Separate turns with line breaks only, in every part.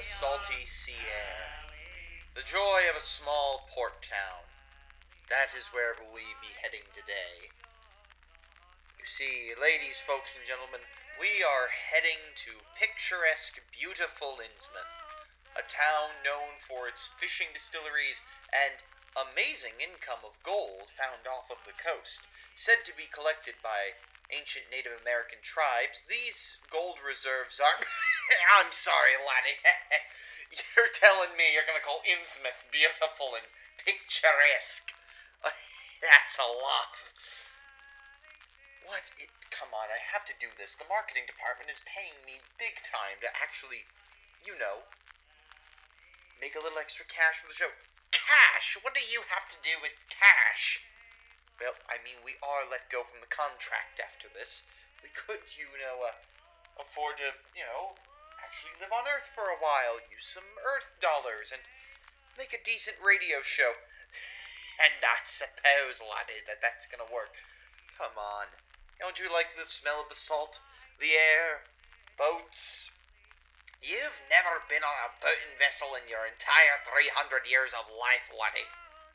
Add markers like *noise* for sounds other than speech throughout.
salty sea air, the joy of a small port town. That is where we be heading today. You see, ladies, folks, and gentlemen, we are heading to picturesque, beautiful Innsmouth, a town known for its fishing distilleries and amazing income of gold found off of the coast, said to be collected by ancient Native American tribes. These gold reserves are. *laughs* I'm sorry, laddie. *laughs* you're telling me you're gonna call Innsmouth beautiful and picturesque. *laughs* That's a laugh. What? It, come on, I have to do this. The marketing department is paying me big time to actually, you know, make a little extra cash for the show. Cash? What do you have to do with cash? Well, I mean, we are let go from the contract after this. We could, you know, uh, afford to, you know, actually live on Earth for a while, use some Earth dollars, and make a decent radio show. *laughs* and I suppose, laddie, that that's gonna work. Come on. Don't you like the smell of the salt, the air, boats? You've never been on a boating vessel in your entire 300 years of life, laddie.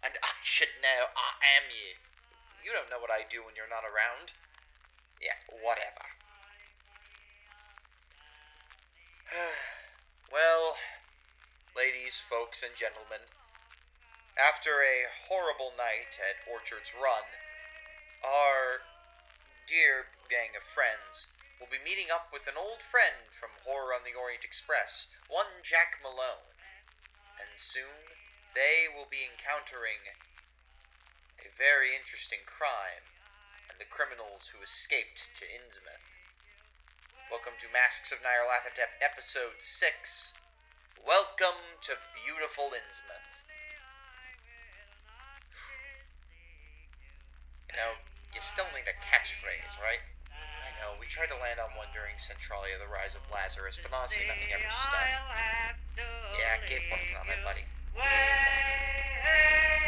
And I should know I am you. You don't know what I do when you're not around. Yeah, whatever. *sighs* well, ladies, folks, and gentlemen, after a horrible night at Orchard's Run, our dear gang of friends will be meeting up with an old friend from Horror on the Orient Express, one Jack Malone, and soon they will be encountering a very interesting crime, and the criminals who escaped to Innsmouth. Welcome to Masks of Nyarlathotep, Episode 6. Welcome to beautiful Innsmouth. You know, you still need a catchphrase, right? I know, we tried to land on one during Centralia, The Rise of Lazarus, but honestly, nothing ever stuck. Yeah, keep working on it, buddy. Keep working.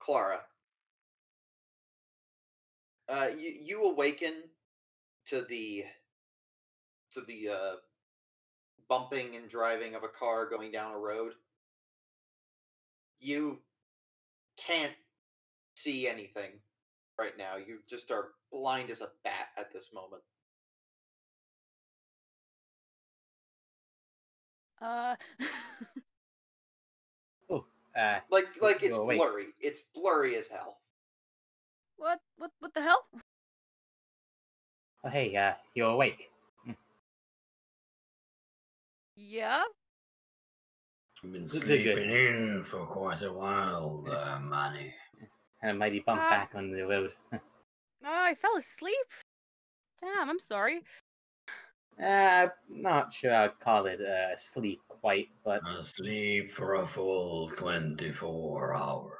Clara, uh, you you awaken to the to the uh, bumping and driving of a car going down a road. You can't see anything right now. You just are blind as a bat at this moment.
Uh, *laughs*
Uh,
Like like it's
Well, wait.
blurry. It's blurry as hell.
what? What? What the hell?
oh, hey, uh, you're awake.
Yeah.
I've been
Good, good, good.
sleeping in for quite a while, uh, Manny.
And a mighty bump
Ah.
back on the road. *laughs*
Oh, I fell asleep. Damn, I'm sorry.
Uh, not sure I'd call it uh, sleep quite, but
Asleep for a full 24 hours.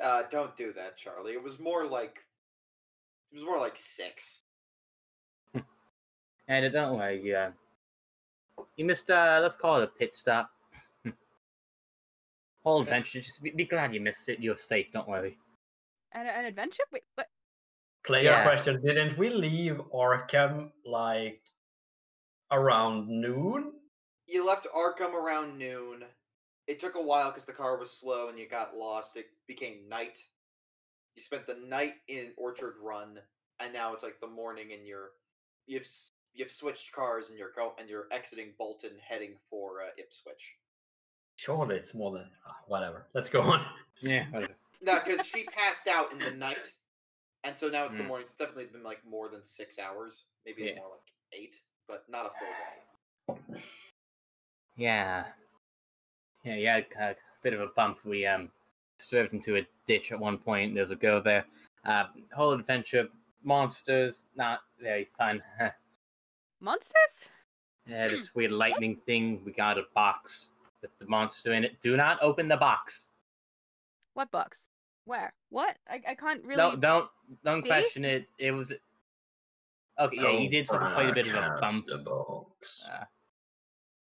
Uh, don't do that, Charlie. It was more like it was more like six.
and don't worry, you, uh, you missed, uh, let's call it a pit stop. *laughs* Whole
Okay.
adventure, just be, be glad you missed it. You're safe, don't worry.
An, an adventure? Wait, what?
Player
Yeah.
question Didn't we leave Arkham like around noon?
You left Arkham around noon. It took a while because the car was slow and you got lost. It became night. You spent the night in Orchard Run, and now it's like the morning, and you're you've s- you've switched cars, and you're go and you're exiting Bolton, heading for uh, Ipswich.
Surely it's more than. ah, whatever. Let's go on.
Yeah, whatever.
No, because she passed out in the night, and so now it's the
Mm.
morning. It's definitely been like more than six hours, maybe
Yeah.
more like eight, but not a full day.
Yeah. Yeah, yeah, a, a bit of a bump. We um swerved into a ditch at one point. There's a girl there. Uh, whole adventure, monsters, not very fun. *laughs* yeah,
Monsters?
this weird lightning thing. We got a box with the monster in it. Do not open the box.
What box? Where? What? I, I can't really.
Don't don't don't
See?
question it. It was okay. Yeah, you
Don't uh,
did suffer quite a bit of a
broadcast
bump.
The box.
Uh,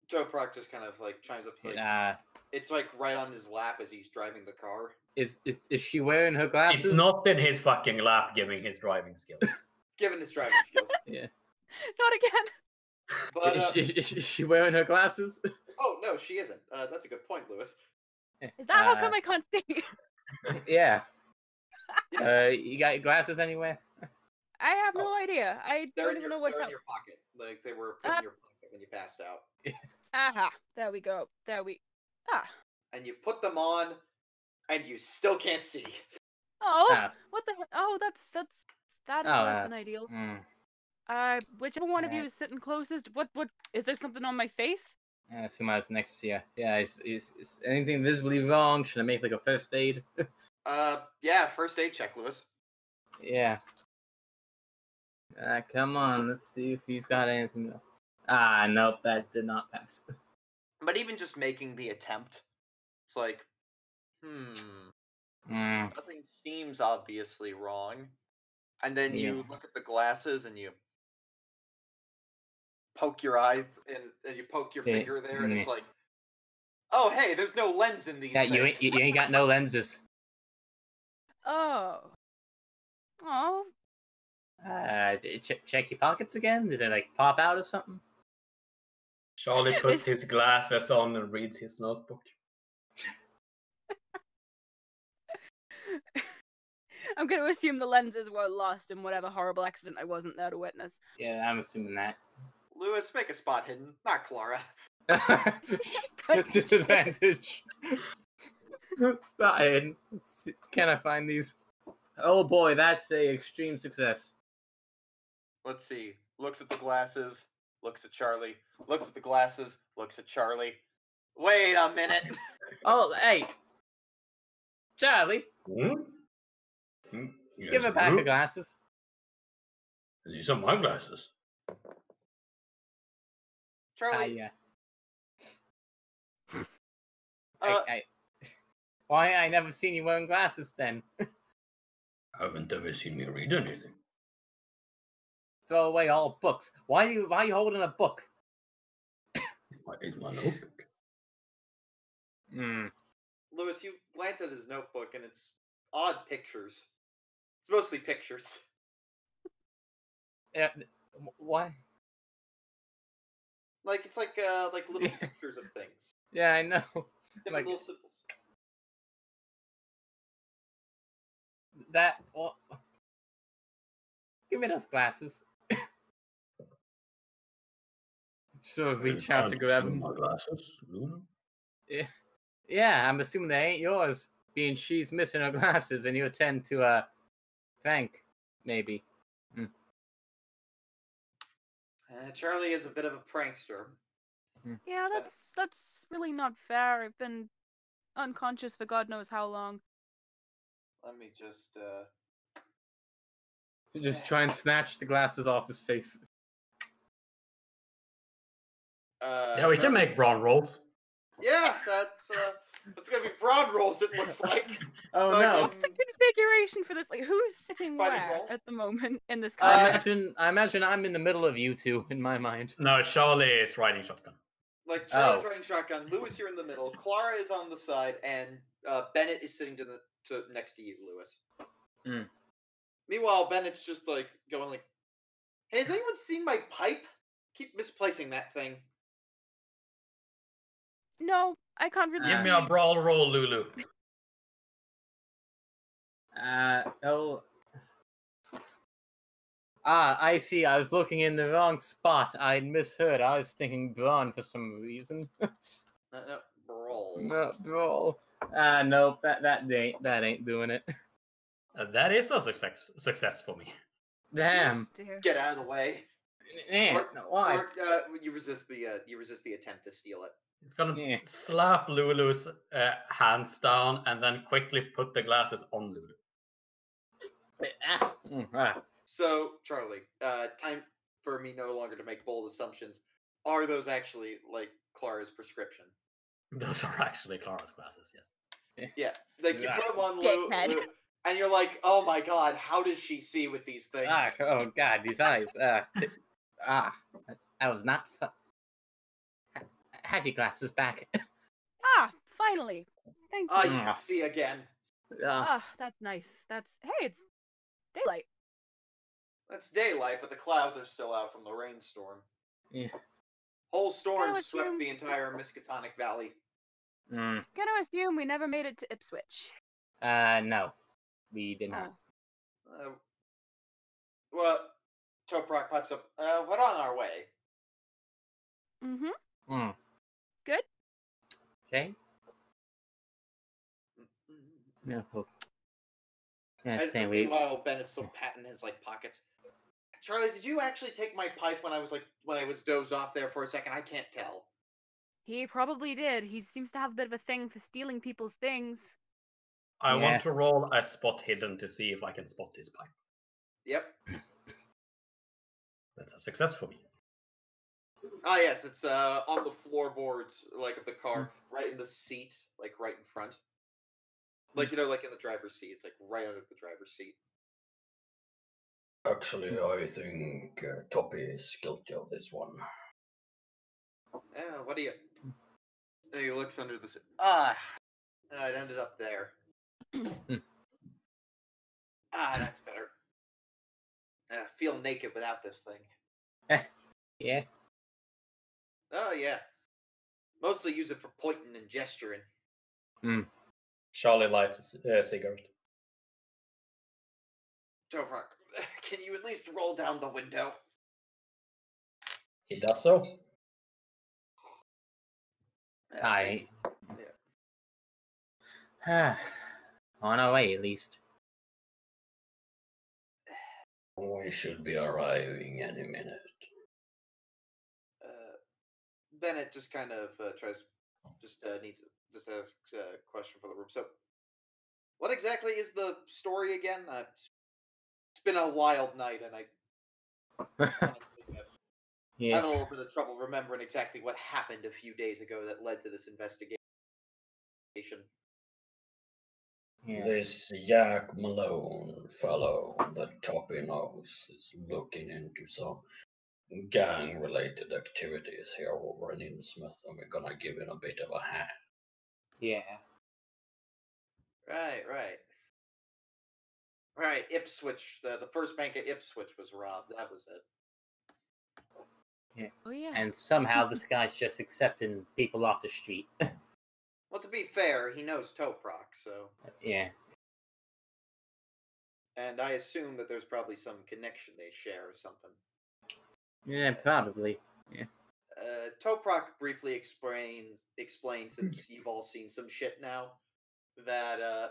Joe Proc just kind of like chimes up. Like,
Uh,
It's like right on his lap as he's driving the car.
is, is is she wearing her glasses?
It's not in his fucking lap giving his driving skill.
Given his driving skills,
*laughs*
*laughs*
Not again.
but
*laughs* is,
uh,
she, is she- is she wearing her glasses?
oh no, she isn't. Uh, that's a good point, Lewis.
Is that how
Uh,
come I can't see? *laughs*
Yeah. Uh, you got your glasses anywhere?
I have
oh,
no idea. I
They're
don't
in
even
your,
know
they're
what's
in
up.
your pocket. Like they were put
Ah.
in your pocket when you passed out,
Aha. There we go. There we. Ah.
and you put them on, and you still can't see.
Oh.
Ah.
What the? he- Oh, that's that's that is
Oh,
less
uh,
than ideal.
Mm,
Uh, whichever one of
yeah.
you is sitting closest. What? What? Is there something on my face?
uh, Suma's next to you. Yeah, is, is, is anything visibly wrong? Should I make like a first aid?
Uh, yeah, first aid check, Lewis.
yeah. Uh, come on, let's see if he's got anything. Ah, nope, that did not pass.
But even just making the attempt, it's like, hmm,
Mm.
nothing seems obviously wrong. And then
Yeah.
you look at the glasses and you poke your eyes and, and you poke your
Yeah,
finger there, and it's
mm.
like, oh hey, there's no lens in these.
Yeah, you
things.
ain't, you, you ain't got no lenses.
Oh. Oh.
Uh, d- ch- check your pockets again. Did they like pop out or something?
Charlie puts
This-
his glasses on and reads his notebook.
I'm going to assume the lenses were lost in whatever horrible accident I wasn't there to witness.
*laughs*
*laughs*
Yeah, I'm assuming *laughs* that.
Lewis, make a spot hidden, not Clara.
Good shit.
Disadvantage. Spot in. Let's see- Can I find these? Oh boy, that's a extreme success.
Let's see. Looks at the glasses. Looks at Charlie. Looks at the glasses. Looks at Charlie. Wait a minute.
Oh, hey, Charlie,
Hmm? Hmm,
give
yes,
her back
hmm?
her glasses.
These are my glasses.
Ah,
Charlie,
yeah.
uh,
I, *laughs* I, why I never seen you wearing glasses then? *laughs*
Haven't ever seen me read anything.
Throw away all books. Why do you? Why you holding a book?
Why is my notebook?
Hmm.
Lewis, you glance at his notebook and it's odd pictures. It's mostly pictures. *laughs*
Uh, wh- why?
Like it's like uh like little
Yeah.
pictures of
*laughs*
things.
Yeah, I know. *laughs*
Different
Like-
little symbols.
That. Well, give me those glasses. *coughs* so reach out to
Haven't
grab them.
seen My glasses. Hmm?
Yeah, I'm assuming they ain't yours, being she's missing her glasses, and you attend to uh, Frank, maybe.
Uh, Charlie is a bit of a prankster.
Yeah, that's that's really not fair. I've been unconscious for God knows how long.
Let me just uh
Just try and snatch the glasses off his face.
uh
Yeah, we can
Charlie-
make brown rolls.
Yeah, that's uh that's gonna be brown rolls it looks like.
Oh
Like,
no!
um,
What's the configuration for this? Like, who's sitting
Fighting
where
ball?
at the moment in this
I
uh,
climate?
imagine I imagine I'm in the middle of you two in my mind.
No, Charlie is riding shotgun.
Like Charlie's
Oh.
riding shotgun, Lewis you're in the middle, Clara is on the side, and uh, Bennett is sitting to the to next to you, Lewis.
Mm.
Meanwhile, Bennett's just like going like, "Hey,
*sighs*
has anyone seen my pipe? Keep misplacing that thing."
no, I can't really
Give
see.
me a brawl roll, Lulu.
Uh oh. Ah, I see. I was looking in the wrong spot. I misheard. I was thinking Braun for some reason.
No, no, brawl.
No, bro. Ah, nope. That that ain't that ain't doing it. *laughs*
Uh, that is a success success for me.
Damn.
Oh, Dear.
Get out of the way.
Yeah.
Or,
Why?
uh, you resist the uh, you resist the attempt to steal it.
It's gonna
Yeah.
slap Lulu's uh, hands down and then quickly put the glasses on Lulu. *laughs*
Ah, mm, ah.
So, Charlie, uh, time for me no longer to make bold assumptions. Are those actually like Clara's prescription?
Those are actually Clara's glasses. Yes.
Like you
Yeah.
put them on low,
Dickhead.
low- and you're like, oh my god, how does she see with these things?
Ah, oh uh, god, these eyes. Ah, t- ah, I was not. Fu- have your glasses back. *laughs*
Ah, finally. Thank you.
Ah, you can
Mm.
see again.
Ah,
ah, that's nice. That's hey, it's daylight.
That's daylight, but the clouds are still out from the rainstorm.
Yeah.
Whole storm
Gotta
swept
assume-
the entire Miskatonic Valley.
mm,
Gonna assume we never made it to Ipswich.
uh, no, we did not.
Oh.
Uh, well, Toprock pipes up. Uh, we're on our way.
Mm-hmm.
Mm.
Good.
Okay. No. Yeah,
And
same. We
meanwhile, Bennett's still patting his like pockets. Charlie, did you actually take my pipe when I was like when I was dozed off there for a second? I can't tell.
He probably did. He seems to have a bit of a thing for stealing people's things.
I
Yeah.
want to roll a spot hidden to see if I can spot this pipe.
Yep.
That's a success for me.
Ah, yes, it's uh on the floorboards, like of the car, right in the seat, like right in front. Like you know, like in the driver's seat, it's like right under the driver's seat.
Actually, I think uh, Toppy is guilty of this one.
Oh, what do you? And he looks under the seat. Ah, ah, it ended up there. ah, that's better. I feel naked without this thing.
yeah.
Oh yeah, mostly use it for pointing and gesturing.
Charlie lights a c- uh, cigarette.
Toprock, *laughs* can you at least roll down the window?
He does so.
Uh,
I. *sighs* On our way, at least. *laughs*
We should be arriving any minute.
uh, then it just kind of uh, tries, just uh, needs just asks a question for the room. So, what exactly is the story again? Uh, it's it's been a wild night, and I have
yeah.
a little bit of trouble remembering exactly what happened a few days ago that led to this investigation.
yeah.
This Jack Malone fellow that Toppy knows is looking into some gang related activities here over in Innsmouth, and we're gonna give him a bit of a hand.
Yeah.
Right, right, right. Ipswich, the, the first bank at Ipswich was robbed. That was it.
Oh yeah.
And somehow this guy's just accepting people off the street. *laughs*
Well, to be fair, he knows Toprock, so
yeah.
and I assume that there's probably some connection they share or something.
Yeah, probably.
uh, Toprock briefly explains explains since you've all seen some shit now that uh,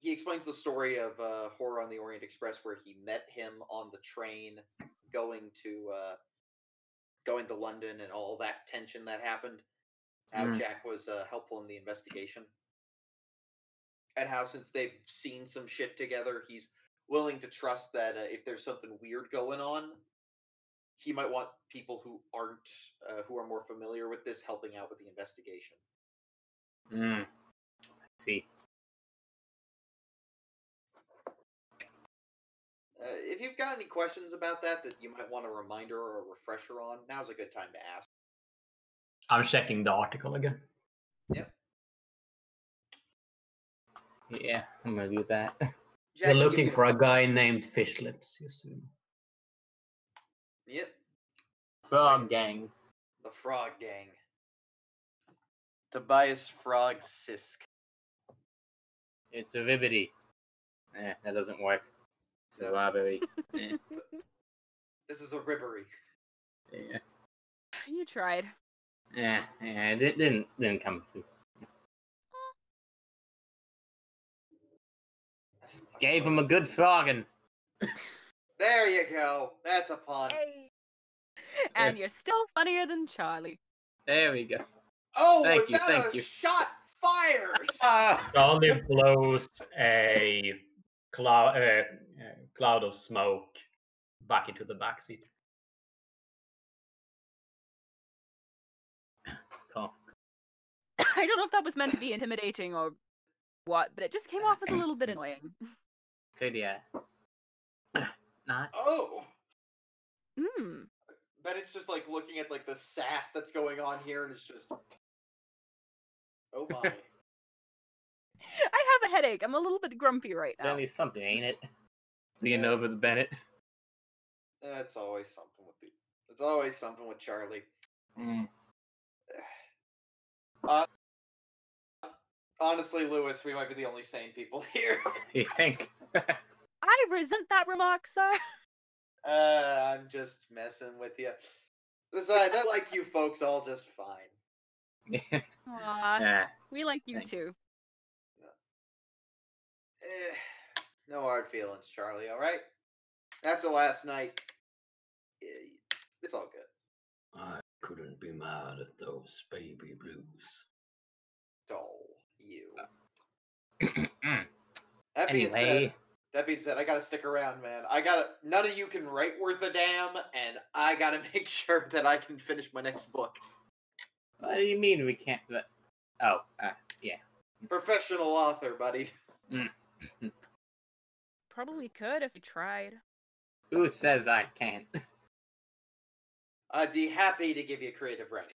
he explains the story of uh, Horror on the Orient Express where he met him on the train going to uh, going to London and all that tension that happened. How
Mm.
Jack was uh, helpful in the investigation, and how since they've seen some shit together, he's willing to trust that uh, if there's something weird going on, he might want people who aren't uh, who are more familiar with this helping out with the investigation.
Mm. see.
Uh, if you've got any questions about that that you might want a reminder or a refresher on, now's a good time to ask.
I'm checking the article again.
Yeah, I'm gonna do that. *laughs*
Jack, you give me
a guy named Fish Lips, you see.
Yep,
Frog gang.
the Frog Gang. Tobias Frog Sisk.
It's a ribbity. Eh, that doesn't work. It's a
Yep.
robbery.
This is a ribbery.
yeah.
you tried.
Eh, eh, it di- didn't didn't come through. Gave him a good frogging.
There you go. That's a pun.
Hey. And you're still funnier than Charlie. *coughs*
There we go.
Oh,
Thank
was
you,
that
thank
a
you.
shot fired?
Ah!
Charlie blows a cloud, uh, uh, cloud of smoke back into the backseat.
Cough.
I don't know if that was meant to be intimidating or what, but it just came off as a little bit annoying.
Good, yeah. *sighs* Not.
Oh,
Mm.
but Bennett's just like looking at like the sass that's going on here, and it's just, oh my.
I have a headache. I'm a little bit grumpy right now.
Certainly something, ain't it? Leaning
Yeah.
over the Bennett.
That's always something with the. It's always something with Charlie.
Mm.
Honestly, Lewis, we might be the only sane people *laughs* here.
*laughs* You think? *laughs*
I resent that remark, sir.
Uh, I'm just messing with you. Besides, I like you folks all just fine.
*clears throat*
Aw,
Ah,
we like you
thanks.
too.
Eh, no hard feelings, Charlie. All right. After last night, eh, it's all good.
I couldn't be mad at those baby blues.
Doll, you.
mm.
That being said,
anyway,
that being said, I gotta stick around, man. I gotta. None of you can write worth a damn, and I gotta *laughs* make sure that I can finish my next book.
what do you mean we can't? let- Oh, uh,
Professional author, buddy.
Probably could if you tried.
who says I can't?
I'd be happy to give you creative writing.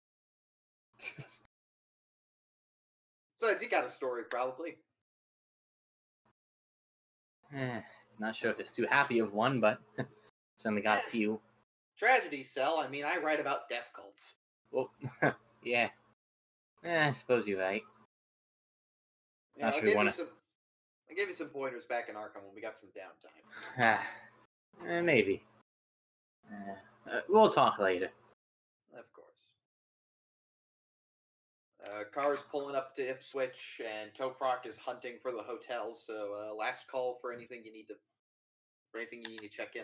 Besides, you got a story, probably.
Eh, Not sure if it's too happy of one, but *laughs* certainly got a few.
Tragedy cell. I mean, I write about death cults.
Well, yeah. Eh, I suppose you're right. *sighs*
Yeah,
Actually,
I'll give
wanna-
you some. I'll give you some pointers back in Arkham when we got some downtime.
Ah, eh, maybe. Eh, uh, we'll talk later.
Of course. Uh, car is pulling up to Ipswich, and Toprock is hunting for the hotel. So uh, last call for anything you need to, for anything you need to check in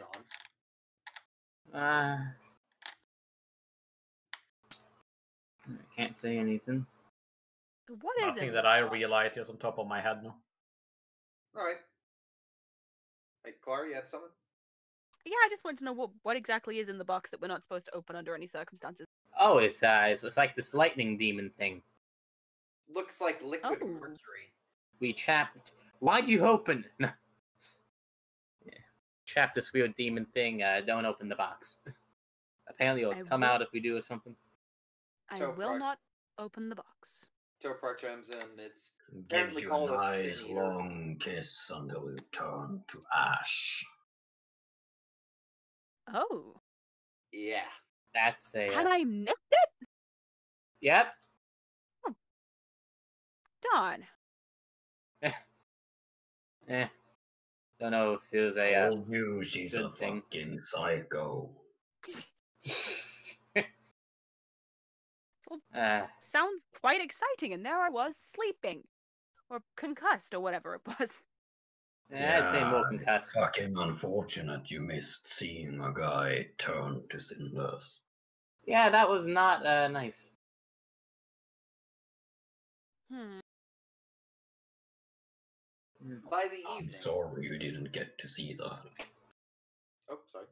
on.
Uh, I can't say anything.
What is
Nothing
it?
that I realize is on top of my head now.
All right. Hey, Clara, you had something?
Yeah, I just want to know what what exactly is in the box that we're not supposed to open under any circumstances.
Oh, it's uh, it's, it's like this lightning demon thing.
Looks like liquid
Oh.
mercury.
We trapped. Why'd you open? *laughs* yeah. Trapped this weird demon thing. Uh, don't open the box. *laughs* Apparently, it'll
I
come
will-
out if we do or something.
I
So
will
far-
not open the box.
Toprock chimes in. It's
Give
Apparently
you
called
a
a
nice
sin eater.
long kiss until you turn to ash.
Oh,
yeah.
That's a.
and
uh,
I missed it.
Yep.
Darn.
Eh. Don't know if it was a. Uh,
Old news, she's a
good thing.
fucking psycho.
Oh.
*laughs* uh,
Sounds quite exciting, and there I was sleeping, or concussed, or whatever it *laughs* was.
yeah, I'd say more
Yeah, it's
concussed.
Fucking unfortunate you missed seeing a guy turn to cinders.
Yeah, that was not uh, nice.
Hmm.
By the
Oh,
I'm
evening.
sorry you didn't get to see that.
Oh, sorry.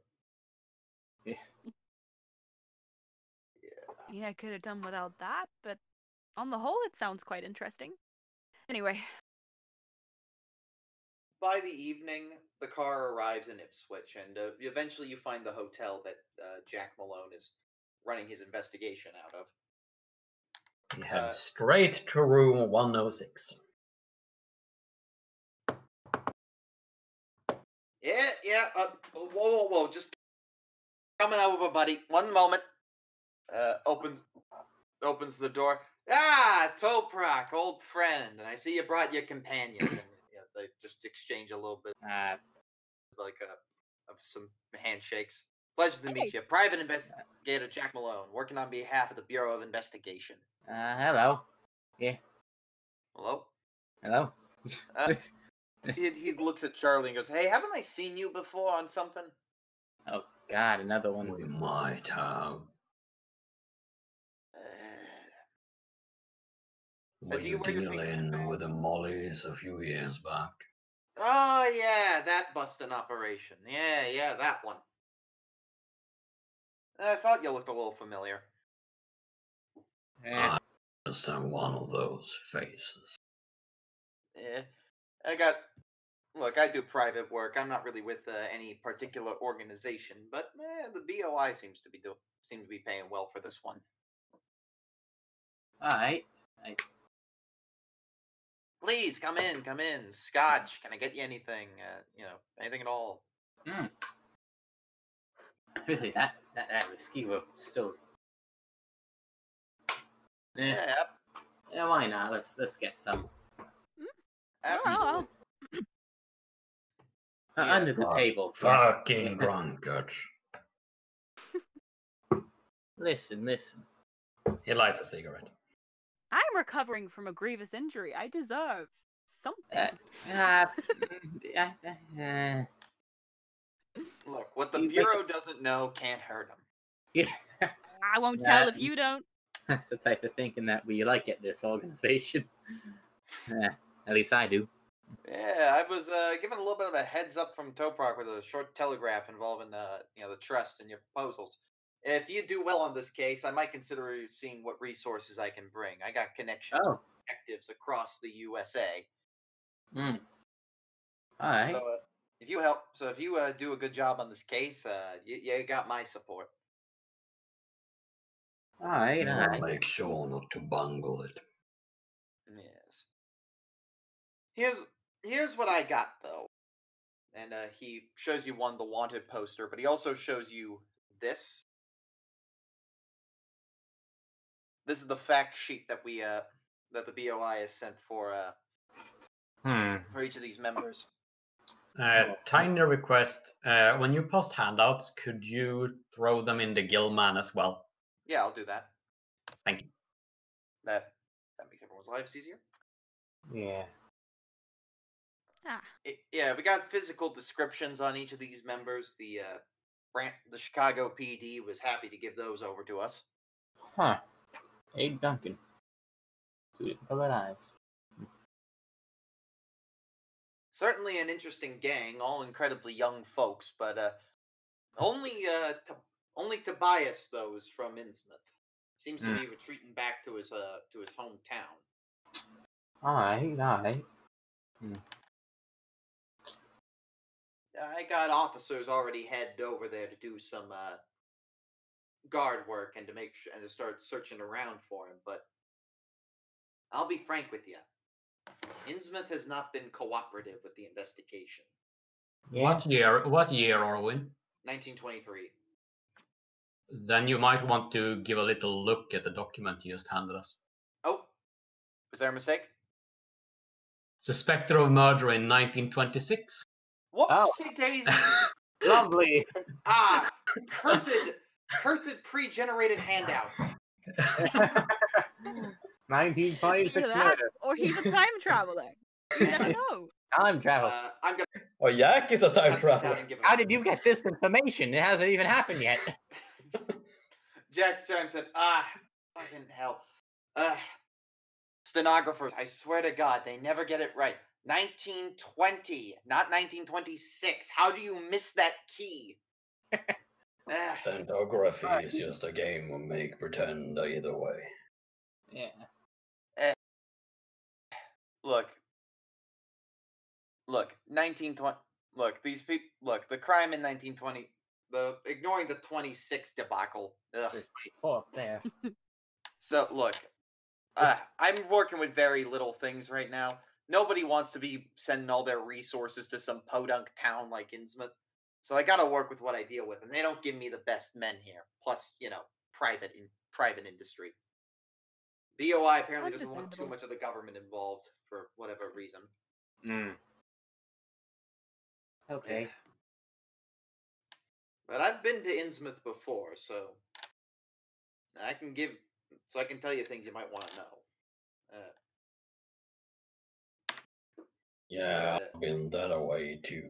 Yeah, I could have done without that, but on the whole, it sounds quite interesting. *laughs* Anyway,
By the evening, the car arrives in Ipswich, and uh, eventually you find the hotel that uh, Jack Malone is running his investigation out of.
You head
Uh,
straight to room 106.
Yeah, yeah. Uh, whoa, whoa, whoa! Just coming over, buddy. One moment. Uh, opens opens the door. Ah, Toprak, old friend. And I see you brought your companion.
*clears throat*
and yeah, they just exchange a little bit,
Uh,
like uh, of some handshakes. Pleasure to meet
Hey.
you, private investigator Jack Malone, working on behalf of the Bureau of Investigation.
uh, hello.
Hello.
Hello.
Uh,
*laughs*
he, he looks at Charlie and goes, "Hey, haven't I seen you before on something?"
*laughs* oh, God, another
We
one.
might have.
Uh,
Were
do you
you
wear your pink
dealing
underwear?
with the mollies a few years back?
oh yeah, that busting operation. Yeah, yeah, that one. I thought you looked a little familiar.
Eh,
Understand one of those faces.
Yeah, Eh, I got Look, I do private work. I'm not really with uh, any particular organization, but eh, the BOI seems to be do- seem to be paying well for this one.
All right.
Please come in, come in. Scotch, can I get you anything? Uh, you know, anything at all?
Really, that that, that risky. We're still. Eh,
Yeah, ab-
yeah, why not? Let's let's get some
absolutely.
Oh, I'll-
Uh,
Yeah.
under the
Oh,
table.
*laughs* Fucking drunkards.
Listen, listen.
He lights a cigarette.
I'm recovering from a grievous injury. I deserve something.
*laughs* Uh, mm, I- I- uh,
Look, what the
You think-
bureau doesn't know can't hurt them.
yeah,
I won't
Yeah.
tell if you don't.
*laughs* that's the type of thinking that we like at this organization. *laughs* Yeah, at least I do.
Yeah, I was uh, given a little bit of a heads up from Toprock with a short telegraph involving uh, you know the trust and your proposals. If you do well on this case, I might consider seeing what resources I can bring. I got connections
Oh,
with detectives across the USA.
mm. all right.
So uh, if you help, so if you uh, do a good job on this case, uh, you, you got my support.
all right, all
I'll
right.
make sure not to bungle it.
Yes. Here's here's what I got though, and uh, he shows you one the wanted poster, but he also shows you this. This is the fact sheet that we uh that the BOI has sent for uh
Hmm.
for each of these members.
Uh, tiny request. Uh, when you post handouts, could you throw them in the Gilman as well?
Yeah, I'll do that.
Thank you.
That that makes everyone's lives easier.
Yeah.
*laughs* Ah,
it, yeah, we got physical descriptions on each of these members. The uh, Bran- the Chicago PD was happy to give those over to us.
Huh. Hey, Duncan. Two different colored eyes.
Certainly an interesting gang, all incredibly young folks, but uh, only uh, to, only Tobias though is from Innsmouth. Seems to
Hmm.
be retreating back to his uh, to his hometown.
All right, all right.
I got officers already headed over there to do some uh, guard work and to make sure and to start searching around for him. But I'll be frank with you, Innsmouth has not been cooperative with the investigation.
Yeah.
What year? What year, Orwin?
1923.
Then you might want to give a little look at the document you just handed us.
Oh, was there a mistake?
Suspected of murder in *laughs* 1926.
What
Oh.
daisy?
Lovely. *laughs*
ah, cursed, cursed pre-generated handouts. Uh,
1926
either that or he's a time traveler. You never know.
Time travel.
Uh, I'm gonna
oh, Yak is a time
cut this out and give it.
How did you get this information? It hasn't even happened yet.
Jack James said, ah, fucking hell. Uh, stenographers, I swear to God, they never get it right. 1920, not 1926. How do you miss that key? Ah,
Stenography
Alright.
is just a game of make pretend either way.
Yeah.
look. Look, 1920. Look, these people. Look, the crime in 1920. The ignoring the 26 debacle. Ugh.
There's 24 up there.
So look, uh, I'm working with very little things right now. Nobody wants to be sending all their resources to some podunk town like Innsmouth. So I got to work with what I deal with, and they don't give me the best men here. Plus, you know, private in private industry. BOI apparently doesn't want too
Understandable.
much of the government involved for whatever reason.
Hmm. Okay.
But I've been to Innsmouth before, so I can give, so I can tell you things you might want to know.
Yeah,
Yeah.
I've been that away too.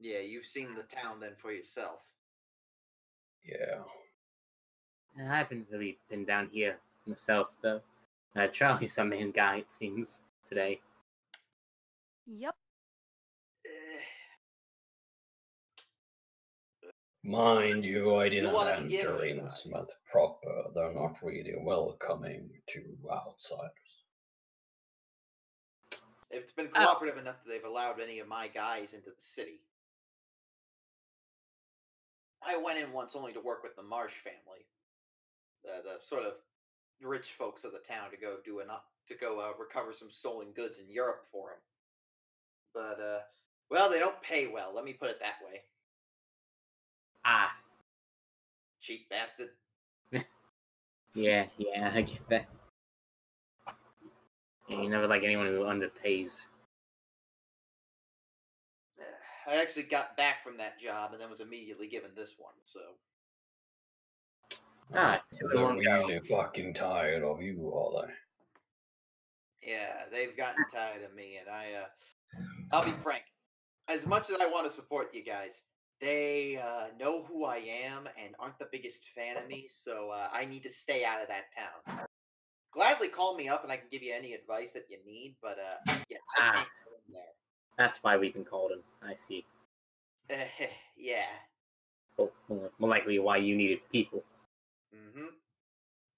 Yeah, you've seen the town then for yourself.
Yeah.
I haven't really been down here myself, though. Uh, Charlie's the main guy, it seems, today.
Yep.
Eh.
Mind you, I didn't
wanna begin
enter
with that.
Innsmouth proper. They're not really welcoming to outsiders.
It's been cooperative enough that they've allowed any of my guys into the city. I went in once only to work with the Marsh family, the the sort of rich folks of the town, to go do an to go uh, recover some stolen goods in Europe for them. But uh, well, they don't pay well. Let me put it that way.
Ah,
Cheap bastard. *sighs*
yeah, yeah, I get that. Yeah, you never like anyone who underpays.
I actually got back from that job and then was immediately given this one. So
Ah, two in
They're
one go.
really fucking tired of you, are they?
yeah, they've gotten tired of me, and I uh, I'll be frank. As much as I want to support you guys, they uh, know who I am and aren't the biggest fan of me, so uh, I need to stay out of that town. Gladly call me up and I can give you any advice that you need, but uh, yeah, I
Ah.
can't go in there.
That's why we've been called him. I see.
Eh, *laughs* yeah.
Well, more more likely why you needed people.
Mm-hmm.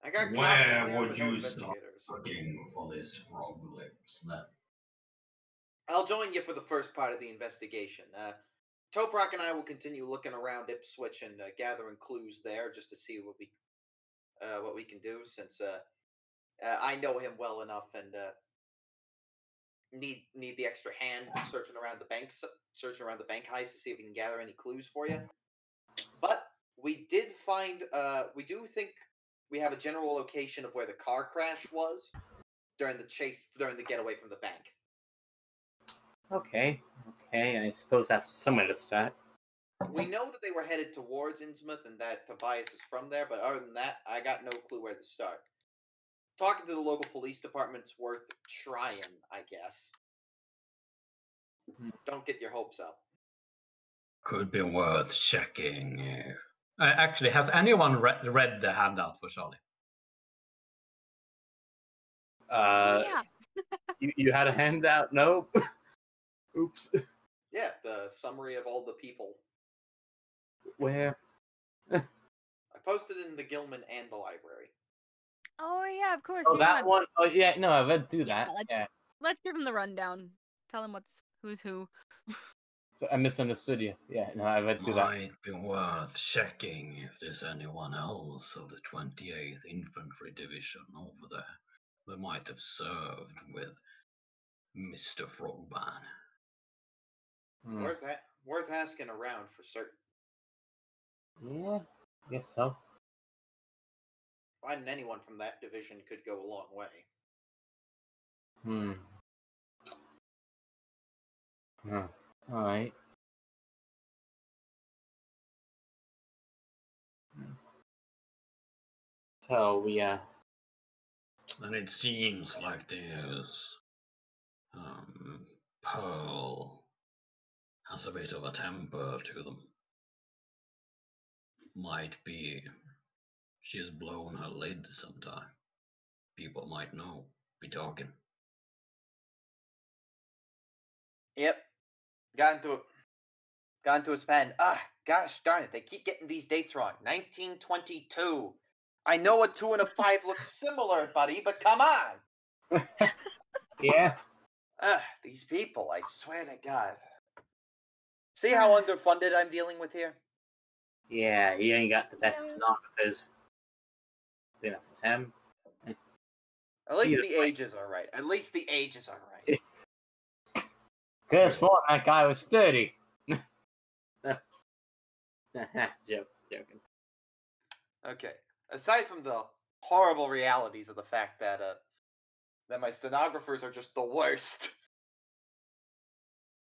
I got cops
Where
in there,
would
but no
you stop?
investigators.
Fucking for this frog lips then.
I'll join you for the first part of the investigation. Uh, Toprock and I will continue looking around Ipswich and uh, gathering clues there just to see what we uh, what we can do, since uh, uh, I know him well enough and uh, need need the extra hand searching around the banks, searching around the bank heist to see if we can gather any clues for you. But we did find uh, we do think we have a general location of where the car crash was during the chase during the getaway from the bank.
Okay, okay. I suppose that's somewhere to start.
We know that they were headed towards Innsmouth and that Tobias is from there, but other than that, I got no clue where to start. Talking to the local police department's worth trying, I guess.
Hmm.
Don't get your hopes up.
Could be worth checking if
Uh, actually, has anyone re- read the handout for Charlie?
Oh,
Uh,
yeah.
you, you had a handout? No. *laughs* Oops.
Yeah, the summary of all the people.
Where?
I posted it in the Gilman and the library.
Oh yeah, of course.
Oh,
hang
that
on.
one. Oh, yeah. No, I read through that.
Yeah, like-
Yeah.
Let's give him the rundown. Tell him what's who's who.
So I misunderstood you. Yeah. No, I read through that.
might be worth checking if there's anyone else of the 28th Infantry Division over there that might have served with Mr. Frogman.
Hmm.
Worth that. Worth asking around for certain.
Yeah. Guess so.
Finding anyone from that division could go a long way.
Hmm. Huh. All right. Hmm. So we uh
And it seems like there's um, Pearl has a bit of a temper to them. Might be she's blown her lid sometime. People might know. Be talking.
Yep. Got into a got into his pen. Ah, gosh darn it, they keep getting these dates wrong. Nineteen twenty two. I know a two and a five look similar, buddy, but come on.
yeah
Ugh, these people, I swear to God. See how underfunded I'm dealing with here?
yeah he ain't got the best
Yeah.
stenographers. I think that's him.
At least
Jesus
the ages are right. At least the ages are right.
Chris Ford, that guy was *laughs* thirty. Joke, joking.
Okay. Aside from the horrible realities of the fact that uh that my stenographers are just the worst.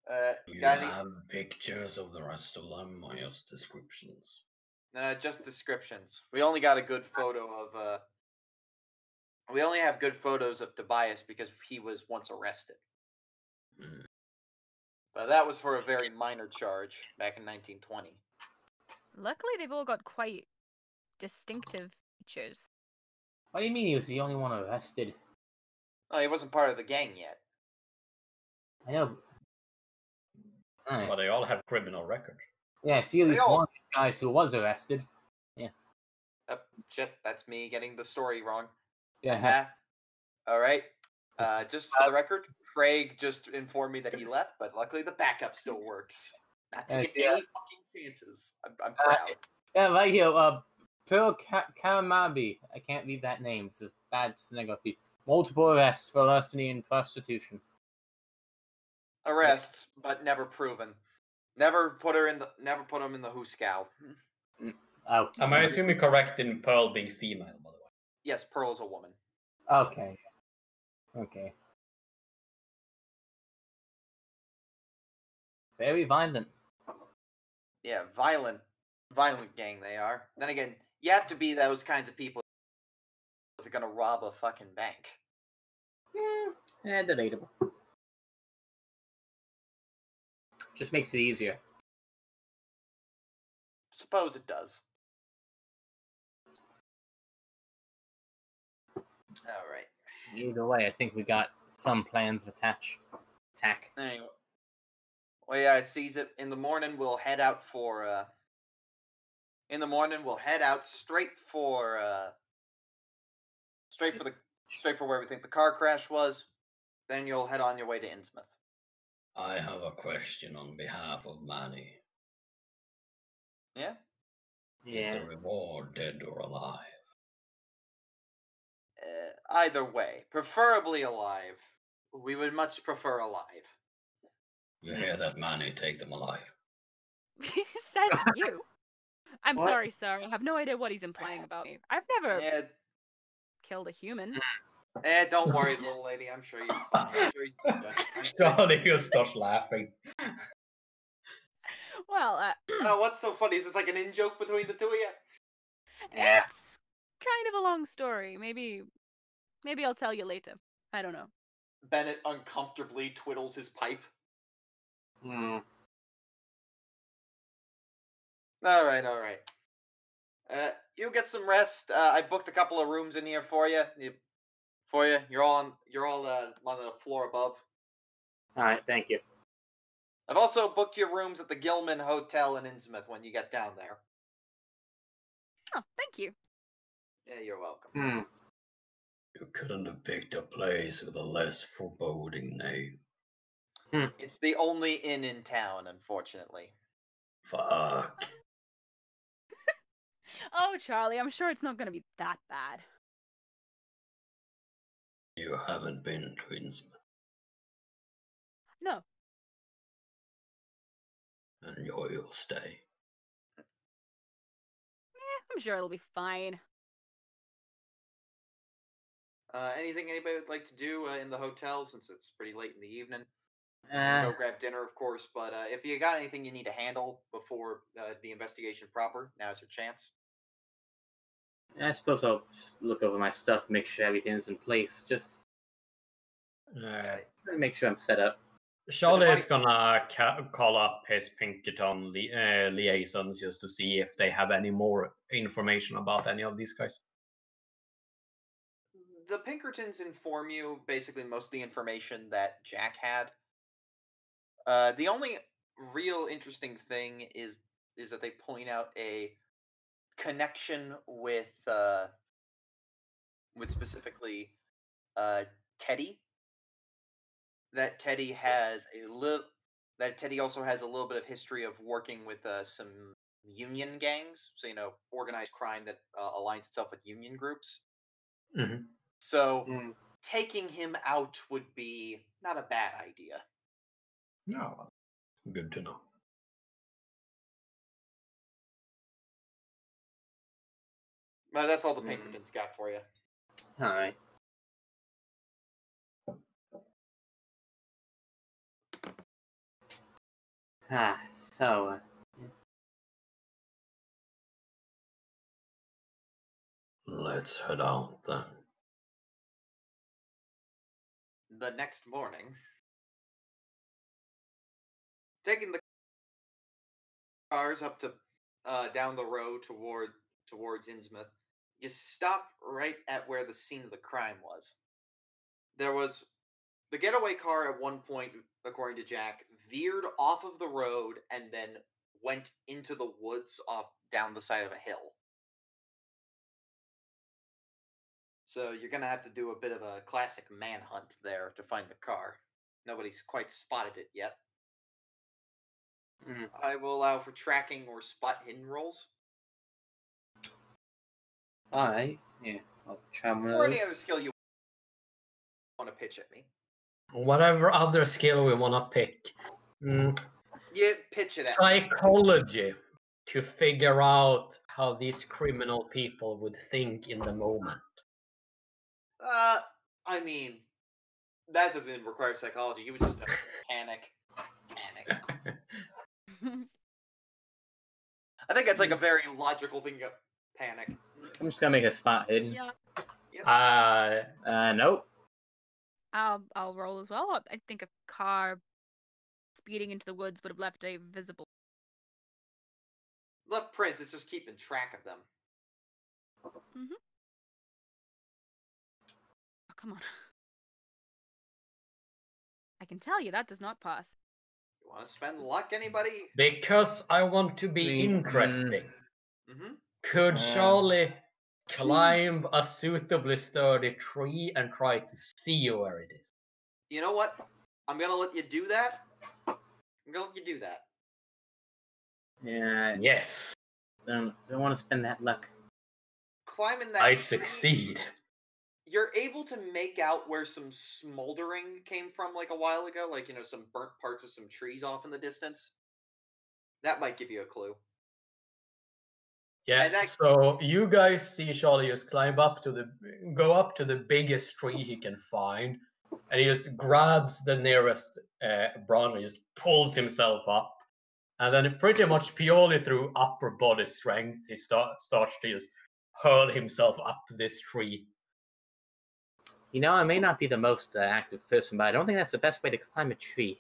Uh,
You
got any-
have pictures of the rest of them or just descriptions?
Uh, just descriptions. We only got a good photo of. Uh, we only have good photos of Tobias because he was once arrested.
Hmm.
But that was for a very minor charge back in 1920.
Luckily, they've all got quite distinctive features. *laughs*
What do you mean he was the only one arrested?
Oh, he wasn't part of the gang yet.
I know. Nice.
Well, they all have criminal record.
Yeah, see at
They
least
all-
one of these guys who was arrested.
Oh, shit, that's me getting the story wrong.
Yeah.
Ah, all right. Uh, just for the record, Craig just informed me that he left, but luckily the backup still works. Not
Uh,
taking
yeah.
any fucking chances. I'm, I'm proud.
Yeah, right here. Uh, Pearl Ka- Karamabi. I can't read that name. This is bad stenography. Multiple arrests for larceny and prostitution.
Arrests, but never proven. Never put her in the. Never put him in the Mm, Hooskow.
Oh,
Am
Mm.
I assuming correct in Pearl being female, by the way?
Yes, Pearl is a woman.
Okay. Okay. Very violent.
Yeah, violent, violent gang they are. Then again, you have to be those kinds of people if you're gonna rob a fucking bank.
Mm, eh, debatable. Just makes it easier.
Suppose it does. All right.
Either way, I think we got some plans of attach. Attack.
Anyway. Well, yeah, I sees it. In the morning, we'll head out for. uh In the morning, we'll head out straight for. uh Straight for the straight for where we think the car crash was. Then you'll head on your way to Innsmouth.
I have a question on behalf of Manny.
Yeah.
Is the reward dead or alive?
Uh, either way, preferably alive. We would much prefer alive.
You hear that, Manny? Take them alive.
Says you. I'm
What?
sorry, sir. I have no idea what he's implying about me. I've never
Yeah,
killed a human.
Mm.
eh, don't worry, little lady. I'm sure you're fine. I'm sure you're fine.
*laughs* Surely you'll start laughing.
Well, uh,
Oh, what's so funny? Is this like an in joke between the two of you?
Yeah.
it's kind of a long story. Maybe, maybe I'll tell you later. I don't know.
Bennett uncomfortably twiddles his pipe.
Mm.
All right, all right. Uh, you get some rest. Uh, I booked a couple of rooms in here for you. you for you, you're all on. You're all uh, on the floor above.
All right, thank you.
I've also booked your rooms at the Gilman Hotel in Innsmouth when you get down there.
Oh, thank you.
Yeah, you're welcome.
Hmm.
You couldn't have picked a place with a less foreboding name.
It's the only inn in town, unfortunately.
Fuck.
Oh, Charlie, I'm sure it's not going to be that bad.
You haven't been to Innsmouth,
No.
and you're your stay.
Yeah, I'm sure it'll be fine.
Uh, anything anybody would like to do uh, in the hotel since it's pretty late in the evening?
Uh,
Go grab dinner, of course. But uh, if you got anything you need to handle before uh, the investigation proper, now's your chance.
I suppose I'll just look over my stuff, make sure everything's in place. Just
Uh,
try to make sure I'm set up.
Charlie is
device-
gonna ca- call up his Pinkerton li- uh, liaisons just to see if they have any more information about any of these guys.
The Pinkertons inform you basically most of the information that Jack had. Uh, the only real interesting thing is is that they point out a connection with uh, with specifically uh, Teddy. That Teddy has a little. That Teddy also has a little bit of history of working with uh, some union gangs, so you know organized crime that uh, aligns itself with union groups.
Mm-hmm.
Mhm.
So
Mm.
taking him out would be not a bad idea.
No. Good to know.
Well, that's all the
Mm.
Pinkertons got for you.
All right. Ah, so uh,
Let's head out then.
The next morning, taking the cars up to uh, down the road toward towards Innsmouth, you stop right at where the scene of the crime was. There was the getaway car at one point, according to Jack, veered off of the road and then went into the woods off down the side of a hill. So you're gonna have to do a bit of a classic manhunt there to find the car. Nobody's quite spotted it yet.
Mhm.
I will allow for tracking or spot hidden rolls.
All right. uh, Yeah. I'll try one
Or
of
any
those.
other skill you want to pitch at me.
Whatever other skill we wanna pick. Mm,
Yeah, pitch it at me.
psychology to figure out how these criminal people would think in the moment.
Uh, I mean, that doesn't require psychology. You would just know. panic, panic. I think that's like a very logical thing. To panic.
I'm just gonna make a spot hidden.
*laughs* yeah,
Uh,
Uh, nope.
I'll I'll roll as well. I think a car speeding into the woods would have left a visible.
Left prints. It's just keeping track of them.
Oh, come on. I can tell you that does not pass.
You want to spend luck, anybody?
because I want to be
Me-
interesting.
Mm-hmm.
Could
Uh,
surely climb a suitably sturdy tree and try to see where it is.
You know what? I'm gonna let you do that. I'm gonna let you do that.
Yeah.
Yes,
I don't, don't want to spend that luck.
Climbing that.
I
tree,
succeed.
You're able to make out where some smoldering came from, like a while ago, like you know, some burnt parts of some trees off in the distance. That might give you a clue.
Yeah.
And that-
So you guys see Charlie just climb up to the go up to the biggest tree he can find, and he just grabs the nearest uh, branch and just pulls himself up, and then pretty much purely through upper body strength, he start, starts to just hurl himself up this tree.
You know, I may not be the most uh, active person, but I don't think that's the best way to climb a tree.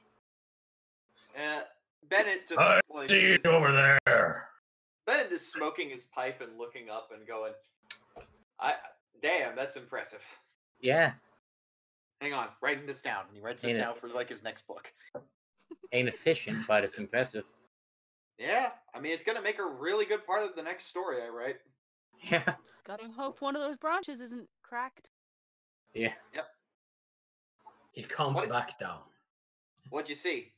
Uh, Bennett just
Hey,
like
He's
is-
over there.
Bennett is smoking his pipe and looking up and going, "I damn, that's impressive."
Yeah,
Hang on, writing this down. And he writes this
Ain't it?
down for like his next book.
ain't efficient, but it's impressive. *laughs*
Yeah, I mean, it's gonna make a really good part of the next story I write.
Yeah.
Just gotta hope one of those branches isn't cracked.
Yeah.
He comes
What?
back down.
What'd you see?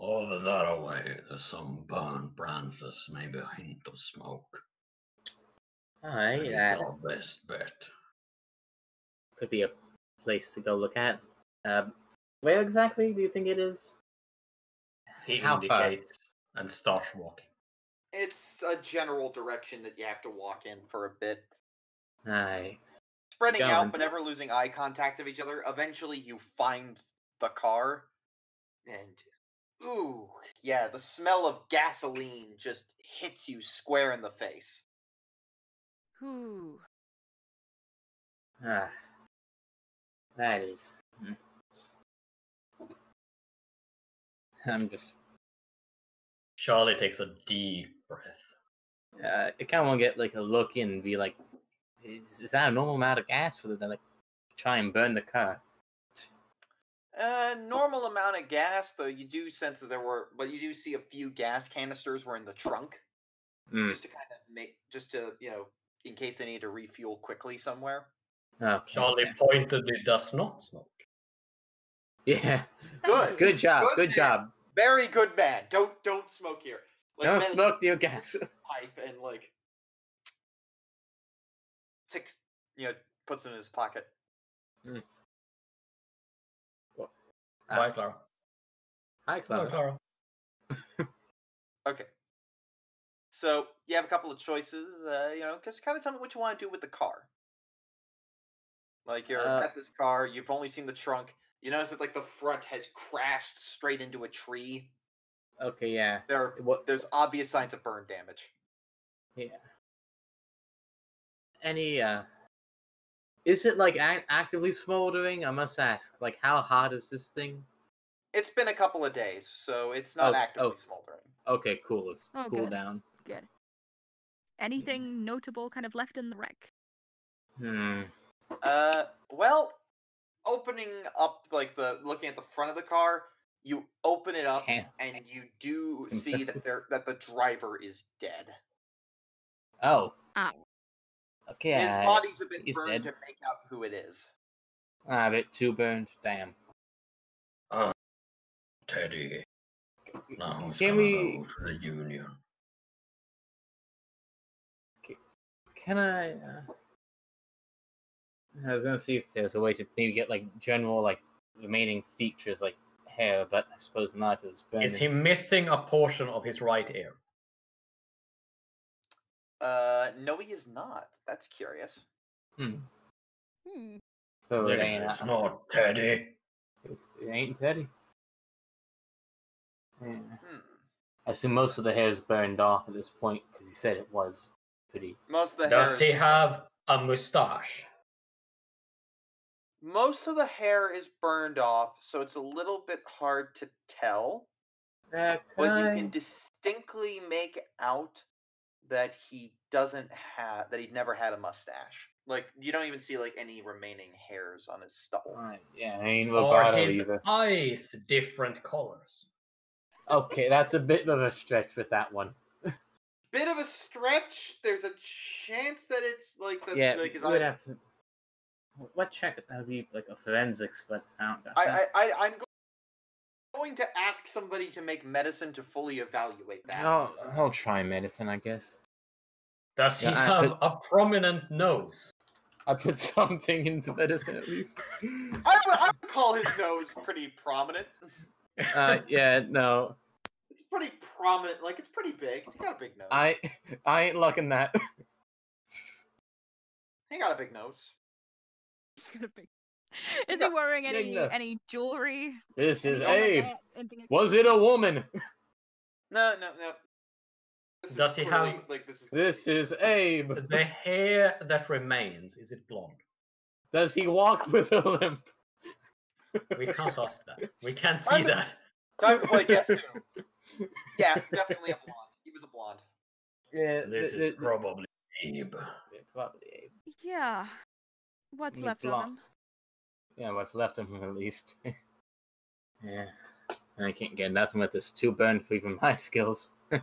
Over that away, there's some burned branches, maybe a hint of smoke.
All right.
Think
That
our best bet.
could be a place to go look at. Uh, where exactly do you think it is?
He
How far?
indicates and starts walking.
It's a general direction that you have to walk in for a bit,
All right.
spreading
Gone.
out but never losing eye contact of each other. Eventually, you find the car, and ooh, yeah, the smell of gasoline just hits you square in the face.
Whew.
Ah, that is. mm. I'm just.
Charlie takes a deep breath.
Uh, I kind of want to get like a look in and be like, is, is that a normal amount of gas? Or did they like try and burn the car?
Uh, normal amount of gas, though you do sense that there were, but you do see a few gas canisters were in the trunk,
Mm.
just to kind of make, just to you know, in case they need to refuel quickly somewhere.
Okay.
Charlie pointedly does not smoke.
*laughs* Yeah.
Thank
Good.
you.
Good job.
Good
Good
man.
job.
Very good man. Don't don't smoke here. Like
Don't
man,
smoke your gas. *laughs*
pipe and like ticks, you know, puts it in his pocket.
Ah.
Right, Clara?
Hi,
Right,
Clara.
Clara.
Okay. So you have a couple of choices. Uh, you know, just kind of tell me what you want to do with the car. Like you're
Uh,
at this car, you've only seen the trunk. You notice that like the front has crashed straight into a tree.
Okay, yeah.
There, are-
What?
there's obvious signs of burn damage.
Any? uh Is it like act- actively smoldering? I must ask. Like, how hot is this thing?
It's been a couple of days, so it's not
Oh,
actively
oh.
smoldering.
Okay, cool. It's
Oh,
cool
good.
down.
Good. Anything notable kind of left in the wreck?
Hmm.
Uh, well, opening up like the looking at the front of the car, you open it up
Damn.
and you do see that
Impressive. *laughs*
there that the driver is dead.
Oh.
Ow.
Okay.
His
I-
Ah.
bodies have been
he's
burned
dead.
to make out who it is.
I have it two burned. Damn.
Ah, Teddy. Now who's
Can
gonna
we-
go to the union?
Can I? Uh... I was gonna see if there's a way to maybe get like general like remaining features like hair, but I suppose not. If it was burning.
Is he missing a portion of his right ear?
Uh, no, he is not. That's curious.
Hmm. *laughs*
So it
This
ain't,
is not Teddy.
it ain't Teddy. Yeah.
Hmm.
I assume most of the hair's burned off at this point because he said it was pretty.
Most of the hair.
Does
is-
he have a mustache?
Most of the hair is burned off, so it's a little bit hard to tell.
Uh,
But you can distinctly make out that he doesn't have that he never had a mustache. Like you don't even see like any remaining hairs on his stubble.
Right, yeah, I ain't
Are
Lovato
his
either.
eyes different colors?
Okay, that's a bit of a stretch with that one.
Bit of a stretch. There's a chance that it's like the
yeah,
like his
we would
eye-
have to. What check? That would be like a forensics, but I don't got
I, I
that.
I I'm go- going to ask somebody to make medicine to fully evaluate that.
I'll, I'll try medicine, I guess.
Does he
Yeah, I
have a prominent nose?
I put *laughs* something into medicine at least.
I would, I would call his nose pretty prominent.
*laughs*
uh, yeah, no,
It's pretty prominent. Like it's pretty big. It's got a big nose.
I I ain't looking that. *laughs*
He got a big nose.
Gonna be- Is
Yeah,
he wearing
big
any
enough.
any jewelry?
this
Anything
is
like
Abe.
that? Anything like-
Was it a woman?
No, no, no. This is
Does he
clearly-
have-
like this is
This
clearly-
is Abe.
The hair that remains, is it blonde?
Does he walk with a limp?
We
*laughs*
can't ask that. We can't
I
see
mean-
that.
*laughs* time to play guess who? Yeah, definitely a blonde. He was a blonde.
Yeah,
This
th-
is
th-
probably Abe.
th- probably Abe.
Yeah. What's
Any
left
block-
of him?
Yeah, what's left of him at least. *laughs* yeah. I can't get nothing with this two burn for even my *laughs* *sighs* skills.
*laughs*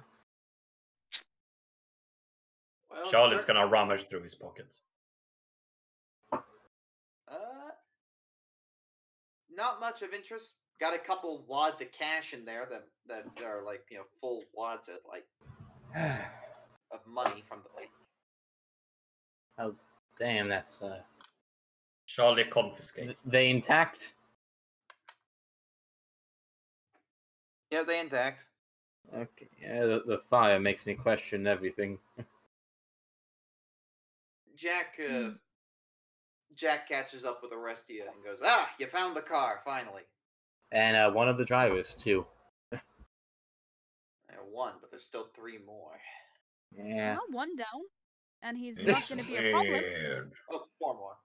Well,
Charlie's
cer-
gonna rummage through his pockets.
Uh, not much of interest. Got a couple wads of cash in there that that are like you know full wads of like
Damn,
of money from the bank.
that's uh
Charlie
th-
confiscates.
they intact?
Yeah, they intact.
Okay. Yeah, the, the fire makes me question everything.
Jack uh,
Mm.
Jack catches up with the rest of you and goes, "Ah, you found the car finally."
And uh one of the drivers too.
Uh, one, but there's still three more.
Yeah.
Well, one down, and he's
*laughs*
not
This
going to be a problem.
weird.
Oh, four more.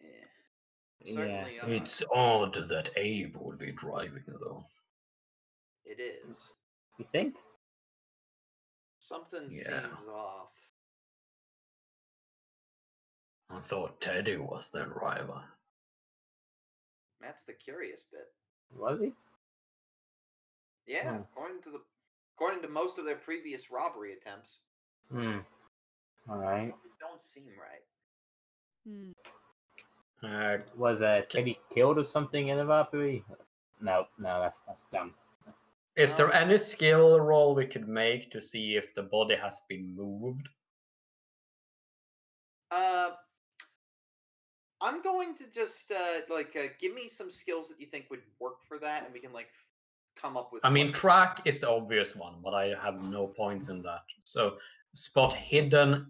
Yeah.
yeah.
Certainly, uh,
It's odd that Abe would be driving though.
it is.
You think?
Something
Yeah.
seems off.
I thought Teddy was the driver.
That's the curious bit.
Was he?
Yeah,
Hmm.
according to the according to most of their previous robbery attempts,
Hmm. Alright.
something don't seem right.
Hmm.
Uh,
Was uh Teddy killed or something in the robbery? No, no, that's that's dumb.
is there
Um,
any skill roll we could make to see if the body has been moved?
Uh I'm going to just uh like uh, give me some skills that you think would work for that and we can like come up with
I mean,
what-
track is the obvious one, but I have no points in that. So, spot hidden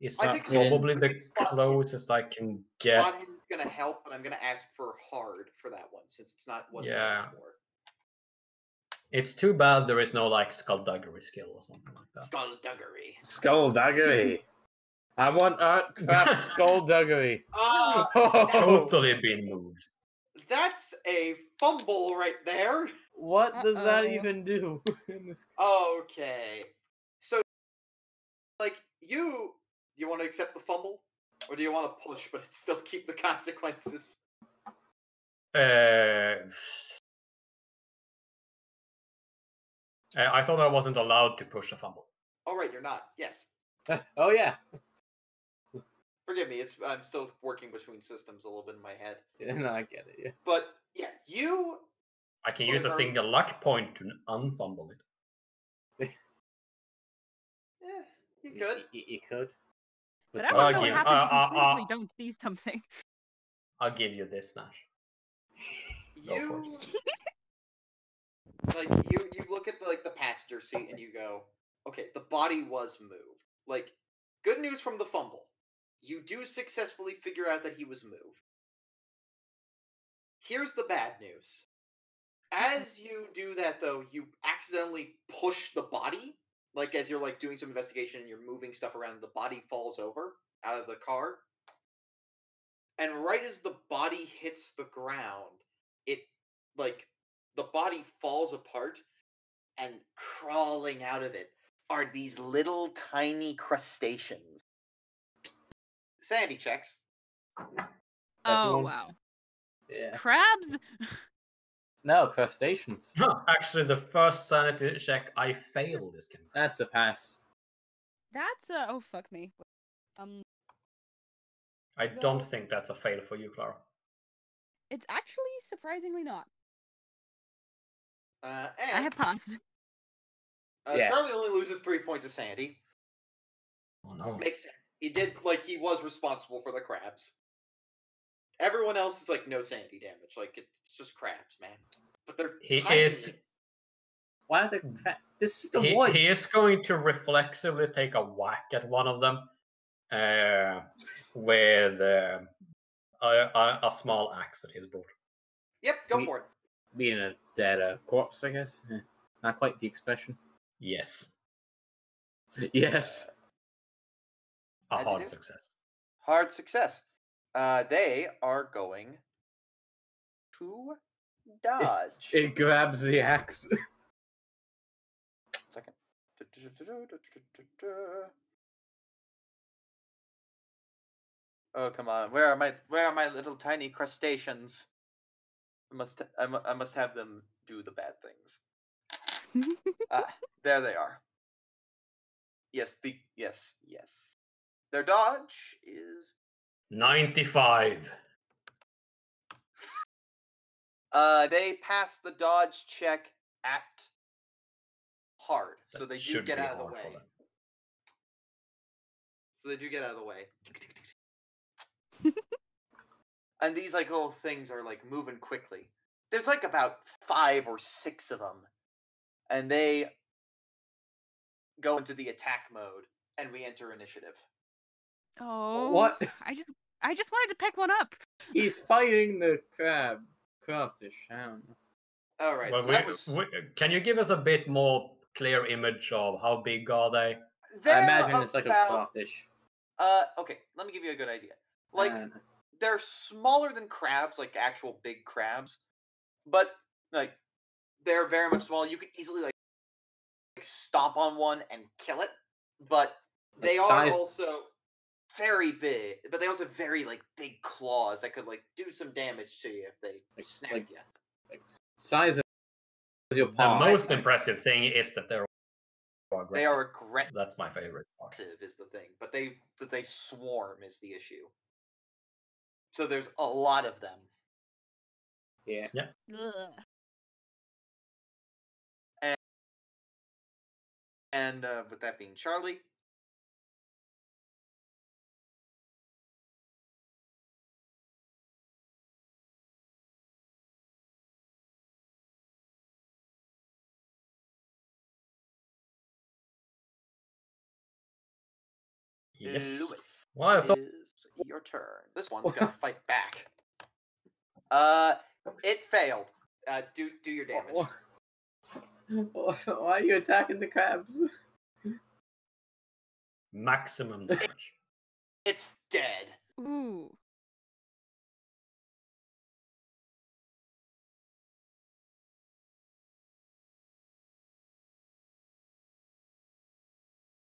is
I
uh,
think so.
probably
I
the
think spot hidden-
closest I can get.
Godhead is going to help, but I'm going to ask for hard for that one since it's not what
Yeah.
it's going for.
It's too bad there is no like skullduggery skill or something like that.
Skullduggery.
Skullduggery. I want art *laughs* craft
*laughs*
skullduggery. Oh,
Ah,
Totally been moved.
that's a fumble right there.
What does that
Uh-oh.
even do? In this...
Okay. So, like, you you want to accept the fumble, or do you want to push but *laughs* still keep the consequences?
Uh, I I thought I wasn't
Oh,
allowed to push a fumble.
*laughs*
All right, you're not. Yes.
Oh yeah.
Forgive me, it's I'm still working between systems a little bit in my head.
no, I get it. Yeah.
But yeah, you
I can use a
Whatever.
single luck point to unfumble it.
eh, you
Y-
could.
y- y- you could.
But I
Well,
don't know what
again,
happens if you
uh, uh, uh.
completely don't see something.
I'll give you this, Nash. Go
You like you you look at the, like the passenger seat and you go, okay, the body was moved. Like, good news from the fumble. You do successfully figure out that he was moved. Here's the bad news. As you do that though, you accidentally push the body. Like as you're like doing some investigation and you're moving stuff around, the body falls over out of the car. And right as the body hits the ground, it like the body falls apart and crawling out of it are these little tiny crustaceans. Sandy checks.
Oh
Everyone-
wow,
Yeah.
crabs!
No crustaceans.
Huh, Actually, the first sanity check I failed this campaign.
That's a pass.
That's uh oh fuck me. Um,
I don't think that's a fail for you, Clara.
it's actually surprisingly not.
Uh,
I
and
have passed.
uh,
Yeah.
Charlie only loses three points of sanity.
Oh no.
Makes sense. He did like he was responsible for the crabs. Everyone else is like no sanity damage. Like it's just crabs, man. But they're
He
tiny.
is
Why are the cra- this is the
he,
woods?
he is going to reflexively take a whack at one of them uh, with uh, a, a, a small axe that he's brought.
Yep, go
We-
for it.
Being a dead uh, corpse, I guess. Yeah. Not quite the expression. *laughs*
Yes,
yes.
a
How'd you
hard
do?
success.
Hard success. Uh, they are going to dodge.
It grabs the axe.
Second. Oh come on! Where are my where are my little tiny crustaceans? I must I, mu- I must have them do the bad things. Ah, there they are. Yes, the yes, yes. Their dodge is
95.
uh they pass the dodge check at hard, so
That
they do
should
get
be
out of the
hard for
way.
them.
So they do get out of the
*laughs*
way. and these like little things are like moving quickly. There's like about five or six of them, and they go into the attack mode, and we enter initiative.
*laughs* Oh,
What?
I just I just wanted to pick one up.
He's fighting the crab. Crabfish. I don't know.
All right,
Well,
so
we-
that was
we- can you give us a bit more clear image of how big are they?
I
they're
imagine it's like a
about-
crawfish.
Uh, okay, let me give you a good idea. Like
Uh,
they're smaller than crabs, like actual big crabs, but like they're very much small. You could easily like, like stomp on one and kill it, but
Like
they are
size-
also very big. But they also have very like big claws that could like do some damage to you if they
Like-
snap
like-
you.
like, size of your
The
palm.
most
Oh, I-
impressive thing is that they're aggressive.
They are aggressive
That's my favorite
*laughs*
part.
is the thing, but they that they swarm is the issue. So there's a lot of them.
Yeah.
Ugh.
And uh, with that being Charlie,
Yes.
Lewis.
Well, I thought
is your turn. This one's
*laughs*
gonna fight back. Uh, it failed. Uh, do do your damage.
*laughs* Why are you attacking the
*laughs*
crabs?
*laughs*
maximum damage.
It's dead.
Ooh.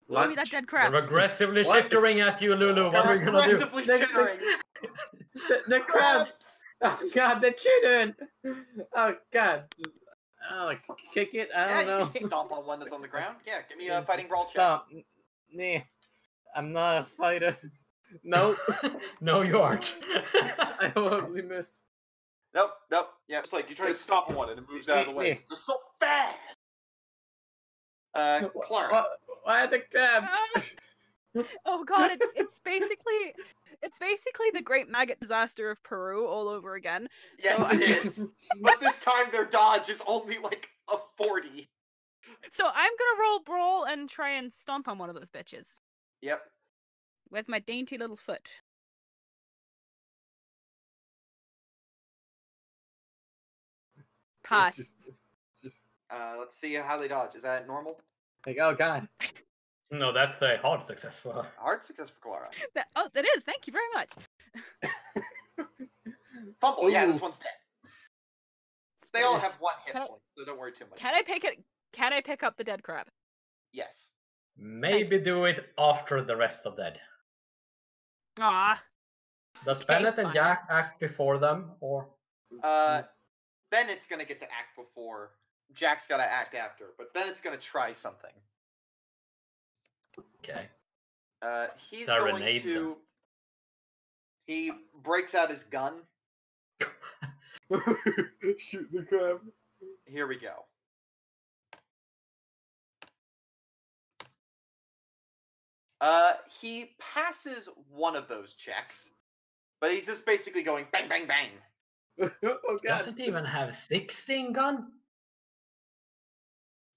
Give me that dead crab. *laughs*
They're aggressively
What?
shittering at you, Lulu. What are
They're
you gonna do?
aggressively
Next
jittering.
*laughs* The, the crabs! Oh god, the children! Oh god. Just, oh, kick it? I
Yeah,
don't
you
know.
can
*laughs*
stomp on one that's
*laughs*
on the ground. Yeah, give me uh, a
Yeah,
fighting brawl check.
Stop. N- Nah. I'm not a fighter. *laughs* No,
no, *laughs* you aren't. *laughs*
I *laughs* horribly miss.
Nope, nope. Yeah, it's like you try to stop one and it moves out of the
*laughs*
way. They're so fast. Uh,
Wh-
Clara.
wh- Why the crab?
oh god, it's it's basically it's basically the Great Maggot Disaster of Peru all over again.
Yes, it *laughs*
*laughs*
is. But this time their dodge is only like a forty.
So I'm gonna roll brawl and try and stomp on one of those bitches
Yep.
with my dainty little foot. Pass.
It's just-
Uh, let's see how they dodge. Is that normal?
Like, oh god. *laughs*
no, that's a hard success for her.
Hard success for Clara.
That, oh, that is. Thank you very much.
Fumble. Yeah,
Ooh.
this one's dead. They all have one hit
Can I-
point, so don't worry too much.
Can I pick it? Can I pick up the dead crab?
Yes.
Maybe do it after the rest of that.
Ah,
Does
Okay,
Bennett and
fine.
Jack act before them, or
Uh, Bennett's gonna get to act before. Jack's gotta act after, but Bennett's gonna try something.
okay?
Uh, he's going
Serenade
to.
them.
He breaks out his gun.
Shoot the crab. *laughs*
Here we go. Uh, he passes one of those checks, but he's just basically going bang, bang, bang.
oh
Does
god.
it even have sixteen gun?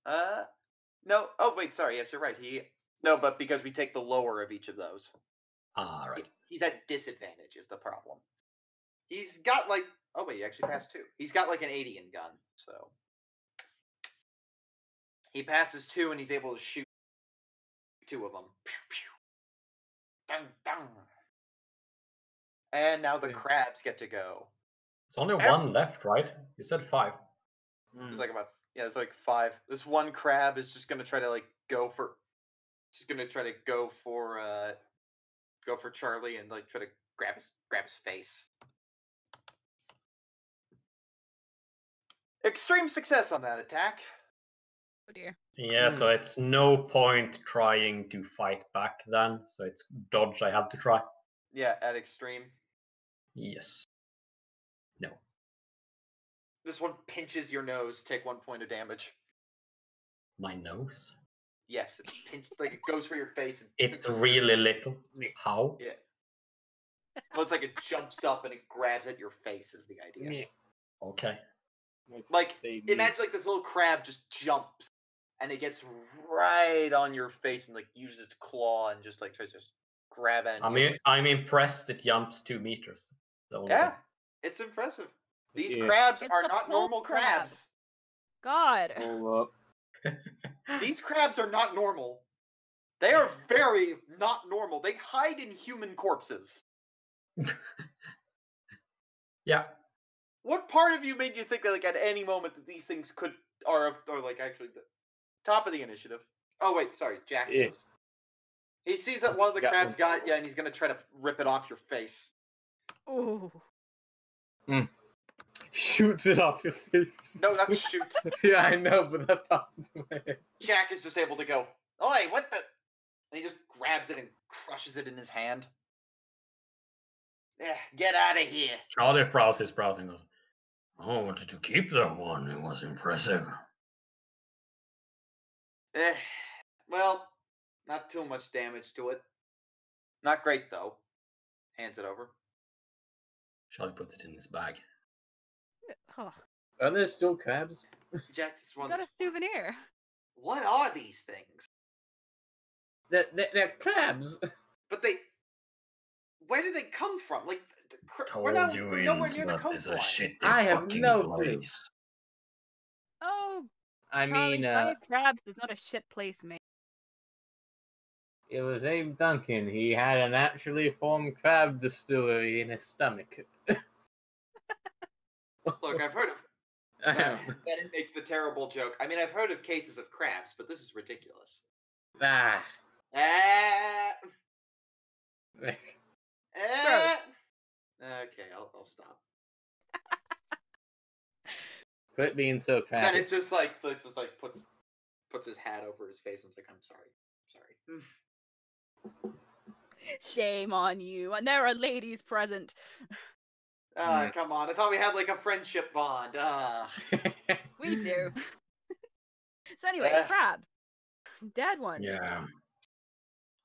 Uh, no. Oh wait, sorry. Yes, you're right. He no, but because we take the lower of each of those.
All Ah, right.
he's at disadvantage is the problem. He's got like oh wait, he actually passed two. He's got like an 80 in gun, so he passes two and he's able to shoot two of them. Pew, pew. Dun, dun. And now the
Okay.
crabs get to go.
It's only
Ev-
one left, right? You said five.
Mm.
There's like about yeah, there's like five. This one crab is just gonna try to like go for, just gonna try to go for uh, go for Charlie and like try to grab his grab his face. Extreme success on that attack.
oh dear.
Yeah, so it's no point trying to fight back then. So it's dodge I have to try.
Yeah, at extreme.
Yes. No.
This one pinches your nose. Take one point of damage.
My nose.
Yes, it's pinch, like it goes for your face and *laughs*
It's really little. How?
yeah. Well, it's like it jumps up and it grabs at your face is the idea.
Meh.
Okay.
Let's
Like,
say meh.
imagine like this little crab just jumps and it gets right on your face and like uses its claw and just like tries to just grab at it.
I mean, I'm impressed it jumps two meters. The only
yeah,
thing.
it's impressive. These
Yeah.
crabs
It's
are
the
not
pole
normal
crab.
crabs.
God.
Hold
*laughs*
up.
These crabs are not normal. They are very not normal. They hide in human corpses.
Yeah.
What part of you made you think that like at any moment that these things could are of or like actually the top of the initiative? Oh wait, sorry, Jack.
Yeah.
goes. He sees that one of the
Got
crabs
one.
got yeah, and he's gonna try to rip it off your face.
Ooh.
Shoots it off your face.
No, not shoot.
*laughs* yeah, I know, but that popped into my head.
Jack is just able to go, Oi, what the and he just grabs it and crushes it in his hand. Eh, get out of here.
Charlie frowns his brows and goes,
"Oh, I wanted to keep that one. It was impressive.
Eh, well, not too much damage to it. Not great though. Hands it over.
Charlie puts it in his bag.
Oh,
Are there still crabs?
Jack just
I
wants
got a souvenir.
what are these things?
They're, they're, they're crabs.
But they, where did they come from? Like, th- th- cr-
Told
we're not
you
we're nowhere
Ian's
near the
mouth is
coastline.
a shitty
I have
fucking
no clue.
place.
Oh,
I
Charlie,
mean, uh,
five crabs is not a shit place, mate.
it was Abe Duncan. He had a naturally formed crab distillery in his stomach. *laughs*
Look, I've
*laughs*
heard of *laughs*
Ahem.
that. It makes the terrible joke. I mean, I've heard of cases of crabs, but this is ridiculous.
*laughs* ah,
Ah,
Rick.
ah. Okay, I'll, I'll stop.
quit being so crabby.
And it's just like it's just like puts puts his hat over his face and is like, I'm sorry, I'm sorry.
Shame on you. And there are ladies present.
*sighs* Ah,
Yeah.
Mm.
come on. I thought we had like a friendship bond. Ah.
We do. *laughs* so anyway,
Ugh.
crab. Dead one.
Yeah.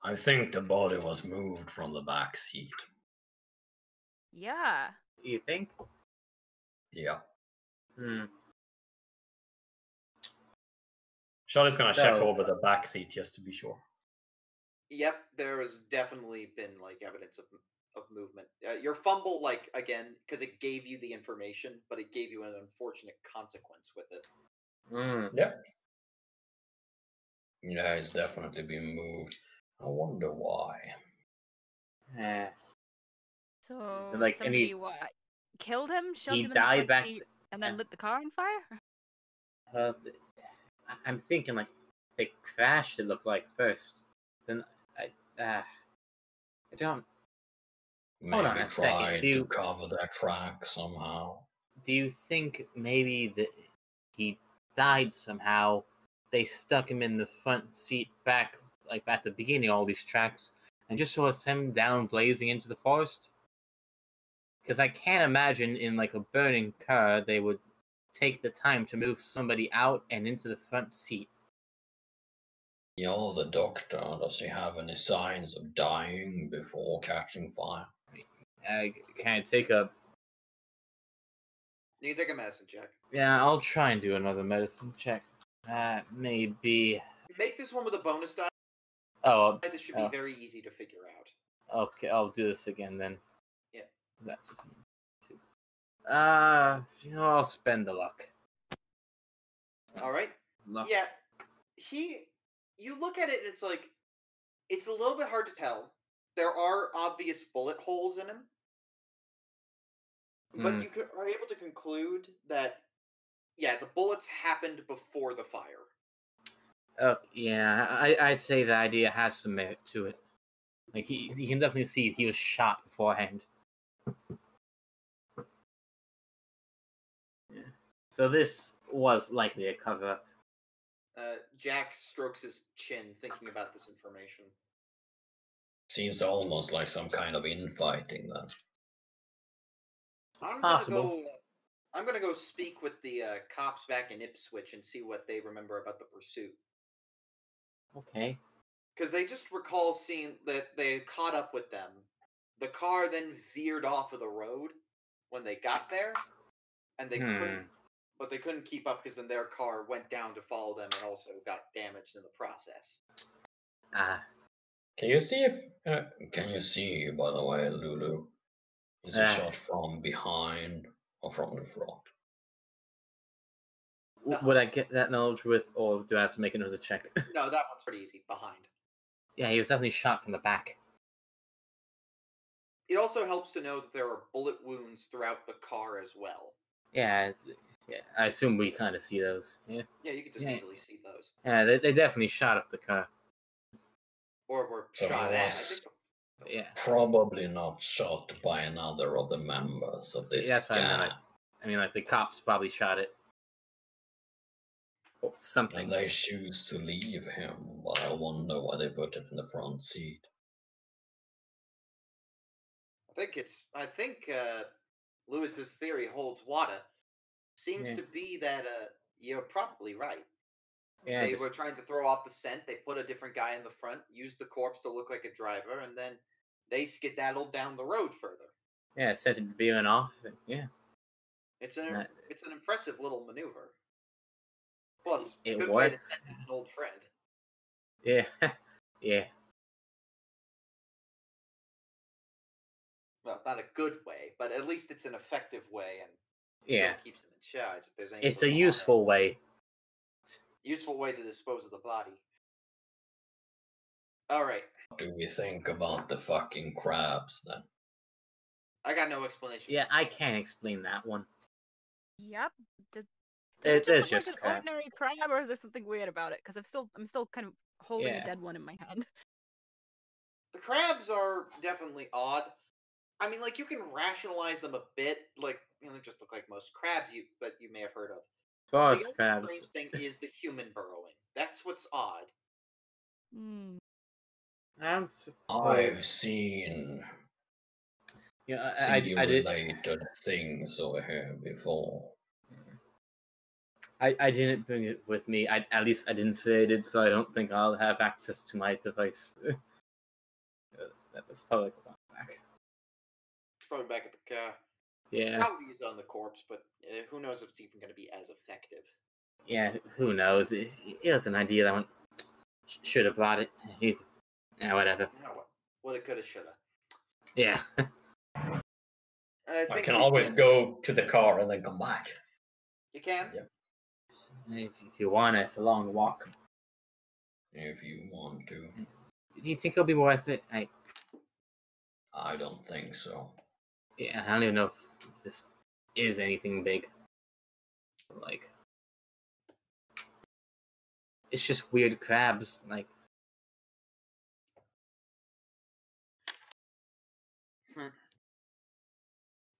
I think the body was moved from the back seat.
Yeah.
*laughs* you think?
Yeah.
Hmm.
Charlie's gonna check
So-
over the back seat just to be sure.
Yep, there has definitely been like evidence of of movement. Uh, your fumble, like again, because it gave you the information, but it gave you an unfortunate consequence with it.
Hmm.
Yeah, it's definitely been moved. I wonder why.
Eh.
So,
So, like, and
somebody
he-
what? Killed him, shoved
he
him in the
died back-
balcony, and then
yeah.
lit the car on fire?
Uh, th- I- I'm thinking like they crashed. It looked like first. Then I, uh, I don't.
Maybe
Hold on a second,
tried
do-
to cover their track somehow.
Do you think maybe that he died somehow? They stuck him in the front seat back, like at the beginning, of all these tracks, and just sort of sent him down blazing into the forest. Because I can't imagine in like a burning car they would take the time to move somebody out and into the front seat.
You're the doctor. Does he have any signs of dying before catching fire?
Uh, can I take a
You can take a medicine check.
Yeah, I'll try and do another medicine check. That may be.
Make this one with a bonus die.
Oh,
This should
Oh.
be very easy to figure out.
okay. I'll do this again then.
Yeah.
That's just two. Uh, you know, I'll spend the luck.
All right.
Luck.
Yeah, he. You look at it and it's like, it's a little bit hard to tell. There are obvious bullet holes in him, but
Hmm.
you co- are able to conclude that, yeah, the bullets happened before the fire.
Oh, yeah. I I'd say the idea has some merit to it. Like he, you can definitely see he was shot beforehand. Yeah. So this was likely a cover. up.
Uh, Jack strokes his chin, thinking about this information.
Seems almost like some kind of infighting then.
I'm
possible.
gonna go. I'm gonna go speak with the uh, cops back in Ipswich and see what they remember about the pursuit.
Okay.
because they just recall seeing that they caught up with them. The car then veered off of the road when they got there, and they couldn't, but they couldn't keep up because then their car went down to follow them and also got damaged in the process.
Ah.
Can you see if uh,
Can you see, by the way, Lulu? Is
Ah.
it shot from behind or from the front?
W- Would I get that knowledge with, or do I have to make another check? *laughs*
No, that one's pretty easy. Behind.
yeah, he was definitely shot from the back.
It also helps to know that there are bullet wounds throughout the car as well.
Yeah, it's- yeah I assume we kind of see those. Yeah,
Yeah, you can just
Yeah.
easily see those.
yeah they, they definitely shot up the car.
Or were
So
shot at. I
unless-
think
Yeah,
Probably not shot by another of the members of this
Yeah, that's what I meant,
gang.
like, I mean, like the cops probably shot it. Or something.
And they choose to leave him, but I wonder why they put it in the front seat.
I think it's. I think uh, Lewis's theory holds water. Seems
Yeah.
to be that uh, you're probably right.
yeah,
they
just-
were trying to throw off the scent. They put a different guy in the front, used the corpse to look like a driver, and then they skedaddled down the road further.
yeah, sent it veering off. and- Yeah,
It's an
Right.
it's an impressive little maneuver. Plus,
It
good way to
works.
send an old friend.
yeah, *laughs* yeah.
Well, not a good way, but at least it's an effective way and still
Yeah,
keeps him in charge. If there's any
it's a
little, uh,
useful way.
useful way to dispose of the body. All right,
What do we think about the fucking crabs then?
I got no explanation.
Yeah, I can't explain that one.
Yep. Does,
It-
does it,
it's
just look
just
like an
crab.
ordinary crab, or is there something weird about it? Because I'm still, I'm still kind of holding
Yeah.
a dead one in my hand. *laughs*
the crabs are definitely odd. I mean, like you can rationalize them a bit, like you know, they just look like most crabs you that you may have heard of.
Forest
the only
crabs.
strange thing is the human burrowing. That's what's odd.
Hmm.
I don't. s-
I've seen
You know, I, I, I, did,
related things over here before.
I, I didn't bring it with me. I, at least I didn't say I did, so I don't think I'll have access to my device. *laughs* Uh, that was probably a while back.
It's probably back at the car.
Yeah,
Probably used on the corpse, but uh, who knows if it's even going to be as effective.
yeah. Who knows? It, it was an idea that went. Should have brought it. It- Yeah, whatever.
You know what? Oh, What it coulda, shoulda.
Yeah. *laughs*
I,
I
think
can
we
always go to the car and then come back.
You can.
Yeah.
If, if you want, it's a long walk.
If you want to,
Do you think it'll be worth it? I
I don't think so.
yeah, I don't even know if this is anything big. Like, it's just weird crabs. Like,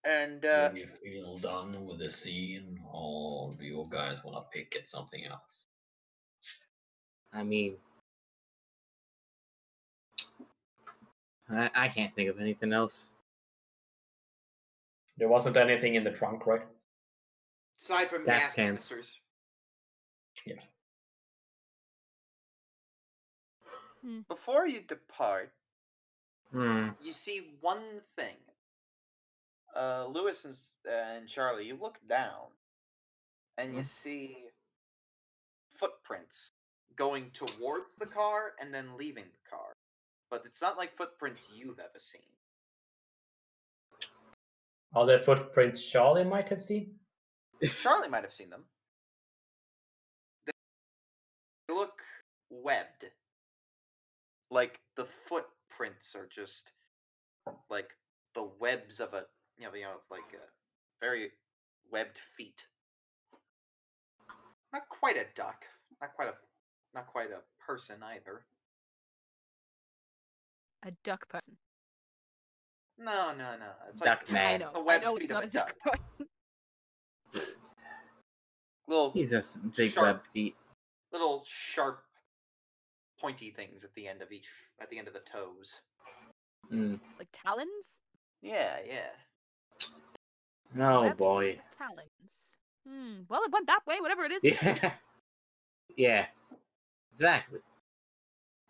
And uh,
Do you feel done with the scene, or do you guys want to pick at something else?
I mean, I, I can't think of anything else.
There wasn't anything in the trunk, right?
aside from
Gas
gas
cans.
canisters,
Hmm.
before you depart,
Hmm.
you see one thing. Uh, Lewis and, s- and Charlie, you look down, and you
Mm-hmm.
see footprints going towards the car and then leaving the car. But it's not like footprints you've ever seen.
Are there footprints Charlie might have seen?
Charlie might have seen them. They look webbed. Like the footprints are just like the webs of a you know, you know like a very webbed feet. Not quite a duck. Not quite a not quite a person either.
A duck person. *laughs*
No, no, no. It's like
Duck
I
man.
know.
The
I
webbed
know
feet
it's
of
not
a
a duck *laughs* person.
little
He's just big
Sharp.
web feet.
little sharp pointy things at the end of each at the end of the toes.
Mm.
Like talons.
Yeah, yeah.
Oh
Webbed
boy.
feet with Talons. Hmm. Well, it went that way. Whatever it is.
*laughs* Yeah. yeah. Exactly.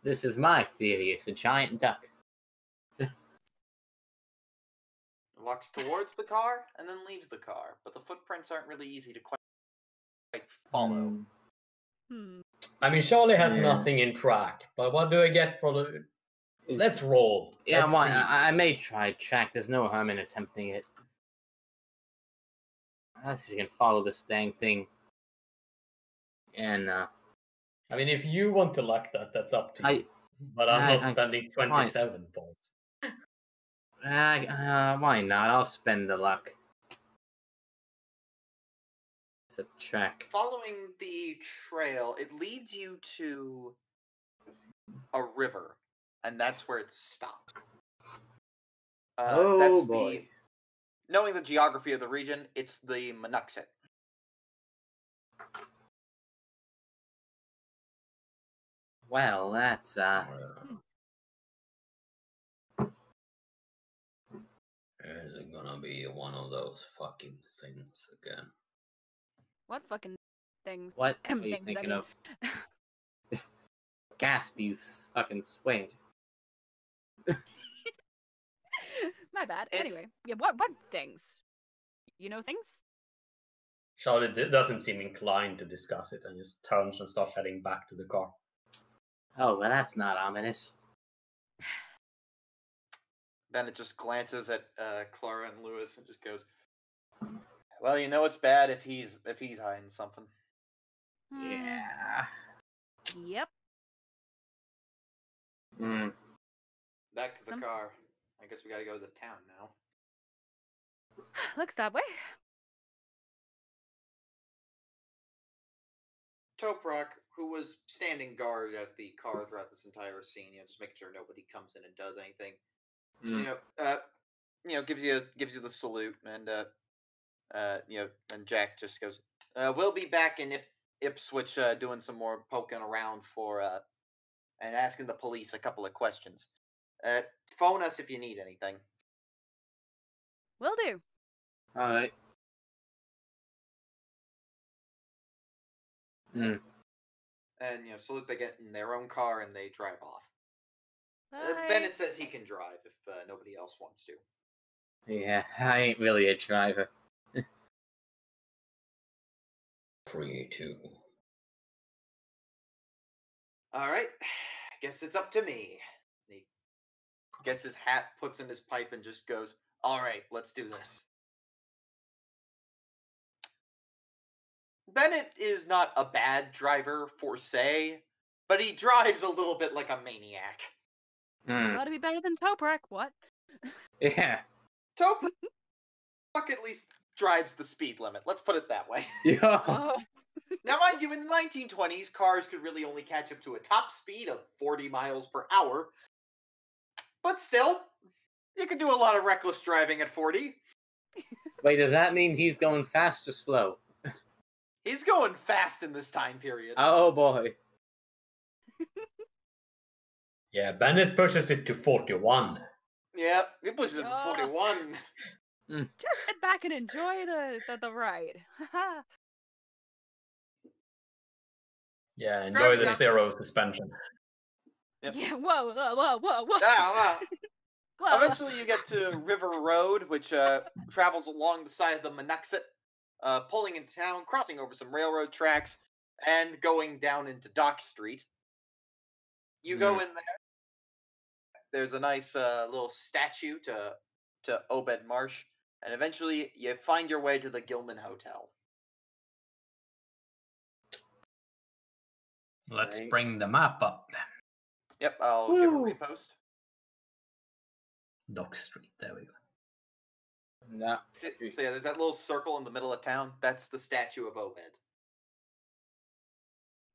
This is my theory. It's a giant duck.
walks towards
*laughs*
the car and then leaves the car, but the footprints aren't really easy to quite, quite follow.
Mm.
Hmm.
I mean, Charlie has
Yeah.
nothing in track, but what do I get for the. Let's roll.
Yeah,
Let's
I'm on-
see.
I, I may try track. There's no harm in attempting it. Unless you can follow this dang thing. And uh,
I mean, if you want to luck that, that's up to you.
I,
but I'm
I-
not
I-
spending 27 points.
I uh, why not? I'll spend the luck. It's a track.
Following the trail, it leads you to a river, and that's where it stopped. Uh,
oh
that's
boy.
The, knowing the geography of the region, it's the Monuxet.
Well, that's uh.
Well, Is it gonna be one of those fucking things again?
What fucking things? *laughs*
What are you
Things, I
thinking
mean.
of? Gasp! You fucking sweat.
My bad.
It's-
Anyway, yeah. What what things? You know things.
Charlie d- doesn't seem inclined to discuss it and just turns and starts heading back to the car.
Oh well, that's not ominous.
Then it just glances at uh, Clara and Lewis and just goes, "Well, you know it's bad if he's if he's hiding something."
Hmm,
Yeah.
Yep. *sighs*
Mm.
Back to the
Some-
car. I guess we gotta go to the town now.
Looks that way.
Toprock, who was standing guard at the car throughout this entire scene, you know, just making sure nobody comes in and does anything, you
Mm.
know, uh, you know, gives you gives you the salute, and uh, uh, you know, and Jack just goes, uh, "We'll be back in Ip- Ipswich uh, doing some more poking around for uh, and asking the police a couple of questions. Uh, phone us if you need anything.
Will do.
All right.
And you know, so that they get in their own car and they drive off. Uh,
Bye.
Bennett says he can drive if uh, nobody else wants to.
Yeah, *laughs* I ain't really a driver.
Free to.
All right, *sighs* guess it's up to me. And he gets his hat, puts in his pipe, and just goes, "All right, let's do this." Bennett is not a bad driver for say, but he drives a little bit like a maniac.
Hmm. *laughs*
Gotta be better than Toprak.
*sighs*
What?
Yeah.
Top fuck at least drives the speed limit. Let's put it that way.
Yeah.
Oh,
Now, mind you, in the 1920s, cars could really only catch up to a top speed of 40 miles per hour. But still, you could do a lot of reckless driving at 40.
Wait, does that mean he's going fast or slow?
He's going fast in this time period.
Oh boy.
Yeah, Bennett pushes it to 41.
yep, he pushes it to
Oh.
41.
just sit back and enjoy the the, the ride. *laughs* Haha.
Yeah, enjoy
Driving
the
down-
zero suspension.
Yep.
Yeah. Whoa. Whoa. Whoa. Whoa. Whoa. *laughs*
Ah, ah.
whoa, whoa.
Eventually, you get to
*laughs*
River Road, which uh, travels along the side of the Monoxet, uh, pulling into town, crossing over some railroad tracks, and going down into Dock Street. You go
Mm.
in there. There's a nice uh, little statue to to Obed Marsh, and eventually you find your way to the Gilman Hotel.
Let's
Right.
bring the map up.
Yep, I'll give a
Woo.
repost.
Dock Street, there we go.
No.
So so yeah, there's that little circle in the middle of town. That's the statue of Obed.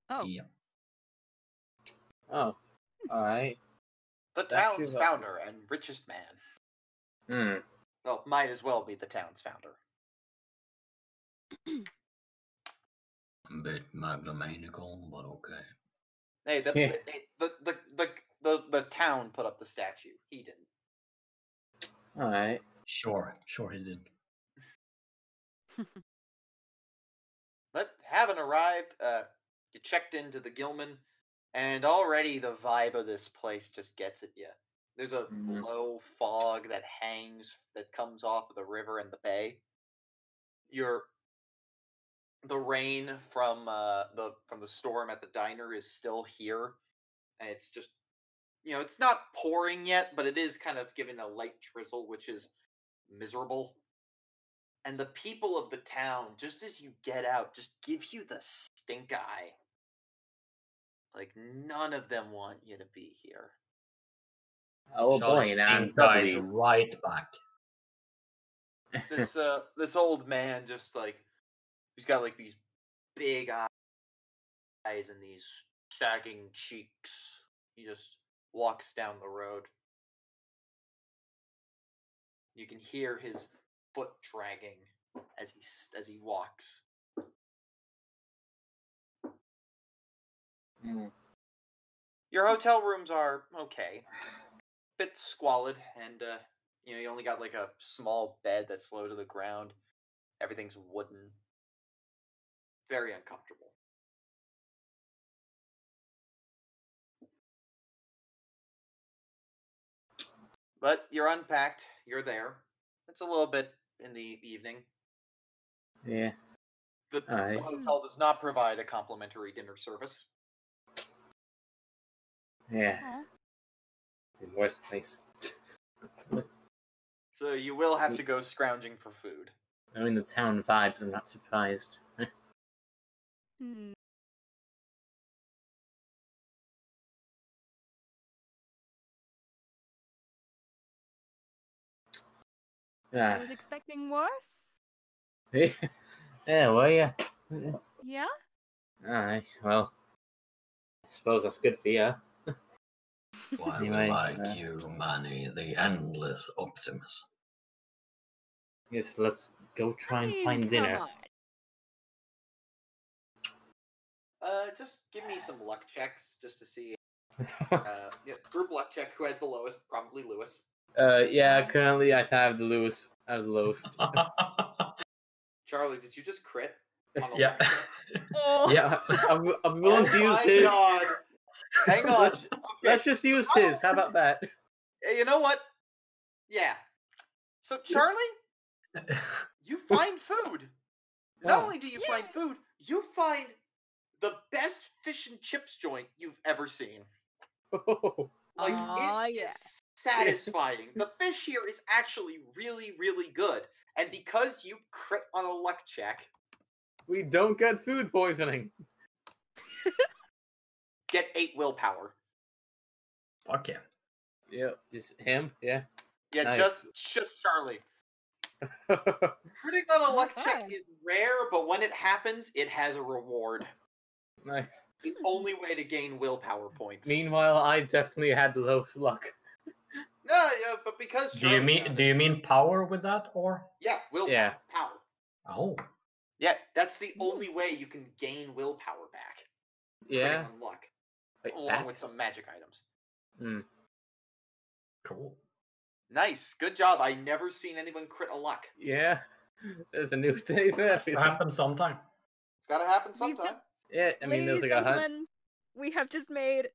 Oh.
Yeah.
Oh. Alright.
The
Statue
town's
of Obed.
founder and richest man.
Hmm.
Well, might as well be the town's founder.
A bit megalomaniacal, but okay.
Hey, the,
Yeah.
the, the, the, the, the town put up the statue. He didn't.
Alright.
Sure, sure he did.
But having arrived, uh, you checked into the Gilman, and already the vibe of this place just gets at you. There's a
Mhm.
low fog that hangs that comes off of the river and the bay. Your the rain from uh, the from the storm at the diner is still here, and it's just you know it's not pouring yet, but it is kind of giving a light drizzle, which is miserable and the people of the town, just as you get out, just give you the stink eye. Like none of them want you to be here.
Oh
Charles
boy, now I'm
Stink dies
doubly-
right back.
This uh this old man just like he's got like these big eye- eyes and these sagging cheeks. He just walks down the road. You can hear his foot dragging as he s- as he walks.
Mm.
Your hotel rooms are okay. Bit squalid, and uh, you know you only got like a small bed that's low to the ground. Everything's wooden. Very uncomfortable. But you're unpacked. You're there. It's a little bit in the evening.
Yeah.
The
Alright.
hotel does not provide a complimentary dinner service.
Yeah.
*laughs* Aw.
The worst place.
So you will have
Ye-
to go scrounging for food.
Knowing the town vibes, I'm not surprised. *laughs*
Hmm. I
Yeah.
was expecting worse.
*laughs* yeah, were you?
Yeah.
Alright, well. I suppose that's good for you.
Why
Anyway,
we like
uh,
you, Manny, the endless
*laughs*
optimist.
Yes, let's go try
I
and
mean,
find
come
dinner.
on.
Uh, just give me some luck checks just to see Uh, yeah, group luck check. Who has the lowest? Probably Lewis.
Uh, yeah, currently I have the lowest. I have the lowest.
Charlie, did you just crit? on a
yeah.
luck check?
Oh,
*laughs* yeah, I'm, I'm willing to
*laughs* Oh
use
my
his.
God. Hang
*laughs*
on.
Let's- Let's just use his. How about that? *laughs*
Hey, You know what? Yeah. So Charlie, you find food. Not
Yeah.
only do you
Yeah.
find food, you find the best fish and chips joint you've ever seen. Like
Aw,
it is
yeah.
satisfying. the fish here is actually really, really good. And because you crit on a luck check,
we don't get food poisoning.
get eight willpower.
Fuck yeah.
Yeah, just him. Yeah. *laughs*
Yeah,
Nice.
just just Charlie. Critting on a luck check
Okay.
is rare, but when it happens, it has a reward.
nice.
The only way to gain willpower points.
Meanwhile, I definitely had low luck.
No, yeah, but because
Do you
Charlie
mean
got
do
it.
you mean power with that or?
yeah, willpower.
Yeah.
Power.
Oh.
Yeah, that's the only way you can gain willpower back. critting
Yeah.
on luck,
Like
along
that?
with some magic items.
Cool.
Nice, good job. I never seen anyone crit a luck.
Yeah. There's a new day there.
It happens sometime.
It's got to happen
We've
sometime.
just-
Yeah, I mean, there's
ladies
like
and
a hunt.
gentlemen, we have just made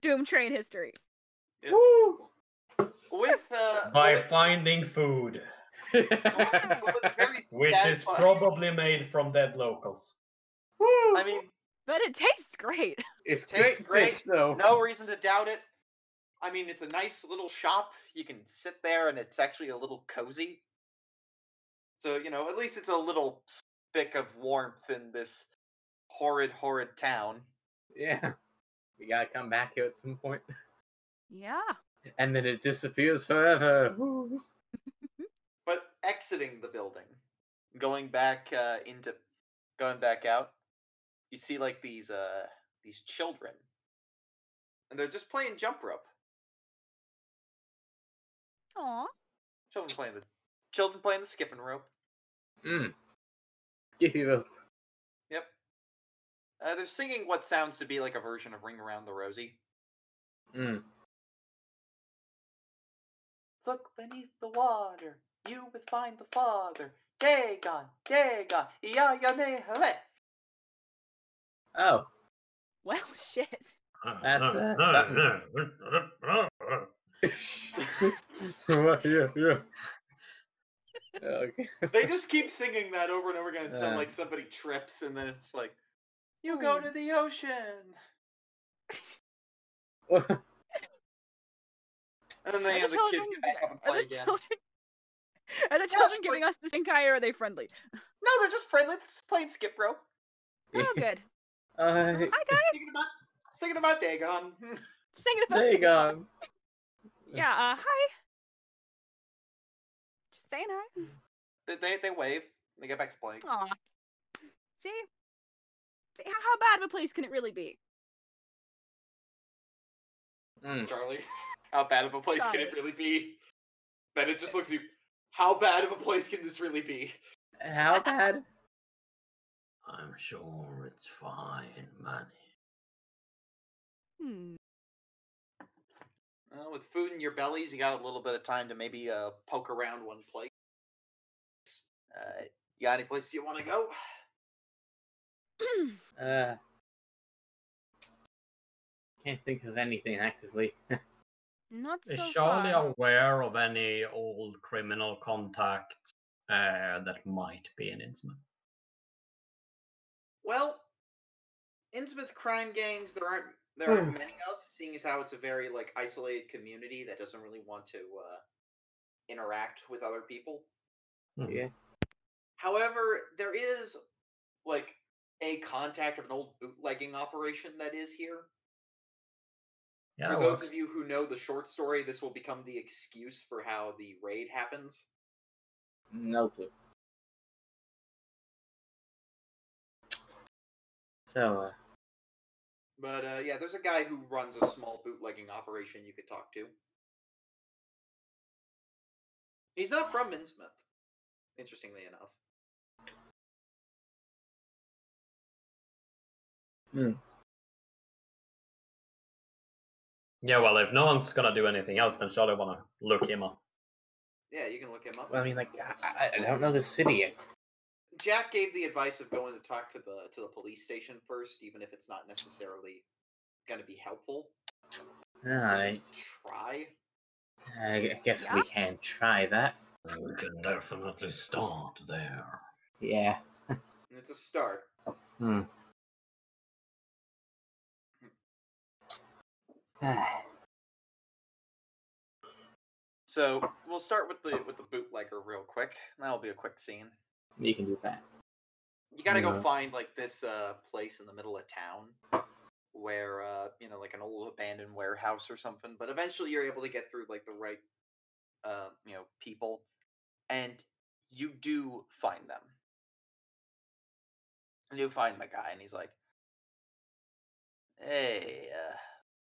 Doom Train history.
Yeah.
Woo!
With uh,
By
with-
finding food,
*laughs*
with
*laughs*
very
which is
satisfying-
probably made from dead locals.
I mean,
But it tastes great.
it's
tastes
great,
great.
fish, though.
no reason to doubt it. I mean, it's a nice little shop. You can sit there, and it's actually a little cozy. So you know, at least it's a little spick of warmth in this horrid, horrid town.
Yeah. We gotta come back here at some point.
Yeah.
And then it disappears forever. Woo.
But exiting the building, going back uh, into, going back out, you see like these uh these children, and they're just playing jump rope.
Aw.
Children playing the children playing the skipping rope.
Mm. Skippy rope.
Uh, they're singing what sounds to be like a version of "Ring Around the Rosie."
Mm.
Look beneath the water, you will find the Father. Dagon, Dagon, ya ya ne hele.
Oh, *laughs*
Well, *laughs* shit.
That's,
*laughs*
uh, yeah, yeah. Okay. *laughs*
They just keep singing that over and over again until
Uh.
like somebody trips, and then it's like, "You go
Hmm.
to the ocean." And then they
Are
have
the
the kids
children,
get back up and
are
play
the
again.
children, *laughs* are the children giving us the stinky eye or are they
*laughs*
friendly?
No, they're just friendly. They're just playing skip rope.
Oh, good.
Uh,
They're just
Hi, guys.
Singing about, singing about Dagon. *laughs*
Singing about
there you go.
Yeah, uh, hi. Just saying hi.
they, they they wave. They get back to playing.
Aw. See? See, how, how bad of a place can it really be?
Mm.
*laughs* Charlie. How bad of a place can it
Charlie.
really be? Bennett just looks at you. How bad of a place can this really be?
How bad?
I'm sure it's fine, man.
Hmm. *clears throat*
Uh, with food in your bellies, you got a little bit of time to maybe uh, poke around one place. Uh, you got any places you want to go?
Uh, can't think of anything actively.
Not so
Is
far.
Charlie aware of any old criminal contacts uh, that might be in Innsmouth?
Well, Innsmouth crime gangs there aren't there aren't many of, seeing as how it's a very like isolated community that doesn't really want to uh, interact with other people.
Hmm.
Yeah.
However, there is like a contact of an old bootlegging operation that is here.
Yeah,
for
that
those
works.
of you who know the short story, this will become the excuse for how the raid happens.
No clue. So, uh,
But uh, yeah, there's a guy who runs a small bootlegging operation you could talk to. He's not from Innsmouth, interestingly enough.
Yeah, well, if no one's gonna do anything else, then surely wanna look him up.
Yeah, you can look him up.
Well, I mean, like, I, I- I don't know the city yet.
Jack gave the advice of going to talk to the to the police station first, even if it's not necessarily going to be helpful. You can
Alright,
just Try.
Ah, I gu- guess we can try that.
We can definitely start there.
Yeah.
And it's a start.
Ah,
So we'll start with the with the bootlegger real quick. That'll be a quick scene.
you can do that.
You gotta go
Yeah.
find like this uh place in the middle of town where uh you know like an old abandoned warehouse or something. But eventually you're able to get through like the right uh you know people, and you do find them. And you find the guy, and he's like, "Hey, uh,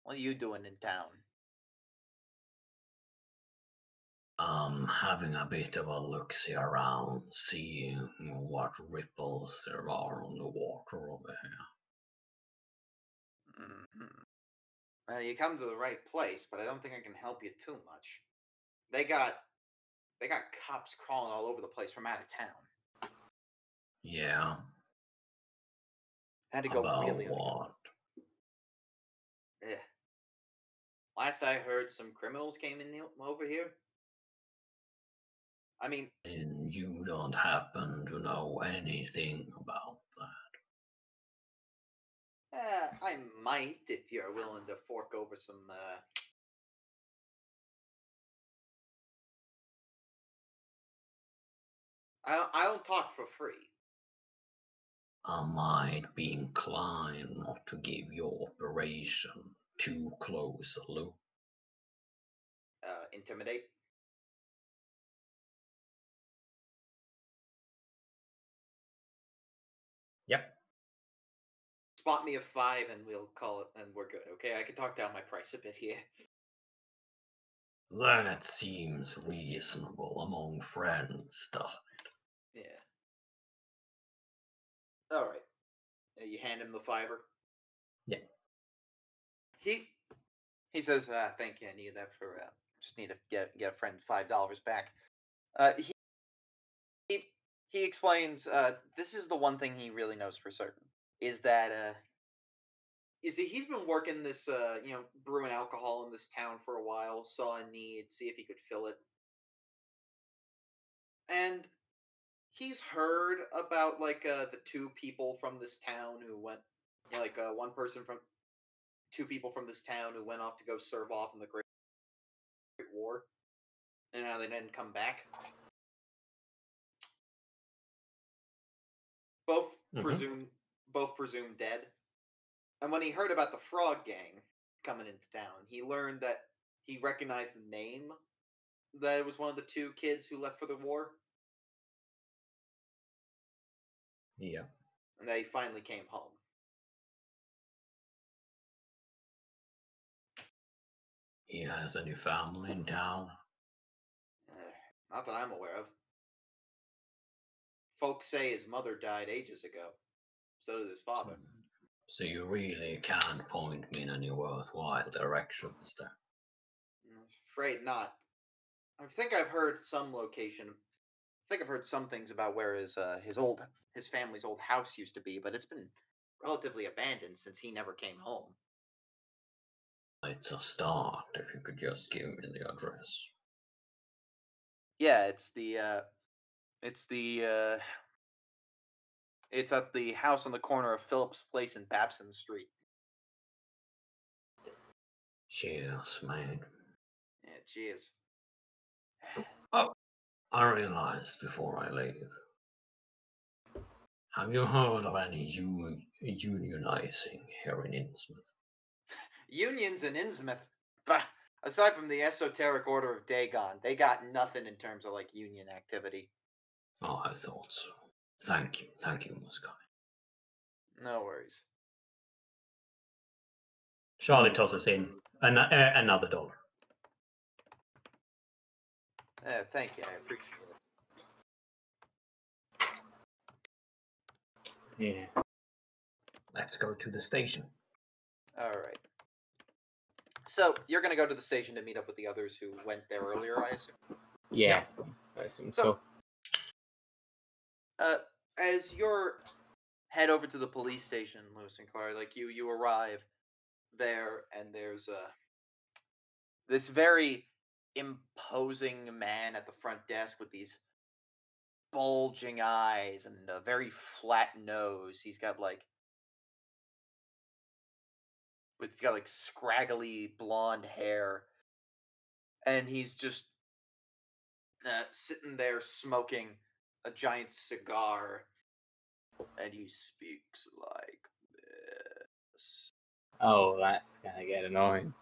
what are you doing in town?"
I'm Um, having a bit of a look see around, seeing what ripples there are on the water over here.
hmm Well, Mm-hmm. Uh, you come to the right place, but I don't think I can help you too much. They got they got cops crawling all over the place from out of town.
Yeah.
Had to go
About
really undercover.
what?
Yeah. eh. Last I heard, some criminals came in the, um, over here. I mean,
And you don't happen to know anything about that.
eh, I might if you're willing to fork over some. Uh... I don't- I don't talk for free.
I might be inclined not to give your operation too close a look.
Uh, intimidate.
Yep.
Spot me a five, and we'll call it, and we're good. Okay, I can talk down my price a bit here.
That seems reasonable among friends, does
Yeah. All right. Uh, You hand him the fiver.
Yeah.
He he says, uh, "Thank you. I need that for uh, just need to get get a friend five dollars back." Uh, he he he explains. Uh, this is the one thing he really knows for certain is that uh, you see he's been working this uh, you know brewing alcohol in this town for a while. Saw a need, see if he could fill it, and he's heard about like uh the two people from this town who went you know, like uh one person from two people from this town who went off to go serve off in the great, great war and how they didn't come back both
Mhm.
presumed both presumed dead and when he heard about the frog gang coming into town he learned that he recognized the name that it was one of the two kids who left for the war
Yeah.
and they finally came home.
He has any family in town?
Eh, not that I'm aware of. Folks say his mother died ages ago. So did his father.
So you really can't point me in any worthwhile directions there.
I'm afraid not. I think I've heard some location. I think I've heard some things about where his uh, his old his family's old house used to be, but it's been relatively abandoned since he never came home.
It's a start if you could just give me the address.
Yeah, it's the uh it's the uh it's at the house on the corner of Phillips Place and Babson Street.
Cheers, mate.
Yeah, cheers.
I realized before I leave. Have you heard of any u- unionizing here in Innsmouth?
unions in Innsmouth, bah, aside from the esoteric order of Dagon, they got nothing in terms of like union activity.
Oh, I thought so. Thank you, thank you, Muskai.
No worries.
Charlie tosses in an- uh, another dollar.
Eh, thank you, I appreciate it.
Yeah.
Let's go to the station.
All right. So you're gonna go to the station to meet up with the others who went there earlier, I assume.
Yeah, I assume so.
So- Uh, as you're head over to the police station, Lewis and Clark, like you, you arrive there, and there's uh, this very imposing man at the front desk with these bulging eyes and a very flat nose. He's got like with he's got like scraggly blonde hair, and he's just uh, sitting there smoking a giant cigar, and he speaks like this.
Oh, that's gonna get annoying.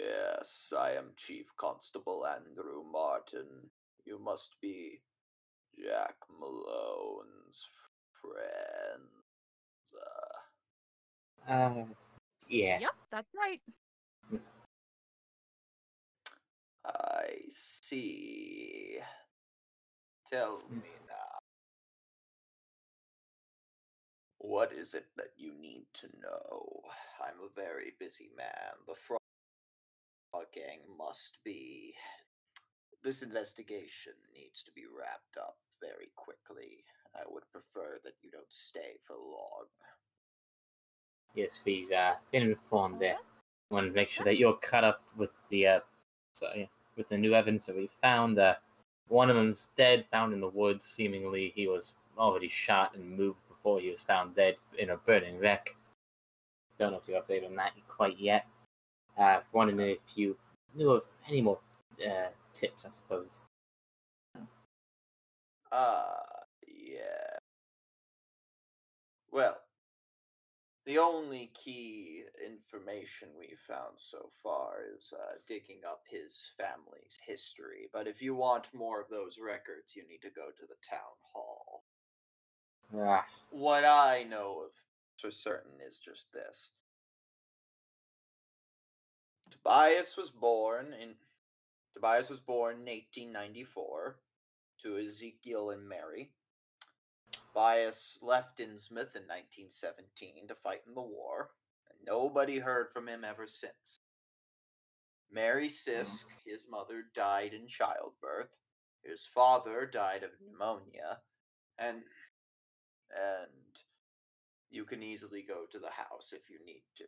Yes, I am Chief Constable Andrew Martin. You must be Jack Malone's friend. Uh,
Uh, yeah.
Yep, that's right.
I see. Tell
Hmm.
me now. What is it that you need to know? I'm a very busy man. The frog gang must be. This investigation needs to be wrapped up very quickly. I would prefer that you don't stay for long.
Yes, Fee's uh, been informed there.
Alright.
Want to make sure that you're caught up with the uh, so, yeah, with the new evidence that we found. Uh, one of them's dead, found in the woods. Seemingly, he was already shot and moved before he was found dead in a burning wreck. Don't know if you're updated on that quite yet. Uh, wondering if you knew of any more uh, tips, I suppose.
Ah, yeah. Well, the only key information we found so far is uh, digging up his family's history. But if you want more of those records, you need to go to the town hall.
Ah,
What I know of for certain is just this Tobias was born in. Tobias was born in 1894 to Ezekiel and Mary. Tobias left Innsmouth in 1917 to fight in the war, and nobody heard from him ever since. Mary Sisk, his mother, died in childbirth. His father died of pneumonia, and and you can easily go to the house if you need to,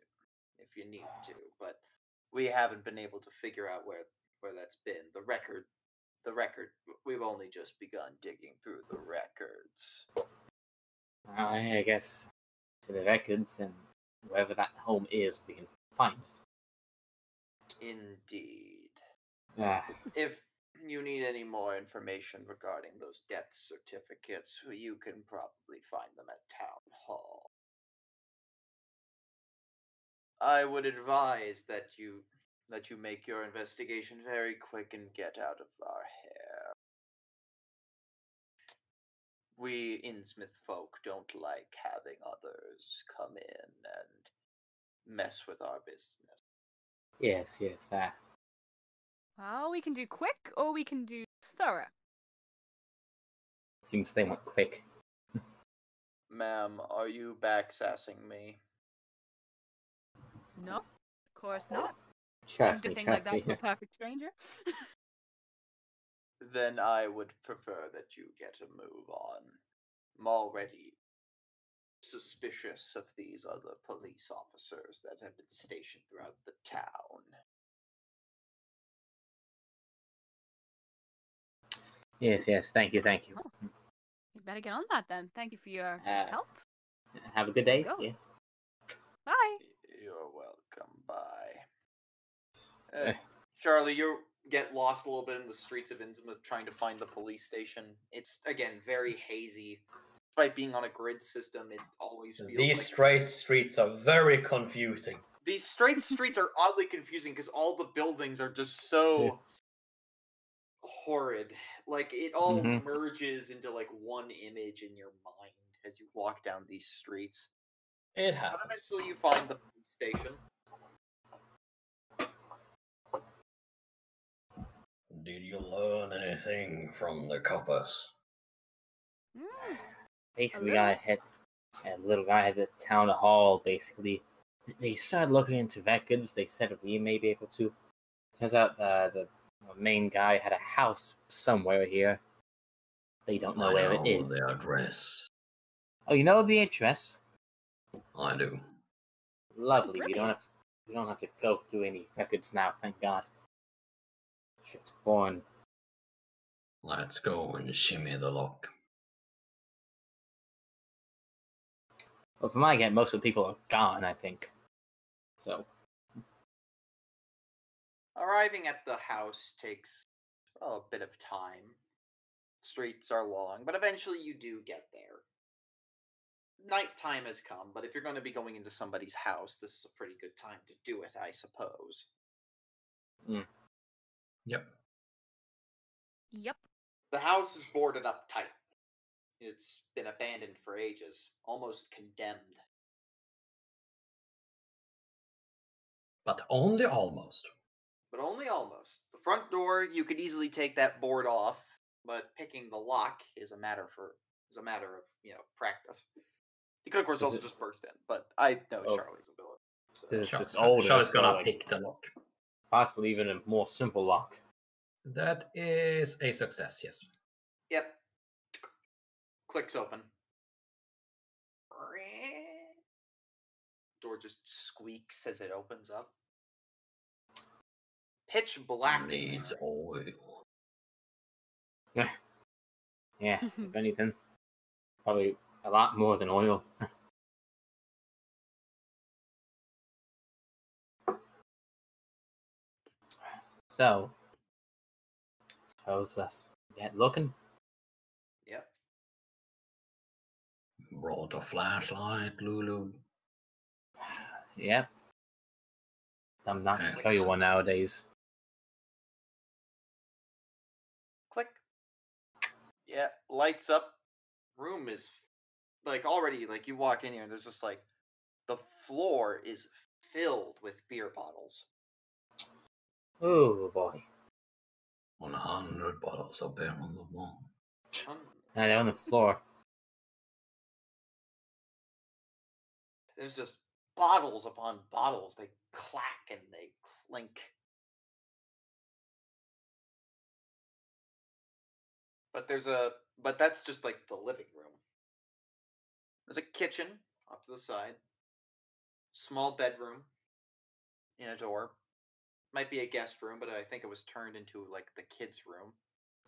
if you need to. But we haven't been able to figure out where where that's been. The record the record. We've only just begun digging through the records.
I guess to the records and wherever that home is, we can find it.
Indeed.
Ah.
If you need any more information regarding those death certificates, you can probably find them at Town Hall. I would advise that you that you make your investigation very quick and get out of our hair. We Innsmouth folk don't like having others come in and mess with our business.
Yes, yes, that.
Well, we can do quick or we can do thorough.
Seems they went quick.
Ma'am, are you back sassing me?
No, of course not.
Trust
do
me,
a thing like
trust
that to
me.
a perfect stranger. *laughs*
Then I would prefer that you get a move on. I'm already suspicious of these other police officers that have been stationed throughout the town.
Yes, yes, thank you, thank you.
you better get on that then. Thank you for your
Uh,
help.
Have a good
Let's
day.
go.
Yes.
Bye.
You're welcome. Bye.
Eh.
Charlie, you get lost a little bit in the streets of Innsmouth trying to find the police station. It's again very hazy. Despite being on a grid system, it always feels
These
like
straight streets are very confusing.
these straight streets are oddly confusing because all the buildings are just so
Yeah.
horrid. Like it all
Mhm.
merges into like one image in your mind as you walk down these streets.
It
But
happens.
eventually you find the police station.
Did you learn anything from the coppers?
Mm.
Basically,
Hmm. little.
I had a little guy at the town hall. Basically, they started looking into records. They said we may be able to. Turns out uh, the main guy had a house somewhere here. They don't know
I
where it
know
is.
The address.
Oh, you know the address.
I do.
Lovely. We don't
brilliant.
have to, we don't have to go through any records now. Thank God. Shit's born.
Let's go and shimmy the lock.
Well, from my get, most of the people are gone. I think. So
Arriving at the house takes well, a bit of time. Streets are long, but eventually you do get there. Nighttime has come, but if you're going to be going into somebody's house, this is a pretty good time to do it, I suppose.
Yep.
Yep.
The house is boarded up tight. It's been abandoned for ages, almost condemned.
But only almost.
But only almost. The front door, you could easily take that board off, but picking the lock is a matter for is a matter of, you know, practice. You could of course
Is
also
it-
just burst in, but I know
Oh.
Charlie's ability. So.
this
Sure,
is
sure,
older.
sure, it's
so,
gonna
like,
pick the lock.
possibly even a more simple lock.
That is a success, yes.
Yep. Clicks open. Door just squeaks as it opens up. Pitch black. in
Needs
there.
oil.
Yeah, if anything, probably a lot more than oil. *laughs* so, suppose that's that looking.
Yep.
Brought a flashlight, Lulu.
Yep. I'm not to carry one nowadays.
Click. Yeah, lights up. Room is like already like you walk in here and there's just like the floor is filled with beer bottles.
Oh boy.
100 bottles of beer on the wall.
Um,
And they're on the floor.
There's just bottles upon bottles. They clack and they clink. But there's a but that's just like the living room. There's a kitchen off to the side. Small bedroom in a door. Might be a guest room, but I think it was turned into like the kids' room.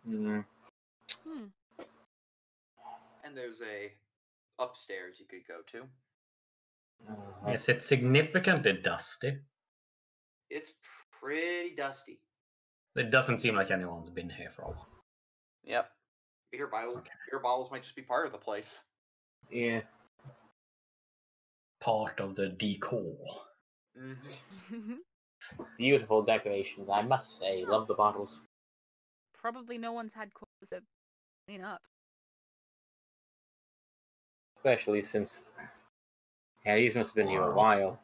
Mm-hmm.
Mm,
*laughs* Hmm. *laughs*
And there's a upstairs you could go to.
uh,
Is it significantly dusty?
It's pretty dusty.
It doesn't seem like anyone's been here for a while.
Yep. Beer bottles,
Okay.
beer bottles might just be part of the place.
yeah.
Part of the decor.
Beautiful decorations, I must say. Love the bottles.
Probably no one's had cause to clean up.
Especially since. Yeah, these must have been here a
Wow.
while.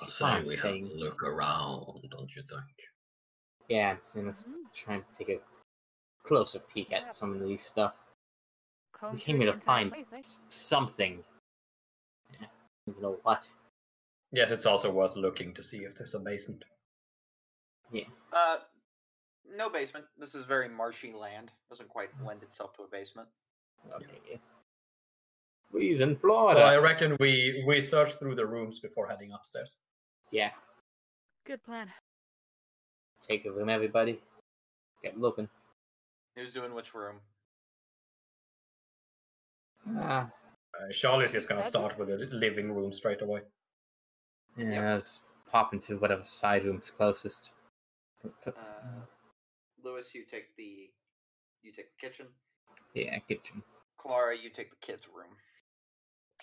I say
I'm
we have
saying-
to look around, don't you think?
Yeah, I'm saying let's
Mhm.
try and take a closer peek
Yeah.
at some of these stuff.
Comb
we came
through the
here to
entire
find
place, mate.
s- something. Yeah, you know what?
Yes, it's also worth looking to see if there's a basement.
Uh, no basement. This is very marshy land. Doesn't quite lend itself to a basement.
Okay. We's in
So
Florida.
I reckon we we search through the rooms before heading upstairs.
Yeah,
Good plan.
take a room, everybody. Get looking.
Who's doing which room?
Ah,
Uh, Charlie's just gonna
Bedroom?
start with the living room straight away.
yeah, let's pop into whatever side room's closest.
Uh, Lewis, you take the, you take the kitchen.
Yeah, kitchen.
Clara, you take the kids' room.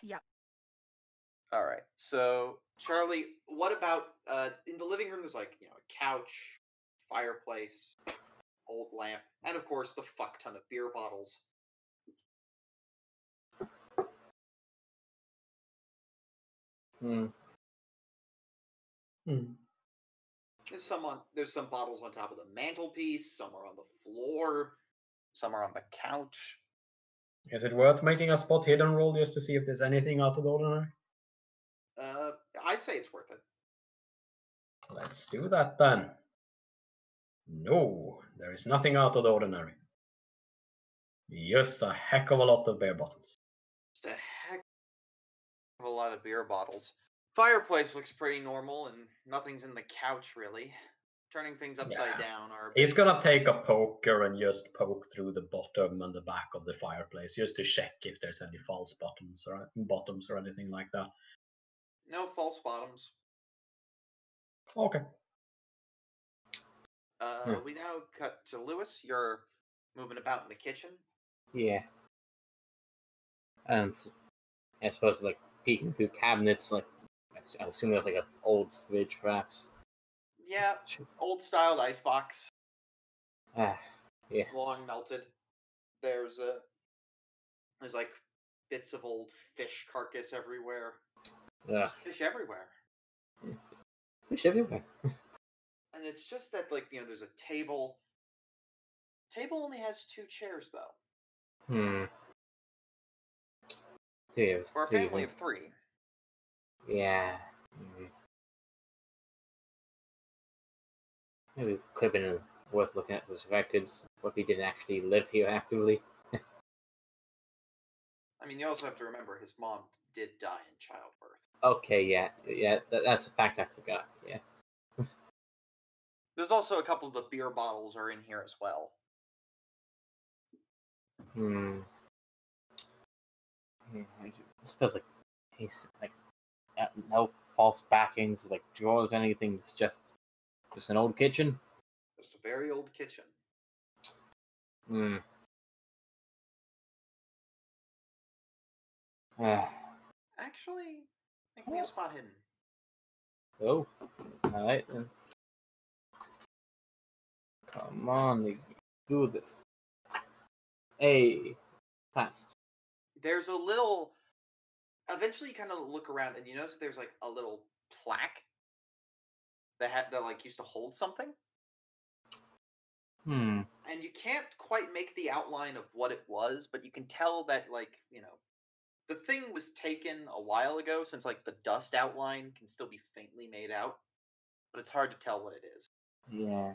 Yep.
All right. So, Charlie, what about uh in the living room? There's like you know a couch, fireplace, old lamp, and of course the fuck ton of beer bottles.
Hmm.
There's some on there's some bottles on top of the mantelpiece, some are on the floor, some are on the couch.
Is it worth making a spot hidden roll just to see if there's anything out of the ordinary?
Uh say it's worth it.
Let's do that then. No, there is nothing out of the ordinary. Just a heck of a lot of beer bottles.
Just a heck of a lot of beer bottles. Fireplace looks pretty normal, and nothing's in the couch really. Turning things upside
Yeah.
down are.
He's gonna take a poker and just poke through the bottom and the back of the fireplace just to check if there's any false bottoms or bottoms or anything like that.
No false bottoms.
Okay.
Uh,
Hmm.
We now cut to Lewis. You're moving about in the kitchen.
Yeah. And s- I suppose like peeking through cabinets, like I s- I assume there's like an old fridge, perhaps.
Yeah,
Sure.
old styled icebox,
Ah,
long melted. There's a there's like bits of old fish carcass everywhere.
yeah.
There's fish everywhere.
Fish everywhere.
And it's just that like, you know, there's a table. Table only has two chairs though.
Hmm. Three of
For a
three of
family
them.
of three.
Yeah. Mm. Maybe it could have been uh, worth looking at those records. What if he didn't actually live here actively?
I mean you also have to remember his mom did die in childbirth.
Okay, yeah, yeah, that, that's a fact I forgot. Yeah.
There's also a couple of the beer bottles are in here as well.
Hmm. Yeah, I suppose like he's like uh, no false backings, like drawers, anything. It's just just an old kitchen.
Just a very old kitchen.
*sighs* Hmm. Ah.
Actually, make me a spot hidden.
Oh, all right then. Come on, you do this. Hey, passed.
there's a little eventually you kind of look around and you notice that there's like a little plaque that had that like used to hold something
Hmm.
and you can't quite make the outline of what it was but you can tell that like you know the thing was taken a while ago since like the dust outline can still be faintly made out but it's hard to tell what it is
Yeah.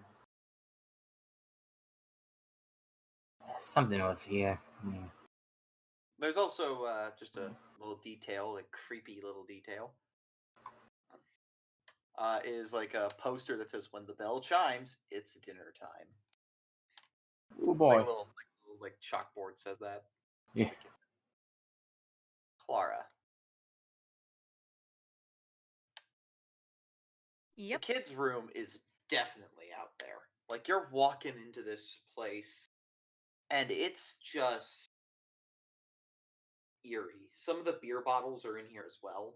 Something was here. Hmm.
there's also uh, just a little detail a creepy little detail Um, uh, is like a poster that says when the bell chimes it's dinner time
Oh
Like a
boy.
little, like, little, like chalkboard says that.
Yeah.
Like, Clara.
Yep.
*clears throat*
The kids' room is definitely out there. Like you're walking into this place, and it's just eerie. Some of the beer bottles are in here as well.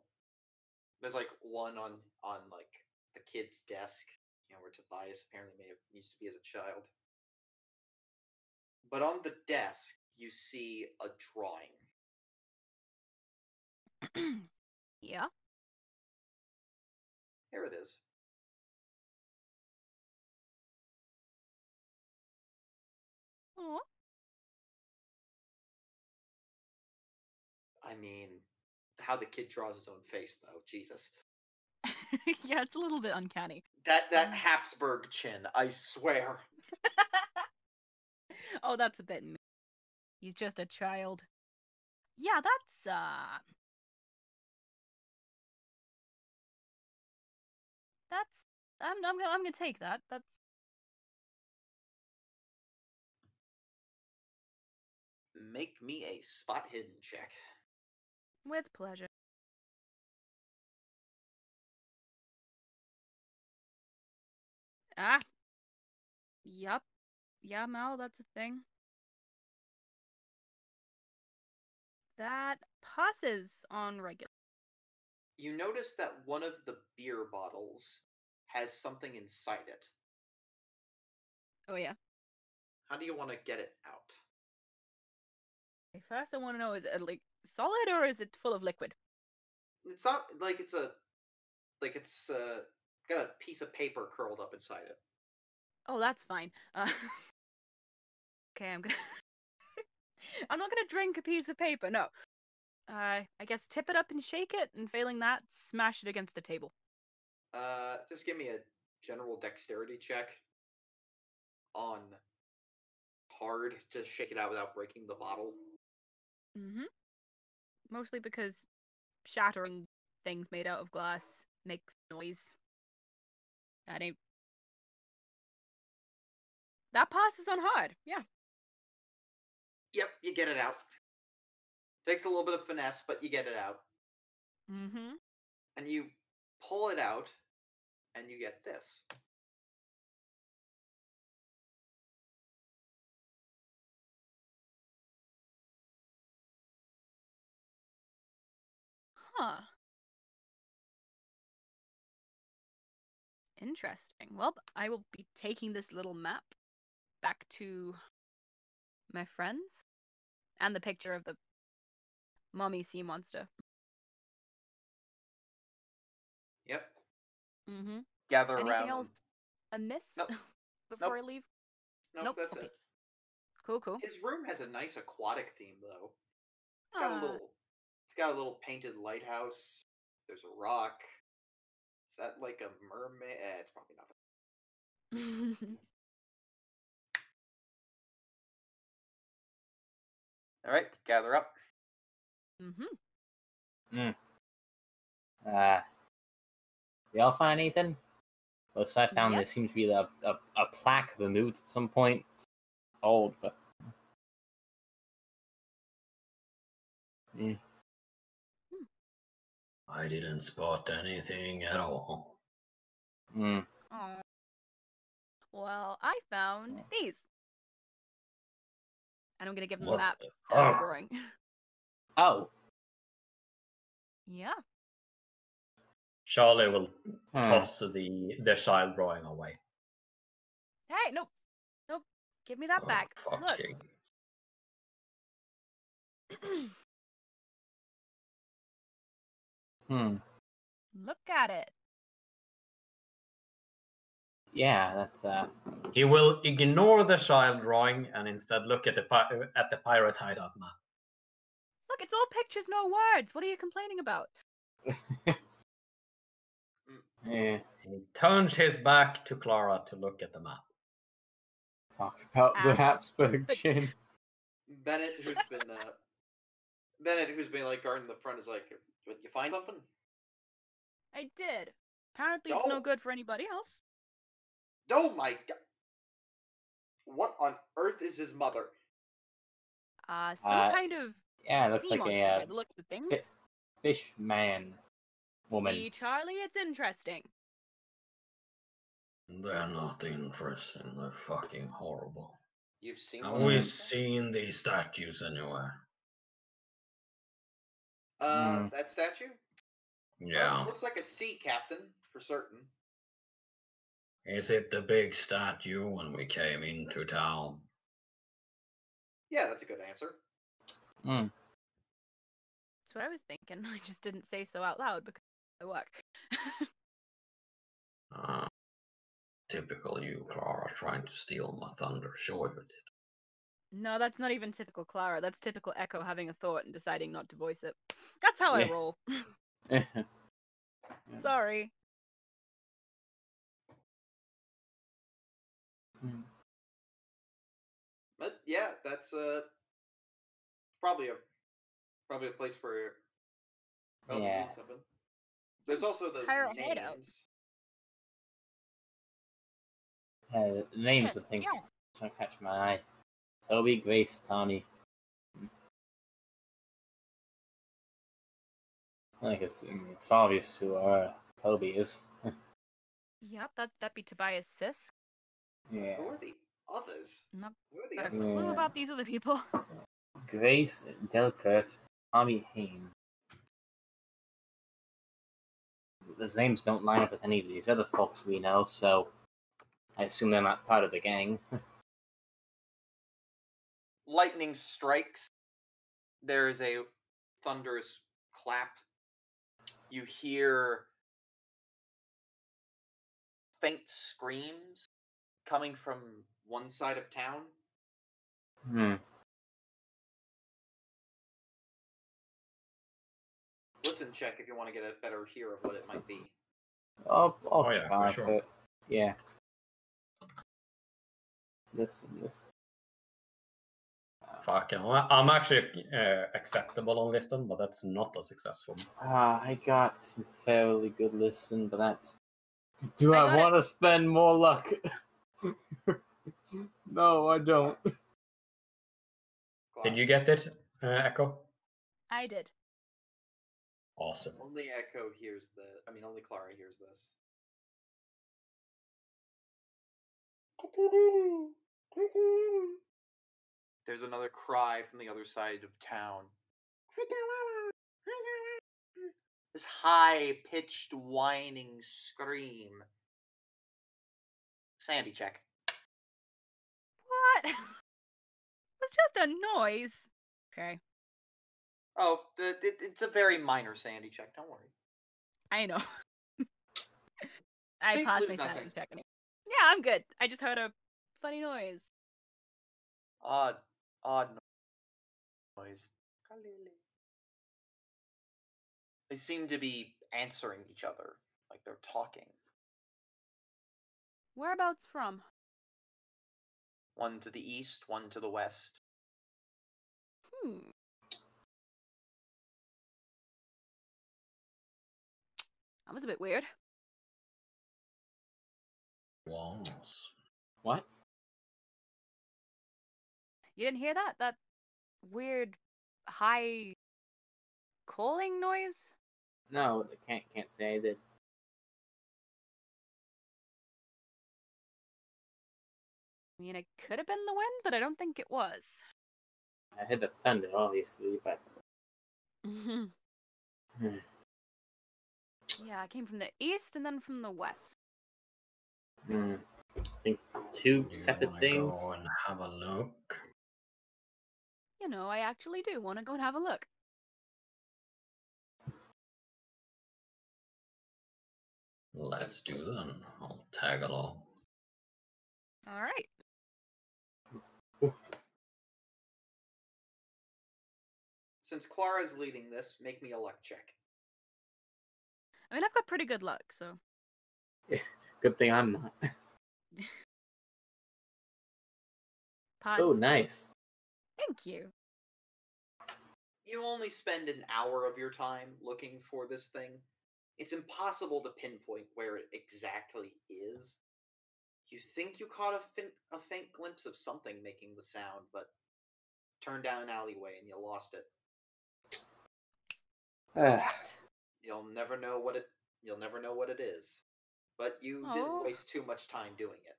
There's like one on on like the kid's desk, you know, where Tobias apparently may have used to be as a child. But on the desk, you see a drawing.
yeah.
Here it is.
Aw. *laughs*
I mean, how the kid draws his own face, though. Jesus,
yeah, it's a little bit uncanny. *laughs*
that that
Mm.
Habsburg chin. I swear.
oh, that's a bit mean. He's just a child. Yeah, that's uh That's I'm I'm gonna I'm gonna take that. That's
Make me a spot hidden check.
with pleasure. Ah. Yup. Yeah, Mal, that's a thing. That passes on regular.
You notice that one of the beer bottles has something inside it.
Oh yeah.
How do you want to get it out?
Okay, First, I want to know is it like solid or is it full of liquid?
It's not like it's a like it's uh got a piece of paper curled up inside it.
Oh, that's fine. Uh, *laughs* okay, I'm gonna. I'm not gonna drink a piece of paper. No, Uh, I guess tip it up and shake it, and failing that, smash it against the table.
Uh, just give me a general dexterity check on hard to shake it out without breaking the bottle.
Mm-hmm. Mostly because shattering things made out of glass makes noise. That ain't. That passes on hard. Yeah.
Yep, you get it out. Takes a little bit of finesse, but you get it out.
Mm-hmm.
And you pull it out, and you get this.
Huh. Interesting. Well, I will be taking this little map back to my friends and the picture of the mommy sea monster.
Yep.
Mm-hmm.
Gather
Anything
around.
else Amiss *laughs*
Nope.
before
Nope.
I leave.
Nope,
Nope,
that's
okay.
it.
Cool, cool.
His room has a nice aquatic theme though. It's got a
Ah,
little it's got a little painted lighthouse. There's a rock. Is that like a mermaid? Eh, it's probably not.
Ah. *laughs*
All right, gather up.
mhm.
Uh, we all find anything? Last I found,
Yeah.
there seems to be a, a, a plaque removed at some point. It's old, but.
I didn't spot anything at all.
Mm.
Aw. Well, I found these. And I'm gonna give them the
What
map
the
and
Ah,
the
fuck?
drawing.
Oh!
*laughs* yeah.
Charlie will
Hmm.
toss the the child drawing away.
Hey, nope. Nope. Give me that
Oh,
back. Look.
Fucking
Hmm.
Look at it.
Yeah, that's. uh
He will ignore the child drawing and instead look at the pi- at the pirate hideout map.
Look, it's all pictures, no words. What are you complaining about?
eh,
He turns his back to Clara to look at the map.
Talk about the
Ah,
Habsburg chin.
Bennett, who's been uh,
*laughs*
Bennett, who's been like guarding the front, is like, "You you find something?
I did. Apparently, it's no
Don't.
good for anybody else.
Oh my god! What on earth is his mother?
Uh, some
Uh,
kind of
Yeah, it looks
sea
like
monster
a uh,
by the look of the things.
fi- fish man woman.
See, Charlie, it's interesting.
They're not interesting. They're fucking horrible.
You've seen?
Have
one of
we
these things?
seen these statues anywhere?
Uh,
Mm.
that statue?
Yeah.
Um, looks like a sea captain for certain.
Is it the big statue when we came into town?
Yeah, that's a good answer.
Mm.
That's what I was thinking. *laughs* I just didn't say so out loud because I work.
Uh, typical you, Clara, trying to steal my thunder. Sure you did.
No, that's not even typical Clara. That's typical Echo having a thought and deciding not to voice it. That's how I
Yeah.
roll.
*laughs* yeah.
Sorry.
Mm.
But yeah, that's uh, probably a probably a place where oh,
Yeah.
yeah. something. There's also those
Pirate
names.
hideout.
Uh, the names
Shit,
of things
yeah.
don't catch my eye. Toby, Grace, Tony. Like it's I mean, it's obvious who uh, Toby is.
Yep, that that'd be Tobias Sisk.
Yeah.
Who are the others?
Not
Who are the
got a
others?
clue
Yeah.
about these other people. *laughs*
Grace Delcurt, Tommy Hain. Those names don't line up with any of these other folks we know, so I assume they're not part of the gang.
lightning strikes. There is a thunderous clap. You hear faint screams coming from one side of town.
Hmm.
listen check if you want to get a better hear of what it might be.
I'll, I'll
Oh, yeah, for
try
sure.
but yeah. Listen, listen.
Fucking, hell. I'm actually uh, acceptable on listen, but that's not a success for me.
Ah, I got some fairly good listen, but that's. Do
I
I,
got it.
want to spend more luck? *laughs* no, I don't.
Did you get it, uh, Echo?
I did.
Awesome.
Only Echo hears the. I mean, only Clara hears this. There's another cry from the other side of town. This high pitched whining scream. Sandy check.
What? *laughs* it's just a noise. Okay,
Oh, th- it, it's a very minor Sandy check. Don't worry.
I know. *laughs* I
See,
paused my
lose
sanity
nothing.
check. Anyway. Yeah, I'm good. I just heard a funny noise.
Odd, odd no- noise. They seem to be answering each other, like they're talking.
Whereabouts from?
One to the east, one to the west.
Hmm. That was a bit weird.
Once.
What?
You didn't hear that? That weird high calling noise?
No, I can't can't say I did.
I mean, it could have been the wind, but I don't think it was.
I heard the thunder, obviously, but
*laughs* Mhm.
Hmm.
yeah, it came from the east and then from the west.
hmm, I think two
You
separate
wanna
things.
Go and have a look.
You know, I actually do want to go and have a look.
Let's do then. I'll tag along.
All right.
Since Clara's leading this, make me a luck check.
I mean, I've got pretty good luck, so.
Good thing I'm not.
Pass.
Oh, nice.
Thank you.
You only spend an hour of your time looking for this thing. It's impossible to pinpoint where it exactly is. You think you caught a, fin- a faint glimpse of something making the sound, but turned down an alleyway and you lost it.
Ah,
You'll never know what it. You'll never know what it is. But you
Oh.
didn't waste too much time doing it.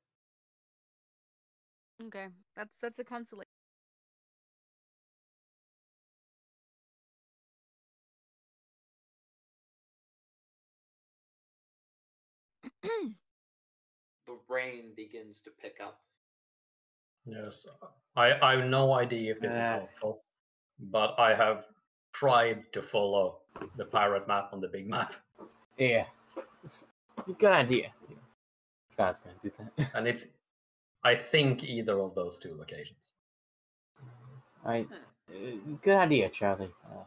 Okay, that's that's a consolation.
The rain begins to pick up.
Yes, I, I have no idea if this is
Uh.
helpful, but I have tried to follow the pirate map on the big map,
yeah. Good idea. I was gonna do that.
and it's, I think, either of those two locations.
I, uh, good idea, Charlie. Uh,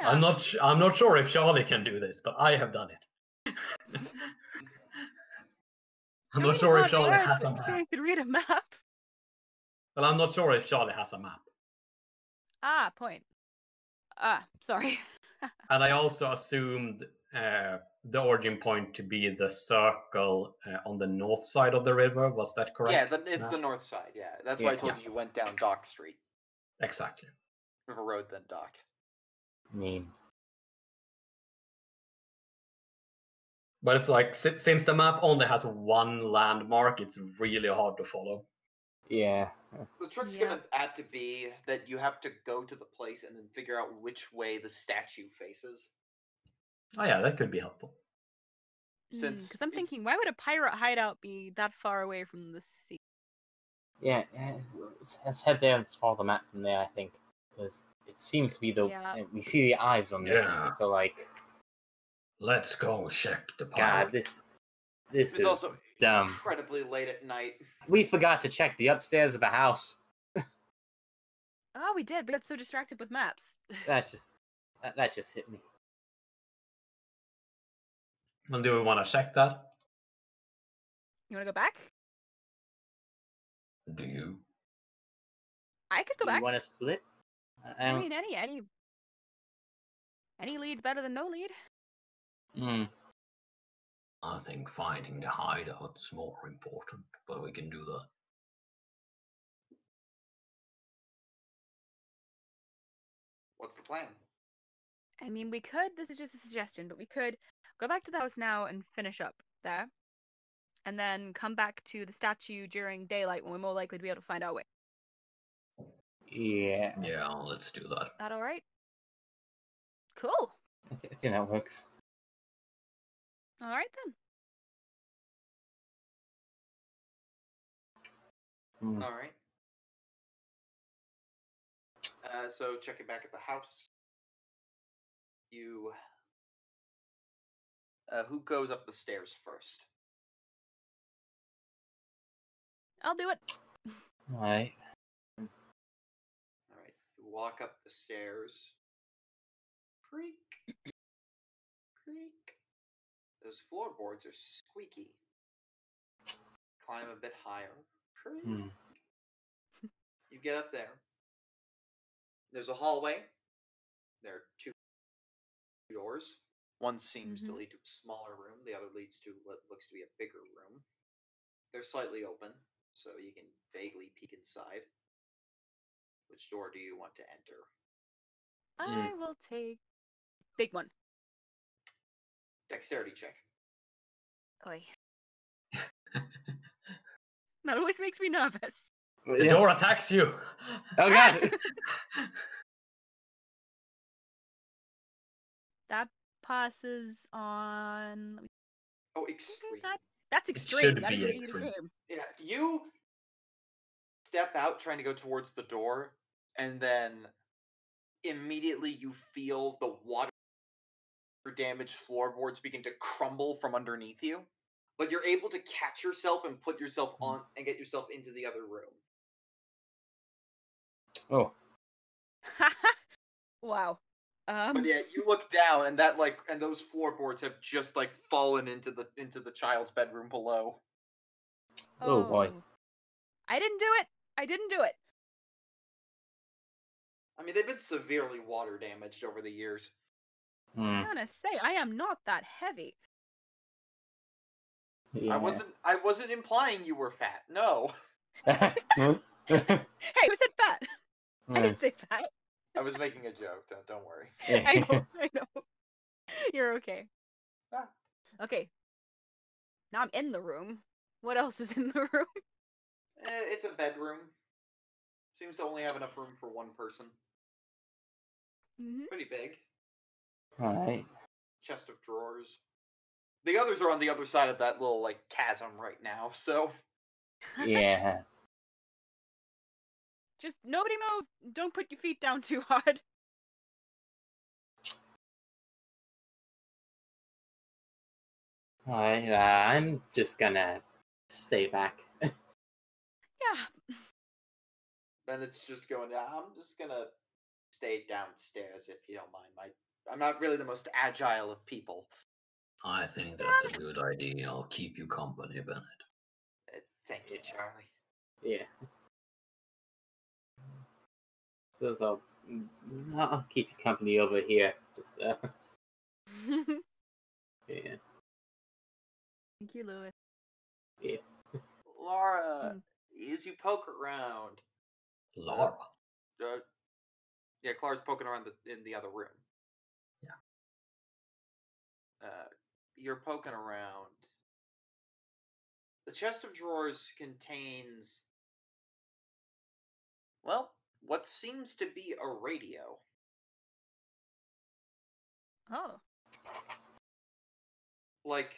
yeah.
I'm not sh- I'm not sure if Charlie can do this, but I have done it. I'm
I
not
mean,
sure if
it's not
Charlie
hard,
has a
but sure *laughs*
map.
you could read a map.
Well, I'm not sure if Charlie has a map,
Ah, point. Ah, sorry.
and I also assumed uh, the origin point to be the circle uh, on the north side of the river. Was that correct?
Yeah, the, it's
No.
the north side. Yeah, that's
Yeah,
why I told you you went down Dock Street,
Exactly.
River Road, then Dock.
I mean,
But it's like si- since the map only has one landmark, it's really hard to follow.
yeah.
The trick's
Yeah.
gonna have to be that you have to go to the place and then figure out which way the statue faces.
Oh yeah, that could be helpful.
Since
Because Mm, I'm
it's-
thinking, why would a pirate hideout be that far away from the sea?
Yeah, eh, let's- let's head there and follow the map from there. I think because it seems to be the
Yeah.
eh, we see the eyes on this,
Yeah.
so like,
Let's go check the
God,
pirate.
this this
It's
is um
also
dumb.
incredibly late at night.
We forgot to check the upstairs of the house.
Oh, we did. We got so distracted with maps.
That just that, that just hit me.
And do we want to check that?
You want to go back?
Do you?
I could *laughs* go
Do
back.
you want to split? I- I
I
don't-
mean, any any any lead's better than no lead.
Mm,
I think finding the hideout's more important, but we can do that.
What's the plan?
I mean, we could. This is just a suggestion, but we could go back to the house now and finish up there, and then come back to the statue during daylight when we're more likely to be able to find our way.
yeah,
Yeah, let's do that.
That all right? Cool.
I, th- I think that works.
All right then.
Mm.
All right. Uh, so checking back at the house, you. Uh, who goes up the stairs first?
I'll do it.
All right.
All right, you walk up the stairs. Creak, creak. Those floorboards are squeaky. Climb a bit higher. Creak.
Mm.
You get up there. There's a hallway. There are two doors. One seems to
Mhm.
lead to a smaller room. The other leads to what looks to be a bigger room. They're slightly open, so you can vaguely peek inside. Which door do you want to enter?
I
Mm.
will take big one.
Dexterity check.
*laughs*
Oi. That always makes me nervous.
The door attacks *laughs* you.
Oh god! *laughs*
That passes on. let me-
Oh, extreme.
that- That's
It
extreme.
should
That
be
is indeed
extreme.
extreme.
Yeah, you step out trying to go towards the door, and then immediately you feel the water damaged floorboards begin to crumble from underneath you. But you're able to catch yourself and put yourself on and get yourself into the other room.
Oh,
*laughs* wow.
Oh,
Um,
But yeah, you look down and that like and those floorboards have just like fallen into the into the child's bedroom below.
Oh, boy.
I didn't do it. I didn't do it.
I mean, they've been severely water damaged over the years.
mm,
Hmm.
I'm gonna say I am not that heavy. *laughs*
yeah.
I
*laughs*
wasn't I wasn't implying you were fat. No.
*laughs* Mm.
Hey, who said fat? *laughs* I
Hmm,
Hmm.
didn't say fat.
I was making a joke. Don't, don't worry.
I
*laughs*
know. I know. *laughs* You're okay.
Ah.
Okay. Now I'm in the room. What else is in the *laughs* room?
Eh, it's a bedroom. Seems to only have enough room for one person.
Mhm.
Pretty big.
All right.
Chest of drawers. The others are on the other side of that little like chasm right now. So
Yeah.
Just nobody move. Don't put your feet down too hard. *laughs*
All right. Uh, I'm just gonna stay back.
Yeah.
then it's just going down. I'm just gonna stay downstairs if you don't mind. My I'm not really the most agile of people.
I think that's a good idea. I'll keep you company, Bennett.
Eh, Thank you, Charlie.
Yeah. Suppose I'll, mm, I'll keep you company over here. Just uh, *laughs* yeah.
Thank you, Lewis.
Laura,
Mm.
as you poke around,
Laura.
uh, yeah, Clara's poking around the, in the other room.
Yeah.
Uh, you're poking around. The chest of drawers contains, well, what seems to be a radio.
Oh.
Like,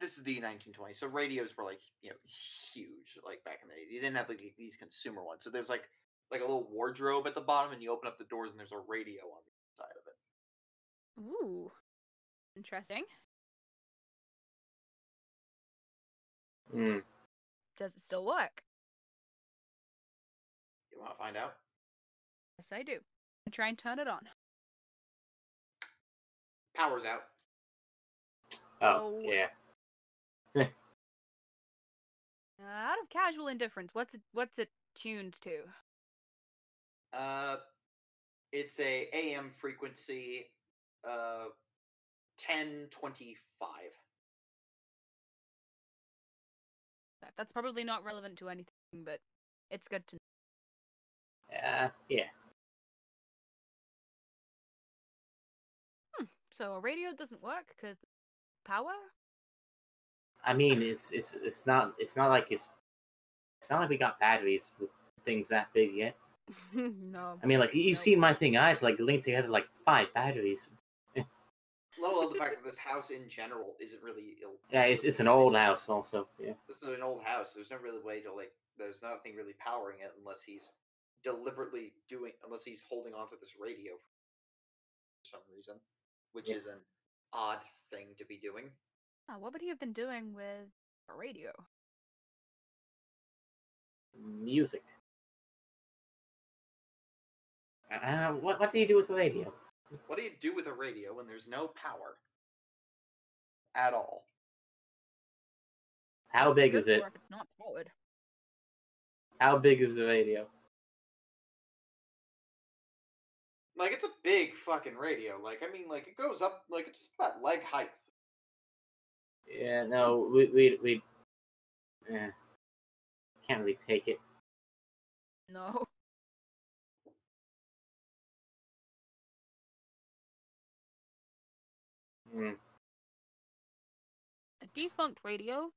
this is the 1920s, so radios were like you know huge, like back in the 80s. You didn't have like these consumer ones, so there's like like a little wardrobe at the bottom, and you open up the doors, and there's a radio on the side of it.
Ooh. Interesting.
Mm.
Does it still work?
You want to find out?
Yes, I do. And try and turn it on.
Power's out.
Oh.
Oh, yeah.
Uh, out of casual indifference, what's it, what's it tuned to?
Uh, it's a AM frequency, uh, ten twenty five.
That- That's probably not relevant to anything, but it's good to know.
Yeah. Yeah.
So a radio doesn't work because power. *laughs*
I mean, it's it's it's not it's not like it's it's not like we got batteries for things that big yet.
no.
I mean, like you
No.
see my thing, I've like linked together like five batteries.
Let alone the fact that
*laughs*
this house in general isn't really ill.
Yeah, it's it's an old house also. Yeah.
This is an old house. There's no really way to like. There's nothing really powering it unless he's deliberately doing. Unless he's holding onto this radio for some reason, which
Yeah.
is an odd thing to be doing.
Ah, what would he have been doing with a radio?
music. Uh, what what do you do with the radio?
What do you do with a radio when there's no power? At all.
How
It's
big
good
is it?
for if it's not powered.
How big is the radio?
Like it's a big fucking radio. Like I mean, like it goes up. Like it's about leg height.
Yeah, no, we we we eh, can't really take it.
No.
Hmm.
A defunct radio.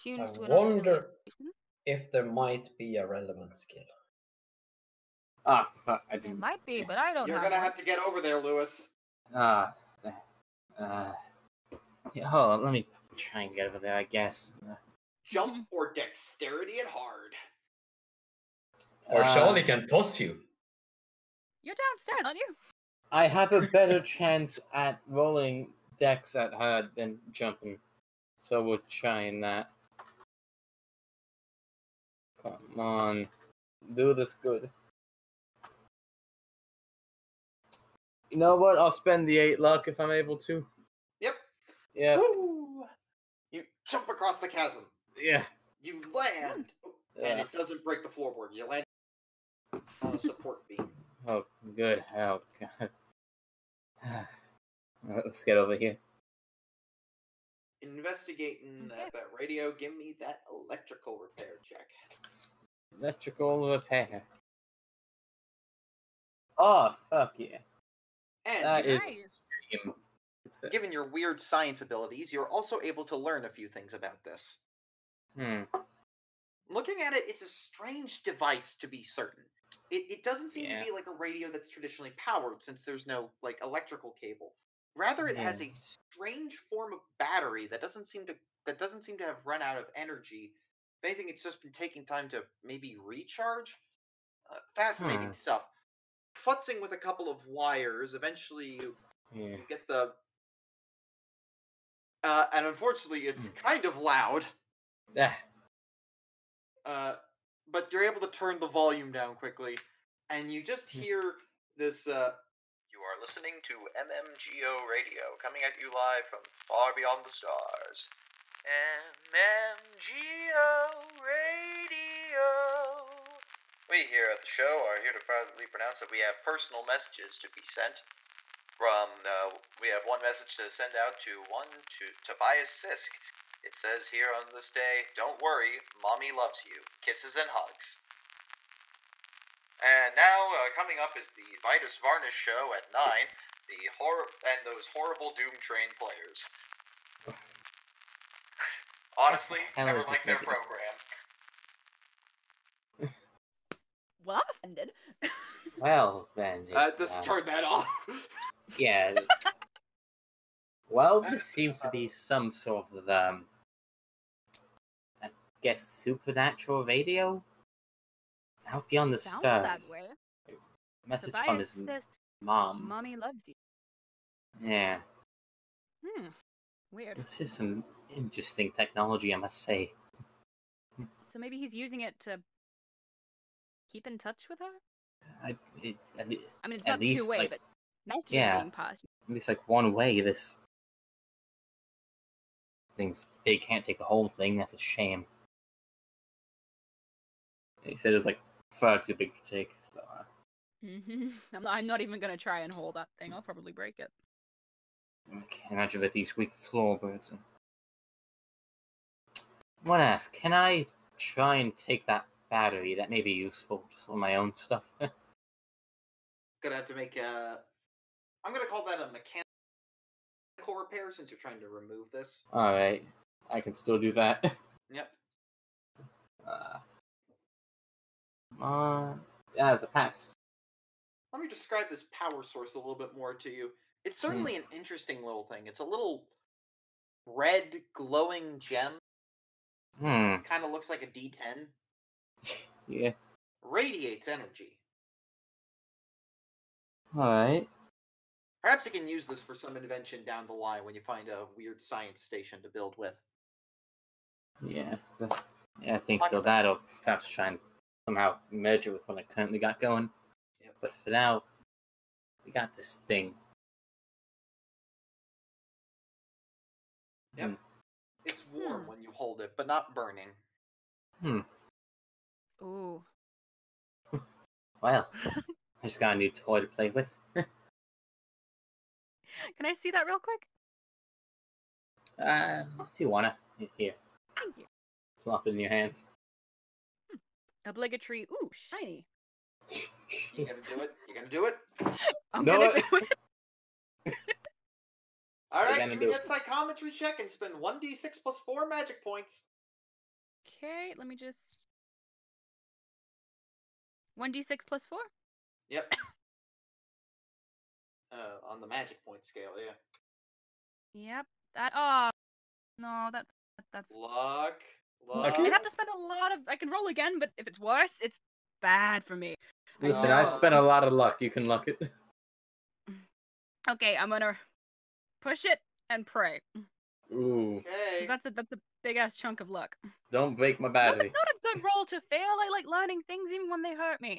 Tuned
I
to an auxiliary
wonder-
station.
If there might be a relevant skill.
Ah, fuck! I
It
didn't.
might be, but I don't
You're
know.
gonna have to get over there, Lewis.
Ah, uh, uh, yeah, hold on. Let me try and get over there. I guess.
Jump or dexterity and hard.
Or
Uh,
surely can toss you.
You're downstairs, aren't you?
I have a
*laughs*
better chance at rolling decks at her than jumping, so we're trying that. Come on, do this good. You know what? I'll spend the eight luck if I'm able to.
Yep.
Yeah,
Woo! You jump across the chasm.
yeah.
You land, and
Uh,
it doesn't break the floorboard. You land on a support beam.
oh, good. Oh, God. *sighs* Let's get over here.
Investigating uh,
Okay.
that radio. Give me that electrical repair check.
Electrical repair. Oh, fuck yeah.
And
That
given-
is-
Nice.
Success.
given your weird science abilities, you're also able to learn a few things about this.
Hmm.
looking at it, it's a strange device to be certain. It, it doesn't seem
Yeah.
to be like a radio that's traditionally powered since there's no like electrical cable. Rather, it has
Yeah.
a strange form of battery that doesn't seem to that doesn't seem to have run out of energy. If anything, it's just been taking time to maybe recharge. Uh, fascinating
Hmm.
stuff. Futzing with a couple of wires, eventually you
Yeah.
you get the. Uh, and unfortunately, it's
Hmm.
kind of loud.
Ah,
Uh, but you're able to turn the volume down quickly, and you just
Hmm.
hear this. Uh,
Mm-hmm. You are listening to MMGO Radio, coming at you live from far beyond the stars. MMGO Radio. We here at the show are here to proudly pronounce that we have personal messages to be sent. From uh, we have one message to send out to one to Tobias Sisk. It says here on this day, "Don't worry, mommy loves you. Kisses and hugs." And now uh, coming up is the Vitus Varnish show at nine. The horror and those horrible Doom Train players. *laughs* Honestly,
How
never
is this
liked their
making-
program.
Well, I'm offended.
well then. it,
uh, just
uh,
turn that off. *laughs*
Yeah. well, this seems to be some sort of um, I guess supernatural radio. Out beyond
*laughs*
the
Sounds that
stars.
way.
Message from
Tobias
his
says,
mom.
"Mommy loves you."
Yeah,
Hmm. Weird.
this is some interesting technology, I must say.
So maybe he's using it to keep in touch with her?
I, it, at le-
I mean, it's not
At
two
least,
way,
like-
but messages
Yeah.
being passed.
at least like one way. This thing's they can't take the whole thing. That's a shame. He said it was like far too big to take. So uh,
hmm *laughs* I'm, not, I'm not even gonna try and hold that thing. I'll probably break it.
I can't imagine with these weak floorboards. And... One ask, can I try and take that battery? That may be useful just for my own stuff. *laughs*
Gonna have to make a. I'm gonna call that a mechanical repair since you're trying to remove this.
All right, I can still do that. *laughs*
Yep.
Uh, uh, that was a pass.
Let me describe this power source a little bit more to you. It's certainly an interesting little thing. It's a little red glowing gem.
Hmm.
Kind of looks like a D10.
Yeah.
Radiates energy.
All right.
Perhaps you can use this for some invention down the line when you find a weird science station to build with.
Yeah, that- yeah, I think
Like
so.
the-
That'll perhaps try and somehow merge it with what I currently got going.
Yep.
But for now, we got this thing.
It's warm
Hmm.
when you hold it, but not burning.
Ooh. *laughs*
Well, I just got a new toy to play with. *laughs*
Can I see that real quick?
Uh, if you wanna, here,
Thank you.
flop it in your hand.
Obligatory. Ooh, shiny.
You gonna do it? You gonna do it?
I'm
No,
gonna
I- *laughs*
do it.
All
You're
right,
gonna
give me
do
that psychometry check and spend one d6 plus four magic points.
Okay, let me just. One d six plus four.
Yep. uh, on the magic point scale, yeah.
Yep. That. Oh, no. That. that that's.
Luck, luck.
Lucky?
I'd have to spend a lot of. I can roll again, but if it's worse, it's bad for me. I
Listen,
know.
I spent a lot of luck. You can luck it.
*laughs* Okay, I'm gonna push it and pray. 'cause
Ooh,
Okay.
That's a that's a big ass chunk of luck.
don't break my
Not, a- *laughs*
battery.
not a good roll to fail. I like learning things even when they hurt me.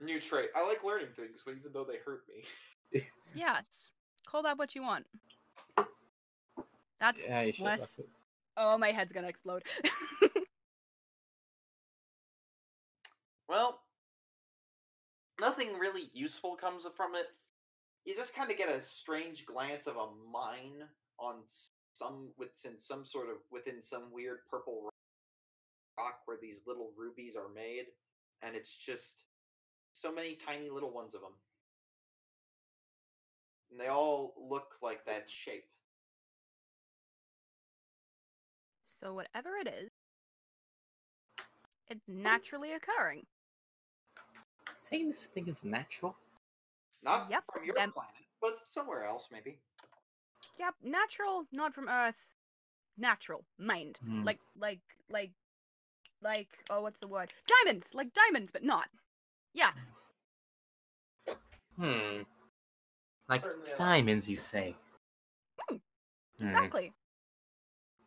New trait. I like learning things, but even though they hurt me.
Yes, call that what you want. That's
Yeah, you should luck
Less-
it.
oh, my head's gonna explode. *laughs*
Well, nothing really useful comes from it. You just kind of get a strange glance of a mine on s- some within some sort of within some weird purple ro- rock where these little rubies are made, and it's just so many tiny little ones of them, and they all look like that shape.
so whatever it is, it's naturally occurring.
Saying this thing is natural.
Not
Yep,
from your
them-
planet, but somewhere else maybe.
Yep, natural, not from Earth. Natural mind,
Hmm.
like like like like oh, what's the word? Diamonds, like diamonds, but not.
Hmm. Like
Certainly not.
diamonds, you say?
Hmm,
Hmm.
Exactly.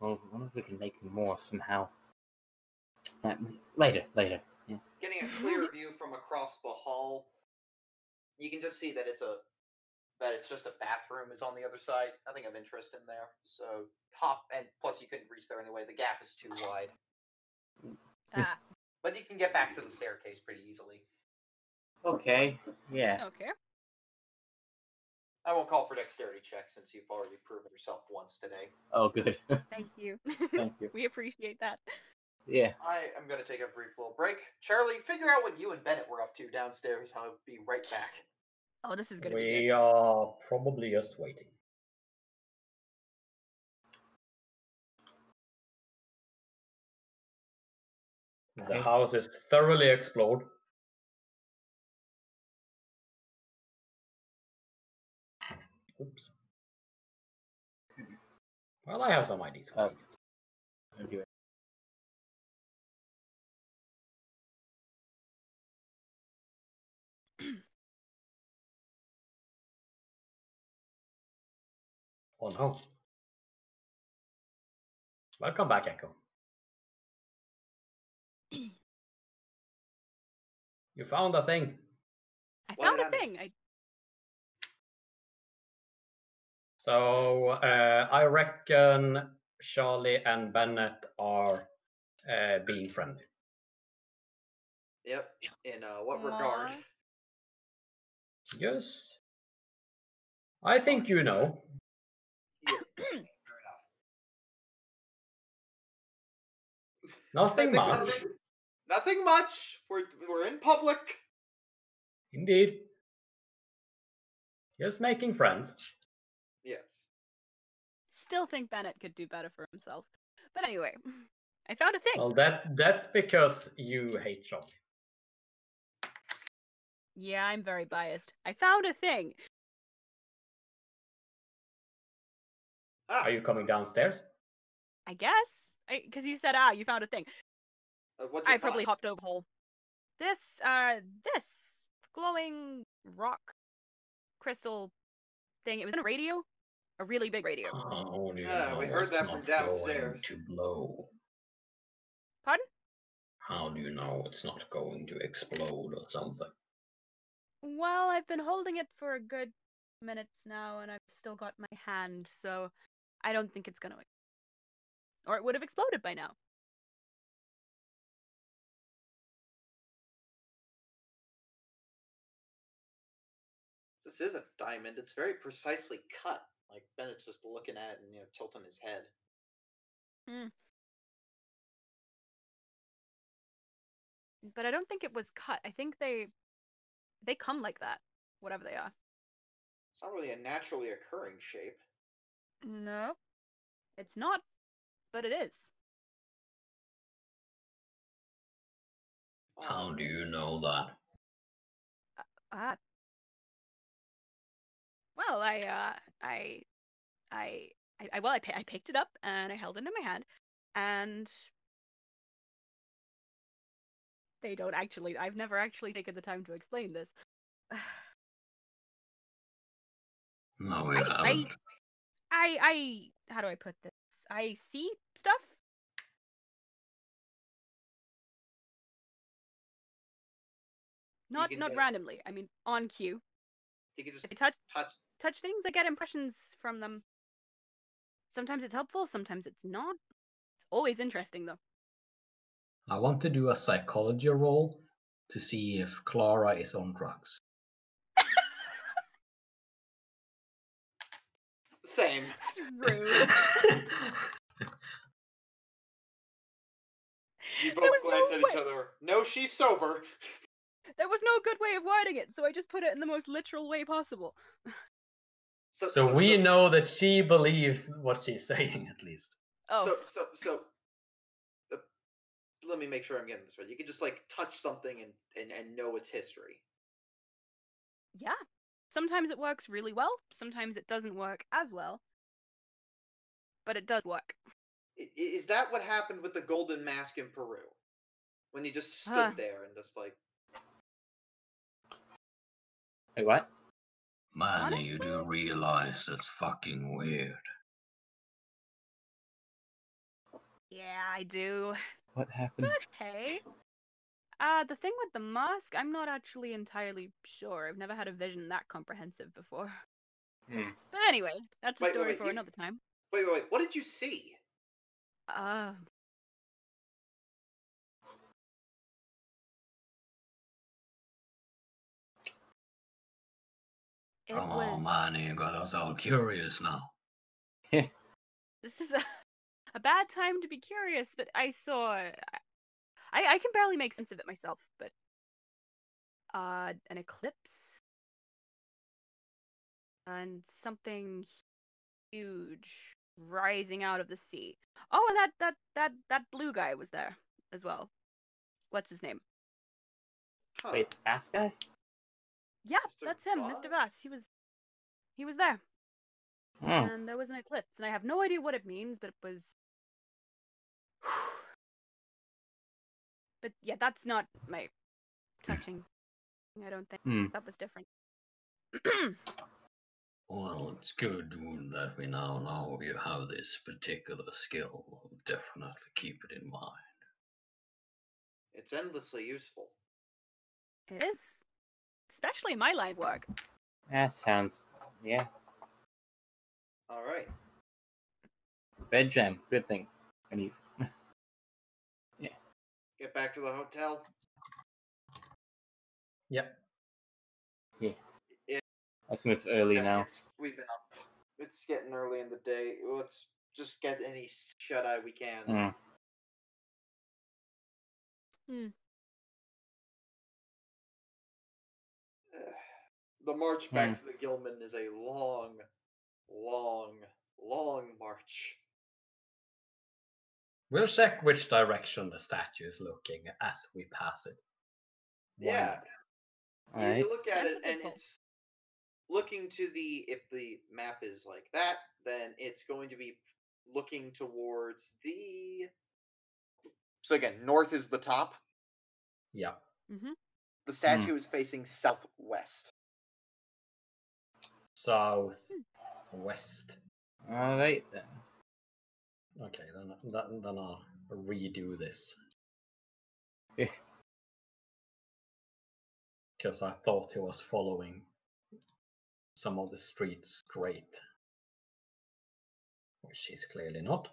Well, I wonder if we can make more somehow. Uh, later, later. Yeah.
getting a clear view from across the hall. You can just see that it's a that it's just a bathroom is on the other side. Nothing of interest in there. So hop and plus you couldn't reach there anyway. The gap is too wide.
*laughs* Yeah.
Ah,
But you can get back to the staircase pretty easily.
Okay. Yeah.
Ah, okay.
I won't call for dexterity check since you've already proven yourself once today.
Oh, good. *laughs*
Thank you. *laughs*
Thank you.
we appreciate that.
Yeah.
I am going to take a brief little break. Charlie, figure out what you and Bennett were up to downstairs. I'll be right back.
Oh, this is gonna be good.
We are probably just waiting. The
Okay.
house is thoroughly explored. Oops. Well, I have some ideas. for
Uh,
you.
Anyway.
Oh no. Welcome back, Echo. You found a thing.
I
Why
found
did
a
I miss?
thing. I, *clears throat*
So uh, I reckon Charlie and Bennett are uh, being friendly.
Yep. In uh, what regard?
Aw.
Yes. I think you know.
Yeah, fair enough.
Nothing much.
Nothing, nothing much. We're we're in public.
Indeed. Just making friends.
Yes.
still think Bennett could do better for himself. But anyway, I found a thing.
Well, that that's because you hate Charlie.
yeah, I'm very biased. I found a thing.
Ah,
Are you coming downstairs?
I guess because you said ah, you found a thing.
uh, what'd you
I probably
find?
hopped over a hole. This uh, this glowing rock crystal thing. It was in a radio, a really big radio.
Oh, do you
Yeah, Uh, we
know
heard
it's
that from
not going
downstairs.
To blow.
Pardon?
How do you know it's not going to explode or something?
Well, I've been holding it for a good minutes now, and I've still got my hand, so I don't think it's gonna. Or it would have exploded by now.
This is a diamond. It's very precisely cut. Like Bennett's just looking at it and you know tilting his head.
But I don't think it was cut. I think they they come like that, whatever they are.
It's not really a naturally occurring shape.
No, it's not, but it is.
Wow.
How do you know that?
Ah. Well, I, uh, I, I, I, I well, I, pi- I picked it up and I held it in my hand, and they don't actually. I've never actually taken the time to explain this. *sighs*
No,
I-
you
I-
haven't.
I, I, how do I put this? I see stuff. Not
can
not
just-
randomly. I mean, on cue.
You could just
If I touch
touch.
touch things, I get impressions from them. Sometimes it's helpful, sometimes it's not. It's always interesting though. *laughs*
I want to do a psychology roll to see if Clara is on
*laughs*
drugs.
Same.
*laughs* That's
*laughs*
rude.
You
there
both
was
glance
no
at each
way.
other. No, she's sober.
There was no good way of wording it, so I just put it in the most literal way possible.
So we know that she believes
*laughs*
what she's saying, at least.
Oh,
So so so. Uh, let me make sure I'm getting this right. You could just like touch something and and and know its history.
yeah. Sometimes it works really well, sometimes it doesn't work as well. But it does work.
I- i- Is that what happened with the golden mask in Peru? When you just stood
Huh.
there and just like,
Wait, what?
Man, you do
Honestly?
realize that's fucking weird.
Yeah, I do. *laughs*
What happened?
But hey. Uh, the thing with the mask, I'm not actually entirely sure. I've never had a vision that comprehensive before.
*laughs* Hmm.
But anyway, that's a
Wait, wait,
story
wait,
for
you-
another time.
wait, wait, wait, what did you see?
Uh, it
Come
was.
on, Oh, man, you got us all curious now.
This is a, *laughs* a bad time to be curious, but I saw. I, I can barely make sense of it myself, but. Uh, an eclipse. And something huge rising out of the sea. Oh, and that, that, that, that blue guy was there as well. What's his name?
Huh.
Wait, that guy?
Yeah,
Mr.
that's him, Mr.
Voss?
Voss. He was he was there.
Oh,
And there was an eclipse, and I have no idea what it means, but it was *sighs* But yeah, that's not my touching. I don't think
Hmm.
that was different. *clears throat*
Well, it's good that we now know you have this particular skill. We'll definitely keep it in mind.
It's endlessly useful.
It is. Especially in my line of work.
That sounds, yeah.
All right.
Red gem, good thing. And he's
Get back to the hotel.
I assume it's early
Yeah,
now.
it's- We've been up. It's getting early in the day. Let's just get any shut eye we can.
Mm.
The march back
Mm.
to the Gilman is a long, long, long march.
We'll check which direction the statue is looking as we pass it. Why
Yeah.
not?
All
You-
right.
You look at
That's
it
a good
and
point.
it's looking to the if the map is like that, then it's going to be looking towards the So again, north is the top.
Yeah.
Mm-hmm.
The statue is facing southwest.
South west.
All right then.
Okay, then, then then I'll redo this.
Eh.
Because I thought he was following some of the streets straight, which he's clearly not.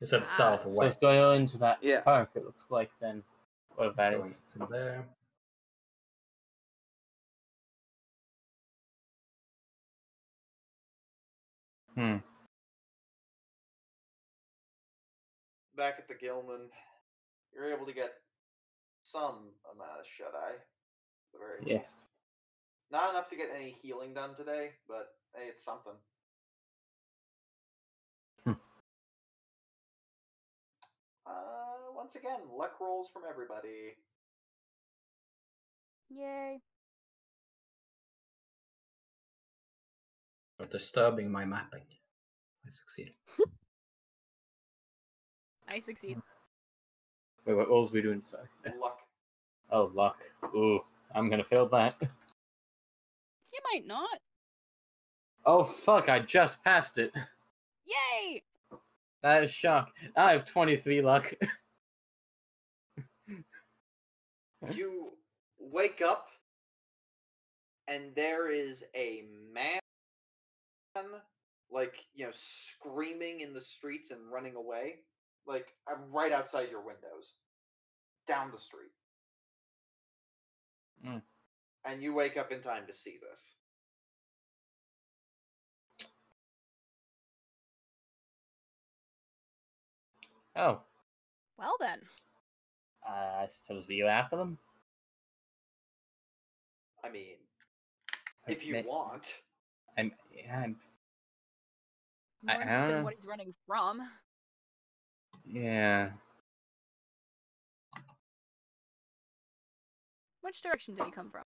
He said
Ah.
So it's
southwest.
going into that
Yeah.
park. It looks like then. What that
going
is?
to there.
Back at the Gilman, you're able to get some amount of shut eye. at The very
Yeah.
least. Not enough to get any healing done today, but hey, it's something.
Hmm.
Uh, once again, luck rolls from everybody.
Yay.
You're disturbing my mapping. I succeeded.
I
Hmm.
succeed.
Wait, what rules we doing? Sorry.
luck.
Oh, luck. Ooh, I'm gonna fail that. *laughs*
You might not.
Oh fuck! I just passed it. *laughs*
Yay!
That is shock. I have 23 luck. *laughs*
You wake up, and there is a man, like, you know, screaming in the streets and running away, like, uh, right outside your windows, down the street.
Mm.
And you wake up in time to see this.
Oh,
Well then.
uh, I suppose we go after them.
I mean, if you
May-
want.
I'm, yeah, I'm,
More
I- I
interested
dunno.
in what he's running from.
yeah.
Which direction did he come from?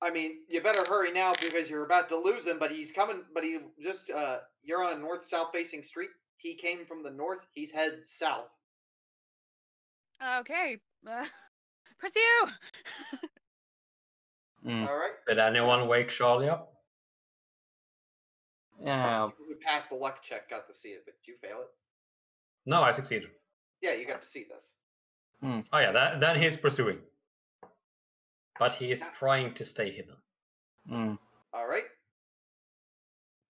I mean, you better hurry now because you're about to lose him. But he's coming. But he just uh, you're on a north-south facing street. He came from the north. He's head south.
Okay. Uh, *laughs* pursue!
Mm.
All right.
Did anyone wake Charlie up?
Yeah. I'll-
People who passed the luck check got to see it, but you fail it.
No, I succeeded.
Yeah, you got to see this.
Oh yeah, that, then he's pursuing. But he is trying to stay hidden.
Mm.
All right.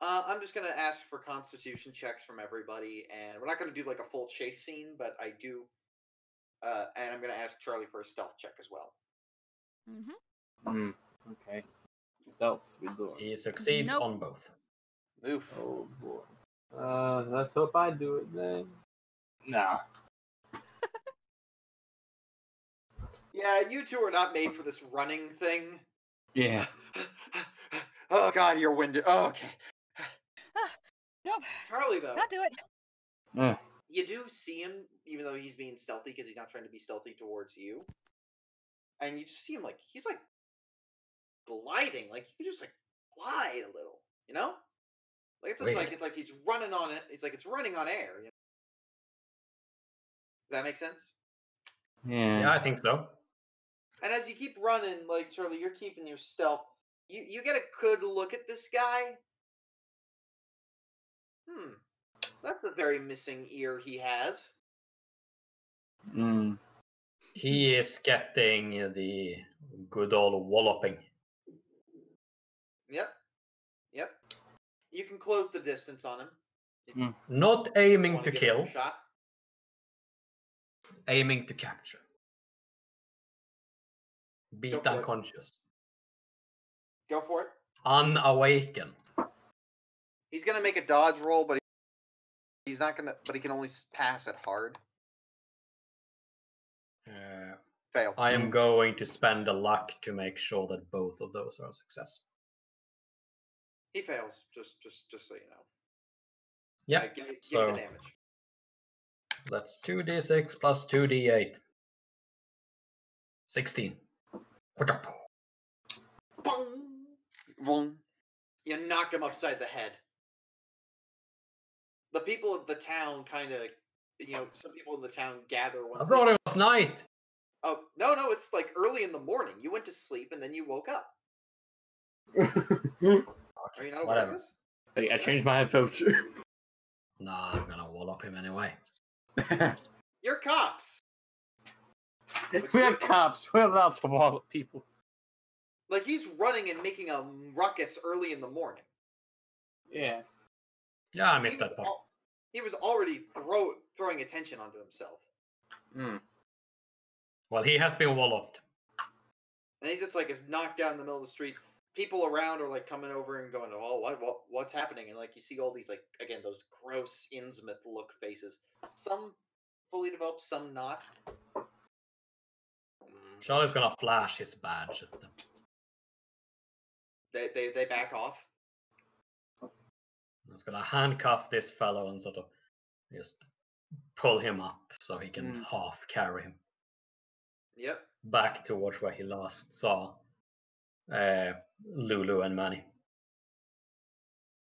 Uh, I'm just gonna ask for Constitution checks from everybody, and we're not gonna do like a full chase scene, but I do. Uh, and I'm gonna ask Charlie for a stealth check as well.
hmm
Mm. Okay. Stealth's we do.
He succeeds
Nope.
on both.
Oof.
Oh boy. Uh, let's hope I do it then. Nah.
Yeah, you two are not made for this running thing.
Yeah.
*laughs* oh god, your window. Oh, okay.
Ah, Nope.
Charlie though,
Not do it.
Mm.
you do see him, even though he's being stealthy because he's not trying to be stealthy towards you. And you just see him like he's like gliding, like he could just like glide a little, you know? Like it's just like
Weird.
it's like he's running on it. It's like it's running on air. You know? Does that make sense?
Yeah.
Yeah, I think so.
And as you keep running, like Charlie, you're keeping your stealth. You you get a good look at this guy. Hmm, that's a very missing ear he has.
Mm.
*laughs*
He is getting the good old walloping.
Yep. Yep. You can close the distance on him.
Not aiming
Wanna
to
give him a
kill,
Shot.
aiming to capture.
Go
Beat
for it.
unconscious.
Go for it.
Unawaken.
He's gonna make a dodge roll, but he- he's not gonna. But he can only s- pass it hard.
Uh,
Fail.
I am going to spend a luck to make sure that both of those are a success.
He fails. Just, just, just so you know.
Yeah,
Uh, give, me- give me
so-
the damage.
That's 2d6 plus 2d8. 16.
Bong, bong. You knock him upside the head. The people of the town kind of, you know, some people in the town gather.
I
Once they
thought it was night.
Oh no, no, it's like early in the morning. You went to sleep and then you woke
*laughs*
up. Are you not aware
Whatever.
of this?
Like, I changed my approach. *laughs*
Nah, I'm gonna wallop him anyway.
You're cops.
We're cops. We're allowed to wallop people.
Like he's running and making a ruckus early in the morning.
Yeah.
Yeah, I
He
missed
was
that part.
al- He was already throw, throwing attention onto himself,
Mm.
Well, he has been walloped.
and he just like is knocked down in the middle of the street. People around are like coming over and going, "Oh, what, what, what's happening?" And like you see all these like again those gross Innsmouth look faces. Some fully developed, some not.
Charlie's gonna flash his badge at them.
They they they back off.
He's gonna handcuff this fellow and sort of just pull him up so he can
Mm.
half carry him
Yep.
back towards where he last saw uh, Lulu and Manny.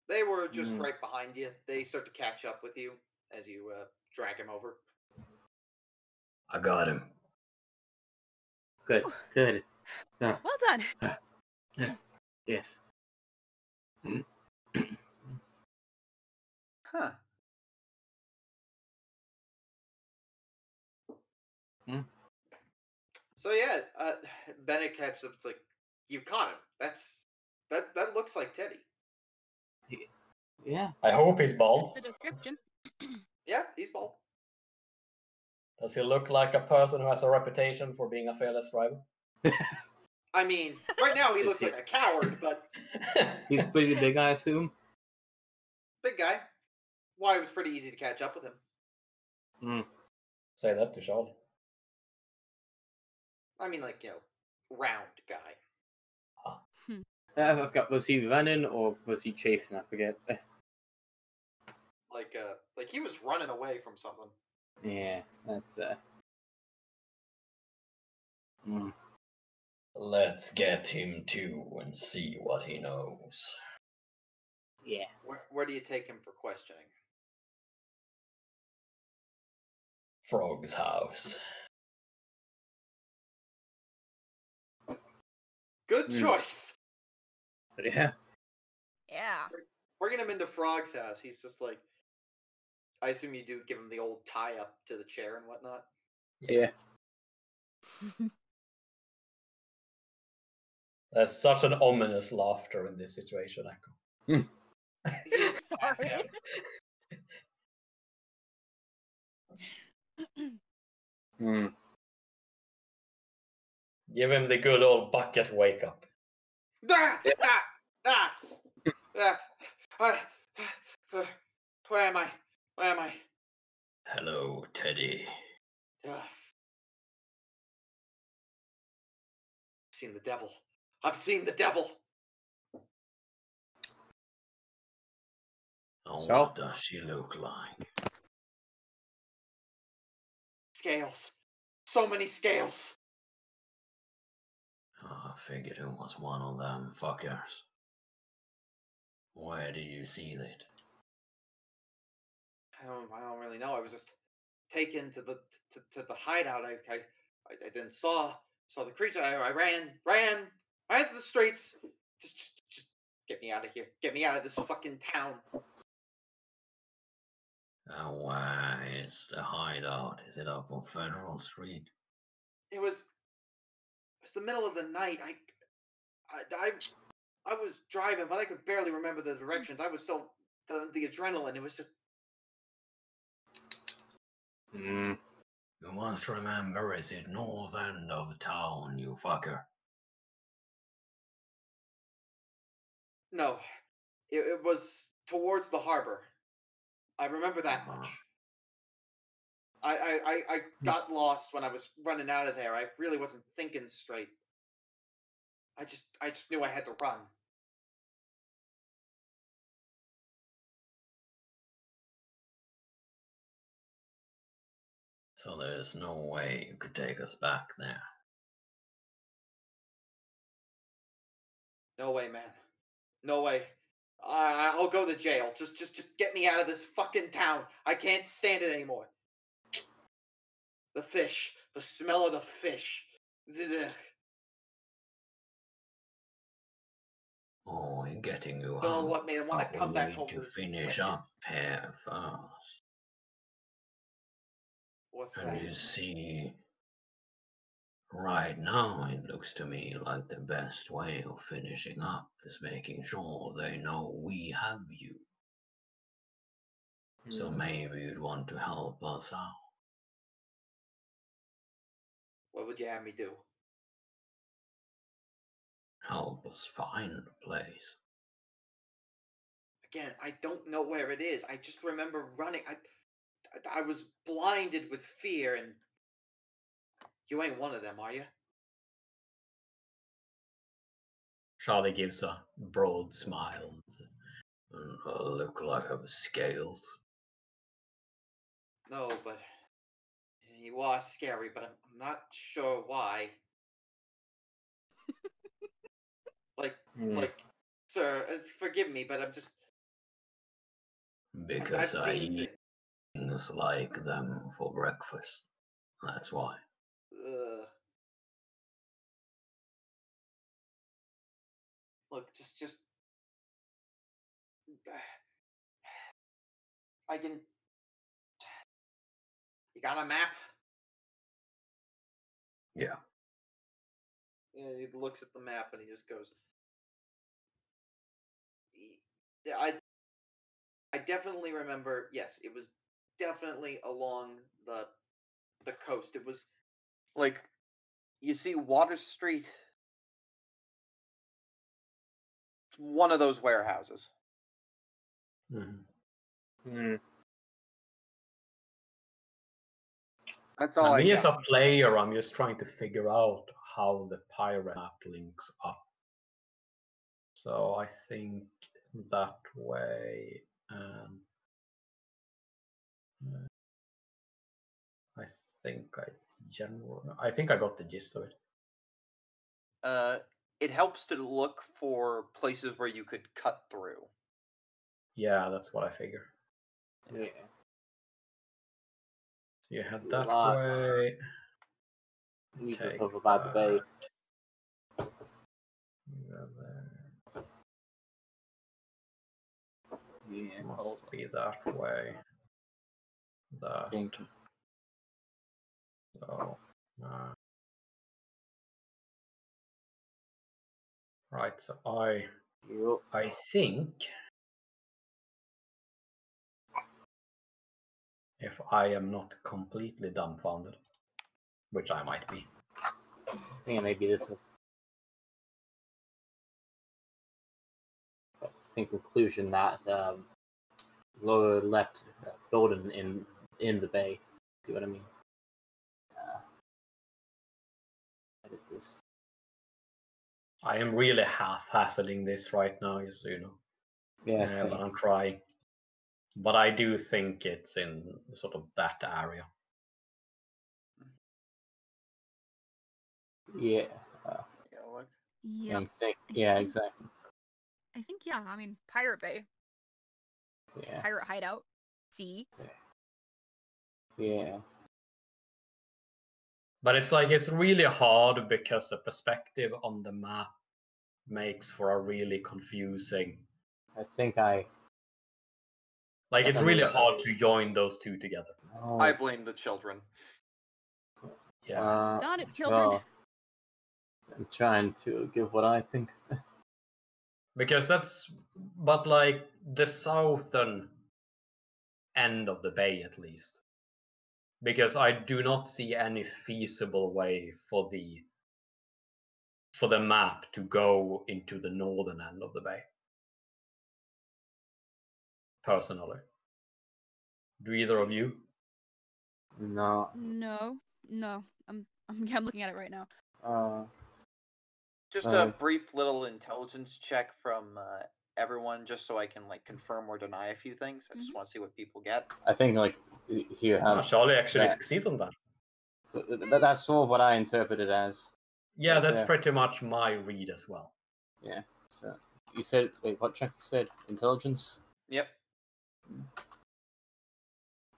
They were just
Mm.
right behind you. They start to catch up with you as you uh, drag him over.
I got him.
Good. Good.
Well done.
Yes.
Huh.
Hmm.
So yeah, uh, *sighs* Bennett catches up. It's like you caught him. That's that. That looks like Teddy.
Yeah.
I hope he's
That's
bald.
the description.
Yeah, he's bald.
Does he look like a person who has a reputation for being a fearless driver?
I mean, right now he
Is
looks
he-
like a coward, but
He's pretty big, I assume.
big guy. Why it was pretty easy to catch up with him.
*laughs*
Mm.
Say that to Charlie.
I mean, like you know, round guy.
Uh, I've got. Was he running or was he chasing? I forget. *laughs* Uh,
Like uh, like he was running away from something.
Yeah. That's. uh mm.
Let's get him too and see what he knows.
Yeah.
Where, where do you take him for questioning?
Frog's house.
Good
Hmm.
choice.
*laughs*
*laughs*
Yeah.
Yeah.
Bringing him into Frog's house, he's just like. I assume you do give him the old tie up to the chair and
*laughs*
whatnot. *laughs*
Yeah.
There's such an ominous laughter in this situation, Echo.
*laughs* Sorry.
Mm.
Give him the good old bucket wake up.
Ah, ah, ah, ah, ah, ah, where am I? Where am I?
Hello, Teddy.
Ugh. Seen the devil. I've seen the devil.
And
So?
what does she look like?
Scales. So many scales.
Oh, I figured it was one of them fuckers. Where did you see that?
I don't, I don't really know. I was just taken to the to, to the hideout. I, I I I then saw saw the creature. I, I ran ran ran to the streets. Just, just just get me out of here. Get me out of this fucking town.
Oh, where is the hideout? Is it up on Federal Street?
It was. It was the middle of the night. I, I, I, I was driving, but I could barely remember the directions. I was still the, the adrenaline. It was just.
Mm.
You must remember, is it north end of town, you fucker?
No, it, it was towards the harbor. I remember that much. I, I, I, I got lost when I was running out of there. I really wasn't thinking straight. I just I just knew I had to run.
So there's no way you could take us back there.
No way, man. No way. I, I'll go to jail. Just just just get me out of this fucking town. I can't stand it anymore. The fish. The smell of the fish. Ugh.
Oh, we're getting you
Don't
out.
know Oh, what made him want
but
to
we
come back
need
home
to
this
finish
wretched-
up here first.
What's that?
And you see, right now it looks to me like the best way of finishing up is making sure they know we have you.
Hmm.
So maybe you'd want to help us out.
What would you have me do?
Help us find a place.
Again, I don't know where it is. I just remember running. I, I, I was blinded with fear, and you ain't one of them, are you?
Charlie gives a broad smile. and says,
"Mm,
And I look like I'm scaled.
No, but you are scary. But I'm, I'm not sure why. like,
Mm.
like, sir, uh, forgive me, but I'm just. I-
Because uh,
I've
I
seen
eat
thi-
things like them for breakfast. That's why.
Ugh. Look, just, just. *sighs* I can. *sighs* You got a map?
Yeah.
And he looks at the map and he just goes. "Y- yeah, I. I definitely remember. Yes, it was definitely along the, the coast. It was, like, you see Water Street. It's one of those warehouses.
Mm-hmm.
Mhm.
Mm.
That's all Oh, I
me as
got.
a player, I'm just trying to figure out how the pirate map links up. So I think that way. Um, uh, I think I general. I think I got the gist of it.
Uh, it helps to look for places where you could cut through.
Yeah, that's what I figure.
Yeah.
So you have that
Lot.
way.
Leave us
Take
over by the bay.
You have there.
Yeah.
Must be that way.
I
That.
think.
So, uh, right. So I,
Yup.
I think if I am not completely dumbfounded, which I might be,
I think maybe this is. That's in conclusion that um, Laura left uh, Golden in in the bay. See what I mean? Uh, edit this.
I am really half-hazarding this right now, just so you know.
Yeah,
Uh,
same.
but I'm trying. But I do think it's in sort of that area.
yeah,
Yeah.
I'm think- yeah,
think-
exactly.
I think yeah. I mean, Pirate Bay,
Yeah,
Pirate Hideout, sea.
yeah.
But it's like it's really hard because the perspective on the map makes for a really confusing
I think I
Like it's
Okay.
really hard to join those two together.
oh,
I blame the children.
Yeah.
Uh,
Darn it, children.
well, I'm trying to give what I think. *laughs*
Because that's but like the southern end of the bay at least. Because I do not see any feasible way for the for the map to go into the northern end of the bay. Personally. Do either of you?
No.
No, no. I'm, *laughs* I'm, yeah, I'm looking at it right now.
Uh,
Just
Uh,
a brief little intelligence check from uh, everyone, just so I can like confirm or deny a few things. I just want to see what people get.
I think like y- you
Ah,
have.
Charlie actually
that-
succeeds on that.
So th- th- that's sort of what I interpreted as.
Yeah, that's
Yeah.
pretty much my read as well.
So you said wait, what check you said? Intelligence.
Yep.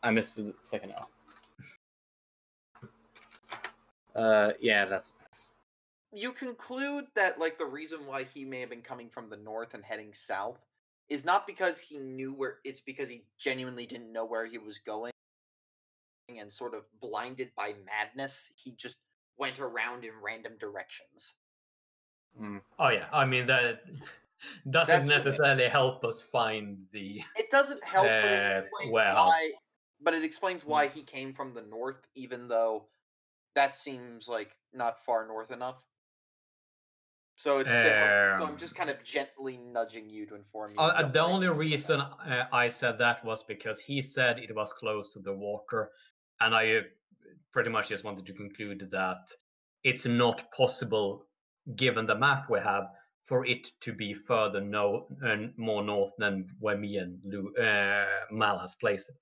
I missed the second L. Uh, yeah, that's
You conclude that like the reason why he may have been coming from the north and heading south is not because he knew where it's because he genuinely didn't know where he was going and sort of blinded by madness, he just went around in random directions.
Mm,
Oh yeah, I mean that *laughs* doesn't
That's what-
necessarily help us find the
It doesn't help, but
Uh,
it explains
well. Mm.
why. But it explains why he came from the north, even though that seems like not far north enough. So it's different. So I'm just kind of gently nudging you to inform you.
Uh,
of
uh, the
direction
only
you're going.
reason uh, I said that was because he said it was close to the water, and I uh, pretty much just wanted to conclude that it's not possible, given the map we have, for it to be further no uh, more north than where me and Lou, uh, Mal has placed it.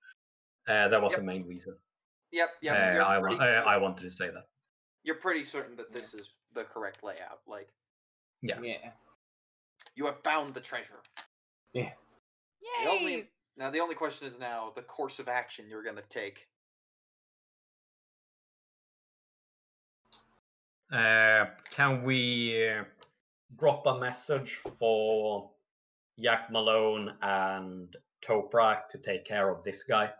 Uh, that was
Yep.
the main reason.
Yep, yep.
uh,
you're,
I, wa-
pretty,
uh,
cer-
I wanted to say that.
you're pretty certain that this is the correct layout. Like
Yeah.
yeah.
you have found the treasure.
Yay!
The only now the only question is now the course of action you're going to take.
Uh, can we uh, drop a message for Jack Malone and Toprak to take care of this guy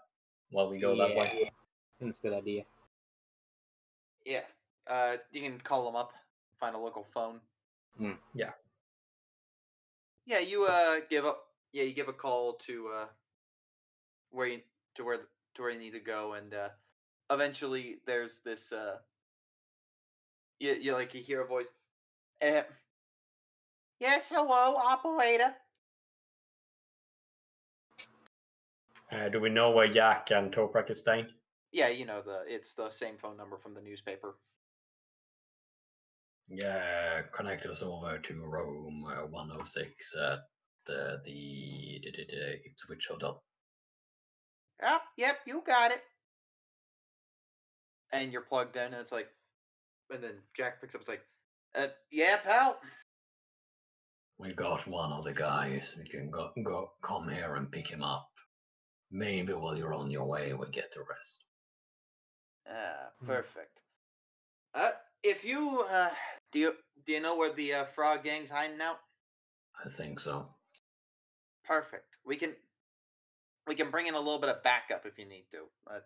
while we go that way?
That's a good idea.
Yeah, uh, you can call them up, find a local phone.
Hmm.
Yeah.
Yeah, you uh give up. Yeah, you give a call to uh where you to where to where you need to go, and uh eventually there's this uh you you like you hear a voice. Uh, yes, hello, operator.
Uh, do we know where Jack and Toprak is staying?
Yeah, you know the it's the same phone number from the newspaper.
Yeah, connect us over to Rome uh, 106 at uh, the d- d- d- Ipswich Hotel.
Oh, yep, you got it. And you're plugged in, and it's like, and then Jack picks up. It's like, uh, yeah, pal.
We got one of the guys. We can go, go come here and pick him up. Maybe while you're on your way, we get the rest.
Ah,
Hmm.
perfect. Uh, if you uh, do you do you know where the uh, frog gang's hiding out?
I think so.
Perfect. We can we can bring in a little bit of backup if you need to. Uh,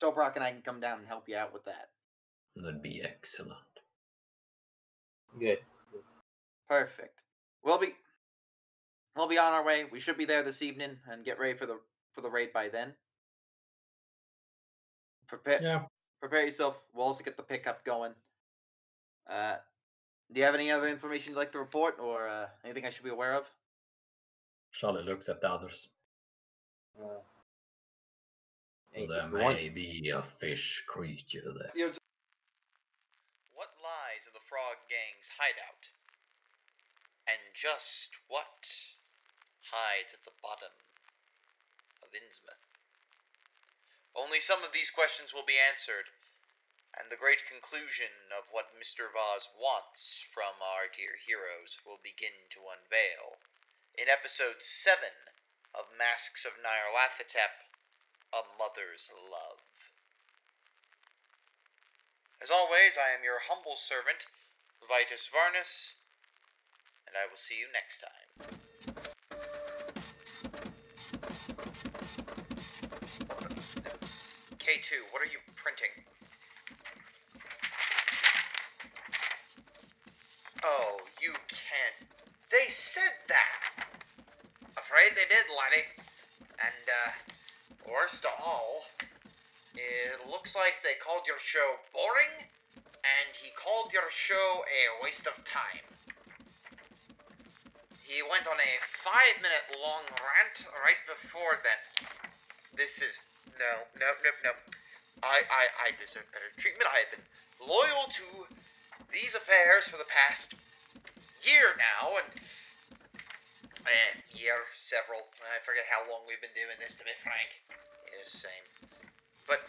Dobrock and I can come down and help you out with that.
That'd be excellent.
Good.
Perfect. We'll be we'll be on our way. We should be there this evening and get ready for the for the raid by then. Prepare
Yeah.
prepare yourself. We'll also get the pickup going. Uh, do you have any other information you'd like to report, or uh, anything I should be aware of?
Charlie looks at the others.
Uh, hey,
there
if you want-
may be a fish creature there.
You're just-
What lies in the Frog Gang's hideout? And just what hides at the bottom of Innsmouth? Only some of these questions will be answered, and the great conclusion of what Mr. Voss wants from our dear heroes will begin to unveil in episode 7 of Masks of Nyarlathotep A Mother's Love. As always, I am your humble servant, Vitus Varnus, and I will see you next time.
two. What are you printing? Oh, you can't. They said that. Afraid they did, Lenny. And uh, worst of all, it looks like they called your show boring, and he called your show a waste of time. He went on a five minute long rant right before then. This is. No, no, no, no. I, I, I deserve better treatment. I have been loyal to these affairs for the past year now, and. Eh, year, several. I forget how long we've been doing this, to be frank. Yeah, same. But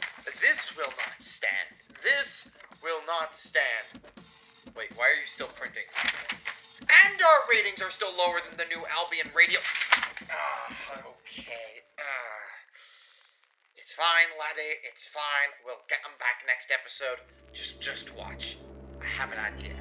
this will not stand. This will not stand. Wait, why are you still printing? And our ratings are still lower than the new Albion Radio. Ah, okay. Ah. It's fine, laddie. It's fine. We'll get them back next episode. Just, just watch. I have an idea.